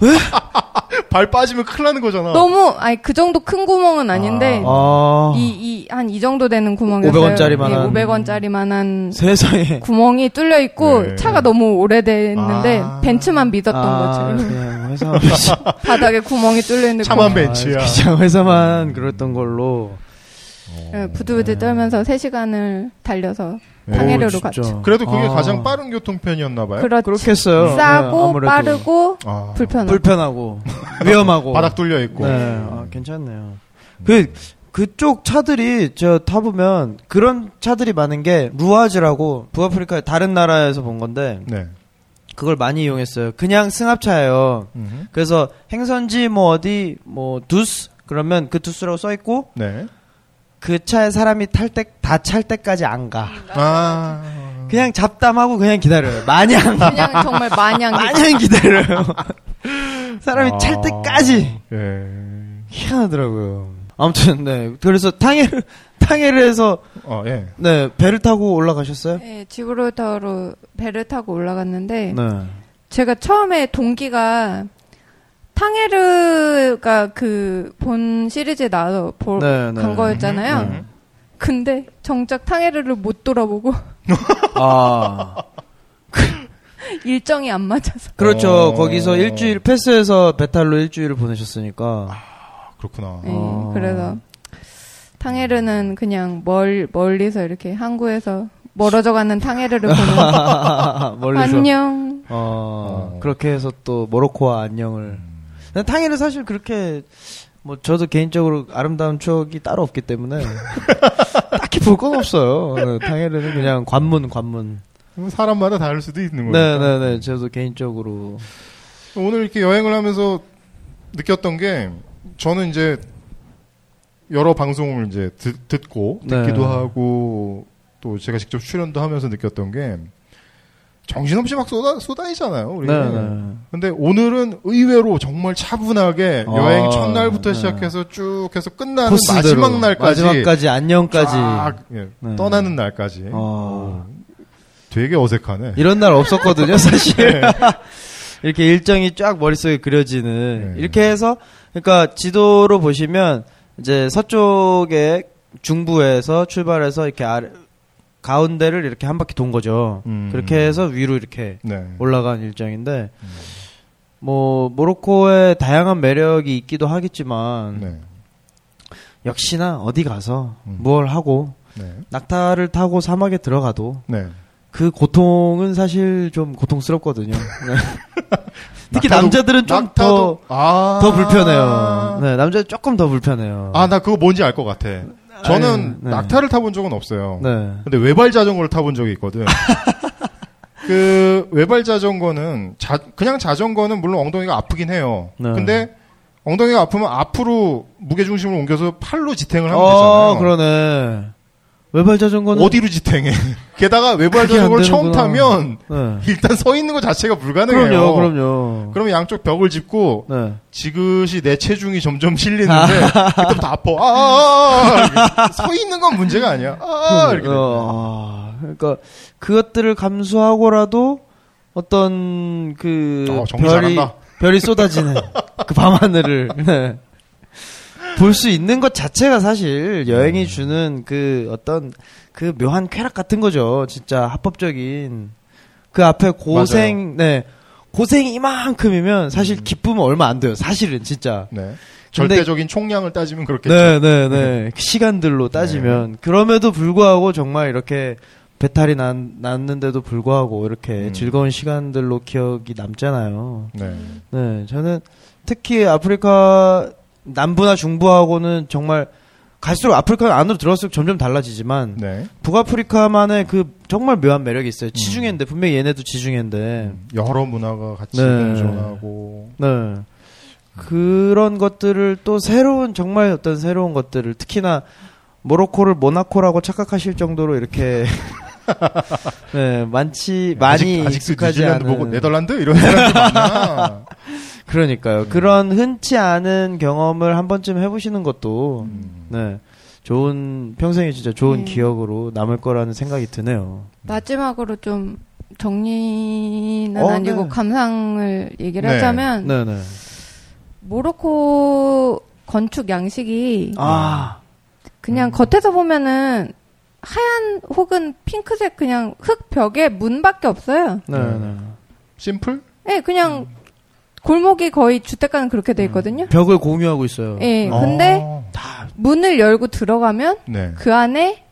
S2: 발 빠지면 큰일 나는 거잖아.
S4: 너무 아니 그 정도 큰 구멍은 아닌데
S3: 아.
S4: 이 이 한 이 정도 되는 구멍이었어요.
S3: 500원짜리 만한.
S4: 500원짜리만한
S3: 세상에.
S4: 구멍이 뚫려 있고
S2: 네.
S4: 차가 너무 오래됐는데
S2: 아.
S4: 벤츠만 믿었던
S3: 아,
S4: 거죠.
S3: 그냥 회사만.
S4: 바닥에 구멍이 뚫려 있는
S2: 차만 벤츠야.
S3: 아, 그냥 회사만 그랬던 걸로.
S4: 예, 부들부들 떨면서 3시간을 달려서
S2: 네.
S3: 오,
S4: 당해를- 탕헤르로
S3: 진짜.
S4: 갔죠.
S2: 그래도 그게
S3: 아.
S2: 가장 빠른 교통편이었나 봐요.
S4: 그렇죠.
S3: 그렇겠어요. 네,
S4: 싸고
S3: 아무래도.
S4: 빠르고
S2: 아.
S4: 불편하고
S3: 불편하고 위험하고
S2: 바닥 뚫려 있고.
S3: 네, 아, 괜찮네요. 그 그쪽 차들이 저 타보면 그런 차들이 많은 게 루아즈라고 북아프리카의 다른 나라에서 본 건데
S2: 네.
S3: 그걸 많이 이용했어요. 그냥 승합차예요.
S2: 음.
S3: 그래서 행선지 뭐 어디 뭐 두스 그러면 그 두스라고 써 있고
S2: 네.
S3: 그 차에 사람이 탈 때 다 찰 때까지 안 가.
S2: 아.
S3: 그냥 잡담하고 그냥 기다려요. 마냥
S4: 그냥 정말 마냥
S3: 마냥 기다려요. 사람이
S2: 아.
S3: 찰 때까지
S2: 예.
S3: 희한하더라고요. 아무튼 네 그래서 탕해를 탕해를 해서
S2: 어, 예.
S3: 네 배를 타고 올라가셨어요?
S4: 예, 지브롤타로 배를 타고 올라갔는데
S3: 네.
S4: 제가 처음에 동기가 탕헤르가 그 본 시리즈에 나와서 볼-
S3: 네, 네.
S4: 간 어, 거였잖아요.
S2: 음.
S4: 근데 정작 탕헤르를 못 돌아보고
S3: 아
S4: 일정이 안 맞아서
S3: 그렇죠.
S2: 어.
S3: 거기서 일주일 패스해서 배탈로 일주일을 보내셨으니까.
S2: 그렇구나.
S4: 예,
S3: 아.
S4: 그래서 탕헤르는 그냥 멀 멀리서 이렇게 항구에서 멀어져 가는 탕헤르를 보는
S3: 멀리서.
S4: 안녕.
S3: 어, 음.
S2: 어.
S3: 그렇게 해서 또 모로코와 안녕을. 근데 탕해는 사실 그렇게 뭐 저도 개인적으로 아름다운 추억이 따로 없기 때문에 딱히 볼 건 없어요. 네, 탕해는 그냥 관문 관문.
S4: 네.
S2: 그럼 사람마다 다를 수도 있는 거예요.
S3: 네네네. 저도 개인적으로
S2: 오늘 이렇게 여행을 하면서 느꼈던 게 저는 이제 여러 방송을 이제 듣, 듣고
S3: 네.
S2: 듣기도 하고 또 제가 직접 출연도 하면서 느꼈던 게 정신없이 막 쏟아 쏟아이잖아요. 우리는.
S3: 네네.
S2: 근데 오늘은 의외로 정말 차분하게
S3: 아,
S2: 여행 첫날부터
S3: 네.
S2: 시작해서 쭉 해서 끝나는
S3: 코스대로.
S2: 마지막 날까지
S3: 마지막까지 안녕까지.
S2: 쫙, 예,
S3: 네.
S2: 떠나는 날까지
S3: 어,
S2: 되게 어색하네. 네.
S3: 이런 날 없었거든요, 사실. 이렇게 일정이 쫙 머릿속에 그려지는.
S2: 네.
S3: 이렇게 해서, 그러니까 지도로 보시면, 이제 서쪽에 중부에서 출발해서 이렇게 아래, 가운데를 이렇게 한 바퀴 돈 거죠.
S2: 음.
S3: 그렇게 해서 위로 이렇게
S2: 네. 음.
S3: 올라간 일정인데 뭐 모로코의 다양한 매력이 있기도 하겠지만
S2: 네.
S3: 역시나 어디 가서
S2: 음.
S3: 뭘 하고
S2: 네.
S3: 낙타를 타고 사막에 들어가도
S2: 네.
S3: 그 고통은 사실 좀 고통스럽거든요. 네. 특히
S2: 낙타도-
S3: 남자들은 좀 더 더
S2: 낙타도- 아.
S3: 불편해요. 네, 남자 조금 더 불편해요.
S2: 아, 나 그거 뭔지 알 것 같아. 저는
S3: 네.
S2: 낙타를 타본 적은 없어요.
S3: 네.
S2: 근데 외발 자전거를 타본 적이 있거든. 그 외발 자전거는 자, 그냥 자전거는 물론 엉덩이가 아프긴 해요.
S3: 네.
S2: 근데 엉덩이가 아프면 앞으로 무게 중심을 옮겨서 팔로 지탱을 하면
S3: 어,
S2: 되잖아요.
S3: 그러네. 외발 자전거는
S2: 어디로 지탱해? 게다가 외발
S3: 그게 안
S2: 자전거를 처음
S3: 되는구나.
S2: 타면
S3: 네.
S2: 일단 서 있는 것 자체가 불가능해요.
S3: 그럼요, 그럼요.
S2: 그러면 양쪽 벽을 짚고
S3: 네.
S2: 지그시 내 체중이 점점 실리는데 그때부터 아파. 아, 아, 아, 아. 서 있는 건 문제가 아니야. 아, 이렇게.
S3: 어, 아, 그러니까 그것들을 감수하고라도 어떤 그
S2: 어, 정리
S3: 별이
S2: 잘한다.
S3: 별이 쏟아지는 그 밤하늘을 네. 볼 수 있는 것 자체가 사실
S2: 음.
S3: 여행이 주는 그 어떤 그 묘한 쾌락 같은 거죠. 진짜 합법적인 그 앞에 고생 네 고생이 이만큼이면 사실
S2: 음.
S3: 기쁨은 얼마 안 돼요. 사실은 진짜.
S2: 네.
S3: 근데-
S2: 절대적인 총량을 따지면 그렇겠죠.
S3: 네, 네, 네. 시간들로 따지면 그럼에도 불구하고 정말 이렇게 배탈이 난, 났는데도 불구하고 이렇게
S2: 음.
S3: 즐거운 시간들로 기억이 남잖아요.
S2: 네.
S3: 네, 저는 특히 아프리카 남부나 중부하고는 정말 갈수록 아프리카 안으로 들어갈수록 점점 달라지지만
S2: 네. 음.
S3: 북아프리카만의 그 정말 묘한 매력이 있어요. 지중해인데 분명히 얘네도 지중해인데
S2: 여러 문화가 같이
S3: 네.
S2: 공존하고
S3: 네. 그런 것들을 또 새로운 정말 어떤 새로운 것들을 특히나 모로코를 모나코라고 착각하실 정도로 이렇게 네, 많지 많이
S2: 아직, 아직도
S3: 익숙하지
S2: 뉴질랜드
S3: 않은
S2: 보고 네덜란드 이런 사람들 많아.
S3: 그러니까요.
S2: 네.
S3: 그런 흔치 않은 경험을 한 번쯤 해보시는 것도
S2: 음.
S3: 네. 좋은 평생에 진짜 좋은
S4: 음.
S3: 기억으로 남을 거라는 생각이 드네요.
S4: 마지막으로 좀 정리는
S3: 어,
S4: 아니고
S3: 네.
S4: 감상을 얘기를
S2: 네.
S4: 하자면
S3: 네, 네.
S4: 모로코 건축 양식이
S3: 아,
S4: 그냥 겉에서 보면은 하얀 혹은 핑크색 그냥 흙 벽에 문밖에 없어요.
S3: 네, 네.
S2: 심플?
S4: 예, 그냥
S3: 음.
S4: 골목이 거의 주택가는 그렇게 돼 있거든요.
S3: 네. 벽을 공유하고 음. 있어요.
S4: 예, 근데
S2: 어.
S4: 문을 열고 들어가면
S2: 네.
S4: 그 안에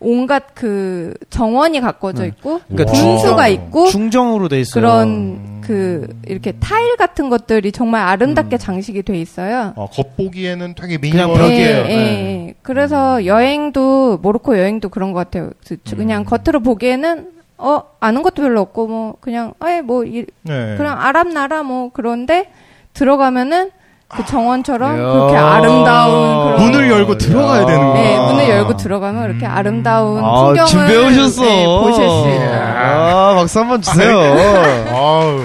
S4: 온갖 그 정원이 가꿔져
S3: 네.
S4: 있고
S3: 그러니까
S4: 분수가
S2: 중정-
S4: 있고
S3: 중정으로 돼 있어요.
S4: 뭐? 그런 그 이렇게 타일 같은 것들이 정말
S3: 음.
S4: 아름답게 장식이 돼 있어요.
S2: 어, 겉보기에는 되게
S3: 그냥
S2: 미니멀.
S3: 벽이에요.
S4: 예, 예,
S3: 네.
S4: 예. 그래서 여행도 모로코 여행도 그런 것 같아요. 그- 저- 그냥
S3: 음.
S4: 겉으로 보기에는 어 아는 것도 별로 없고 뭐 그냥 아뭐
S2: 네.
S4: 그냥 아랍 나라 뭐 그런데 들어가면은 그 정원처럼
S3: 아, 이야.
S4: 그렇게 아름다운
S3: 어.
S4: 그런
S2: 문을 열고
S3: 야.
S2: 들어가야 되는 거야.
S4: 네,
S2: 아.
S4: 문을 열고 들어가면 그렇게 아름다운
S3: 아,
S4: 풍경을
S3: 지금 배우셨어.
S4: 네, 보실 수 있어요.
S3: 아, 박수 한 번 주세요.
S2: 아우.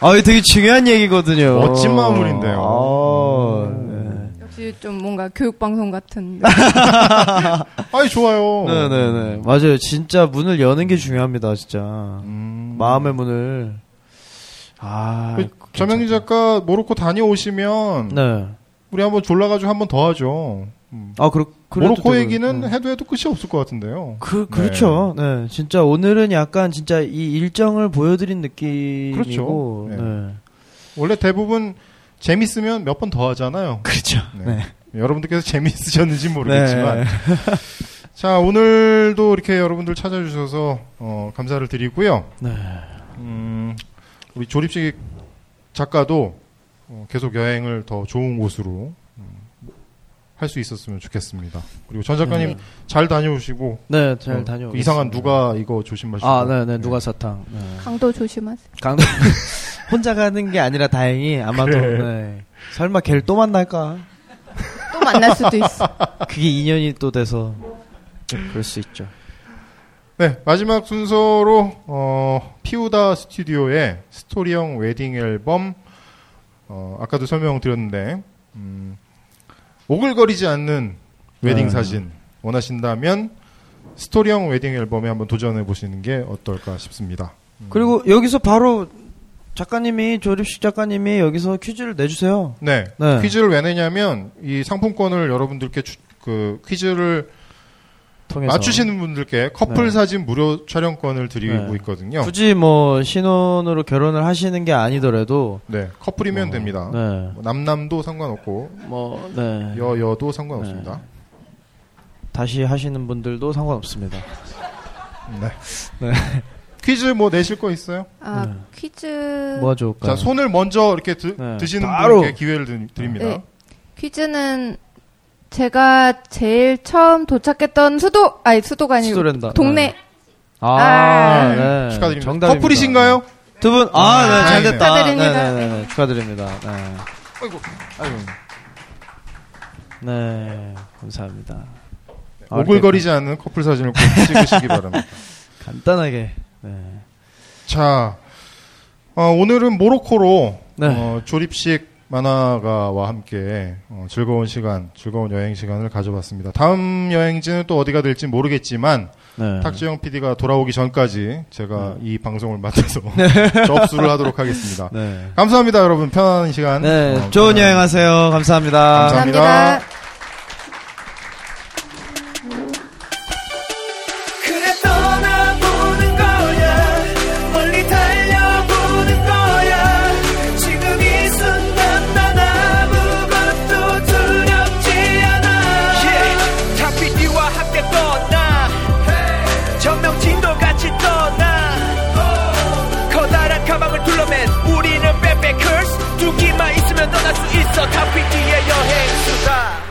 S3: 아, 이거 되게 중요한 얘기거든요.
S2: 멋진 마무리인데요.
S3: 아, 네.
S4: 역시 좀 뭔가 교육 방송 같은.
S2: 아이, 좋아요.
S3: 네네네. 맞아요. 진짜 문을 여는 게 중요합니다, 진짜.
S2: 음.
S3: 마음의 문을. 아.
S2: 그 전명진 작가 모로코 다녀오시면
S3: 네.
S2: 우리 한번 졸라가지고 한번 더 하죠. 음.
S3: 아, 그렇, 그래도
S2: 모로코
S3: 되고-
S2: 얘기는
S3: 네.
S2: 해도 해도 끝이 없을 것 같은데요.
S3: 그, 그렇죠. 네. 진짜 오늘은 약간 진짜 이 일정을 보여드린 느낌이고.
S2: 그렇죠. 네.
S3: 네.
S2: 원래 대부분 재밌으면 몇 번 더 하잖아요.
S3: 그렇죠.
S2: 네.
S3: 네.
S2: 여러분들께서 재미있으셨는지 모르겠지만
S3: 네.
S2: 자 오늘도 이렇게 여러분들 찾아주셔서 어, 감사를 드리고요.
S3: 네.
S2: 음, 우리 조립식 작가도 어, 계속 여행을 더 좋은 곳으로 음, 할 수 있었으면 좋겠습니다. 그리고 전 작가님
S4: 네.
S2: 잘 다녀오시고
S3: 네, 잘
S2: 어,
S3: 다녀오.
S2: 이상한 누가 이거 조심하시고
S3: 아, 네, 네, 누가 사탕. 네.
S4: 강도 조심하세요.
S3: 강도 혼자 가는 게 아니라 다행히 아마도
S2: 그래.
S3: 네. 설마 걔를 또 만날까?
S4: 또 만날 수도 있어.
S3: 그게 인연이 또 돼서 그럴 수 있죠.
S2: 네, 마지막 순서로 어, 피우다 스튜디오의 스토리형 웨딩 앨범 어, 아까도 설명드렸는데 음, 오글거리지 않는 웨딩
S3: 네.
S2: 사진 원하신다면 스토리형 웨딩 앨범에 한번 도전해 보시는 게 어떨까 싶습니다.
S3: 그리고 여기서 바로 작가님이 조립식 작가님이 여기서 퀴즈를 내주세요.
S2: 네,
S3: 네.
S2: 퀴즈를 왜 내냐면 이 상품권을 여러분들께 주- 그 퀴즈를
S3: 통해서
S2: 맞추시는 분들께 커플
S3: 네.
S2: 사진 무료 촬영권을 드리고
S3: 네.
S2: 있거든요.
S3: 굳이 뭐 신혼으로 결혼을 하시는 게 아니더라도
S2: 네, 커플이면
S3: 어,
S2: 됩니다.
S3: 네.
S2: 뭐 남남도 상관없고
S3: 뭐 네.
S2: 여여도 상관없습니다.
S3: 다시 하시는 분들도 상관없습니다.
S2: 네.
S3: 네.
S2: 퀴즈 뭐 내실 거 있어요?
S4: 아
S3: 네.
S4: 퀴즈
S3: 뭐가 좋을까요?
S2: 음. 자, 손을 먼저 이렇게 드,
S3: 네.
S2: 시는
S3: 바로.
S2: 분께 기회를 드- 드립니다.
S4: 네. 퀴즈는 제가 제일 처음 도착했던 수도 아니 수도가 아니고
S3: 수도랜다.
S4: 동네
S3: 네. 아,
S4: 아.
S3: 네.
S2: 축하드립니다.
S3: 정답입니다.
S2: 커플이신가요?
S3: 두 분, 아, 네, 잘 됐다. 네,
S4: 축하드립니다.
S3: 네, 네, 축하드립니다. 네.
S2: 아이고, 아이고.
S3: 네, 감사합니다. 아,
S2: 오글거리지 않는 커플 사진을 꼭 찍으시기 바랍니다.
S3: 이렇게 간단하게. 네.
S2: 자, 어, 오늘은 모로코로
S3: 네.
S2: 어, 조립식 만화가와 함께 어, 즐거운 시간, 즐거운 여행 시간을 가져봤습니다. 다음 여행지는 또 어디가 될지 모르겠지만
S3: 네.
S2: 탁지영 PD가 돌아오기 전까지 제가 이 방송을 맡아서 접수를 하도록 하겠습니다.
S3: 네.
S2: 감사합니다, 여러분. 편안한 시간.
S3: 네,
S2: 어,
S3: 좋은
S2: 편안한-
S3: 여행하세요. 감사합니다.
S2: 감사합니다.
S4: 감사합니다.
S6: 그래 떠나보는 거야 멀리 달려보는 거야 지금 이 순간 난 아무것도 두렵지 않아 yeah. 탑피디와 함께 떠나 전명진도 같이 떠나 Oh. 커다란 가방을 둘러맨 우리는 백패커스 두기만 있으면 떠날 수 있어 탑피디의 여행수다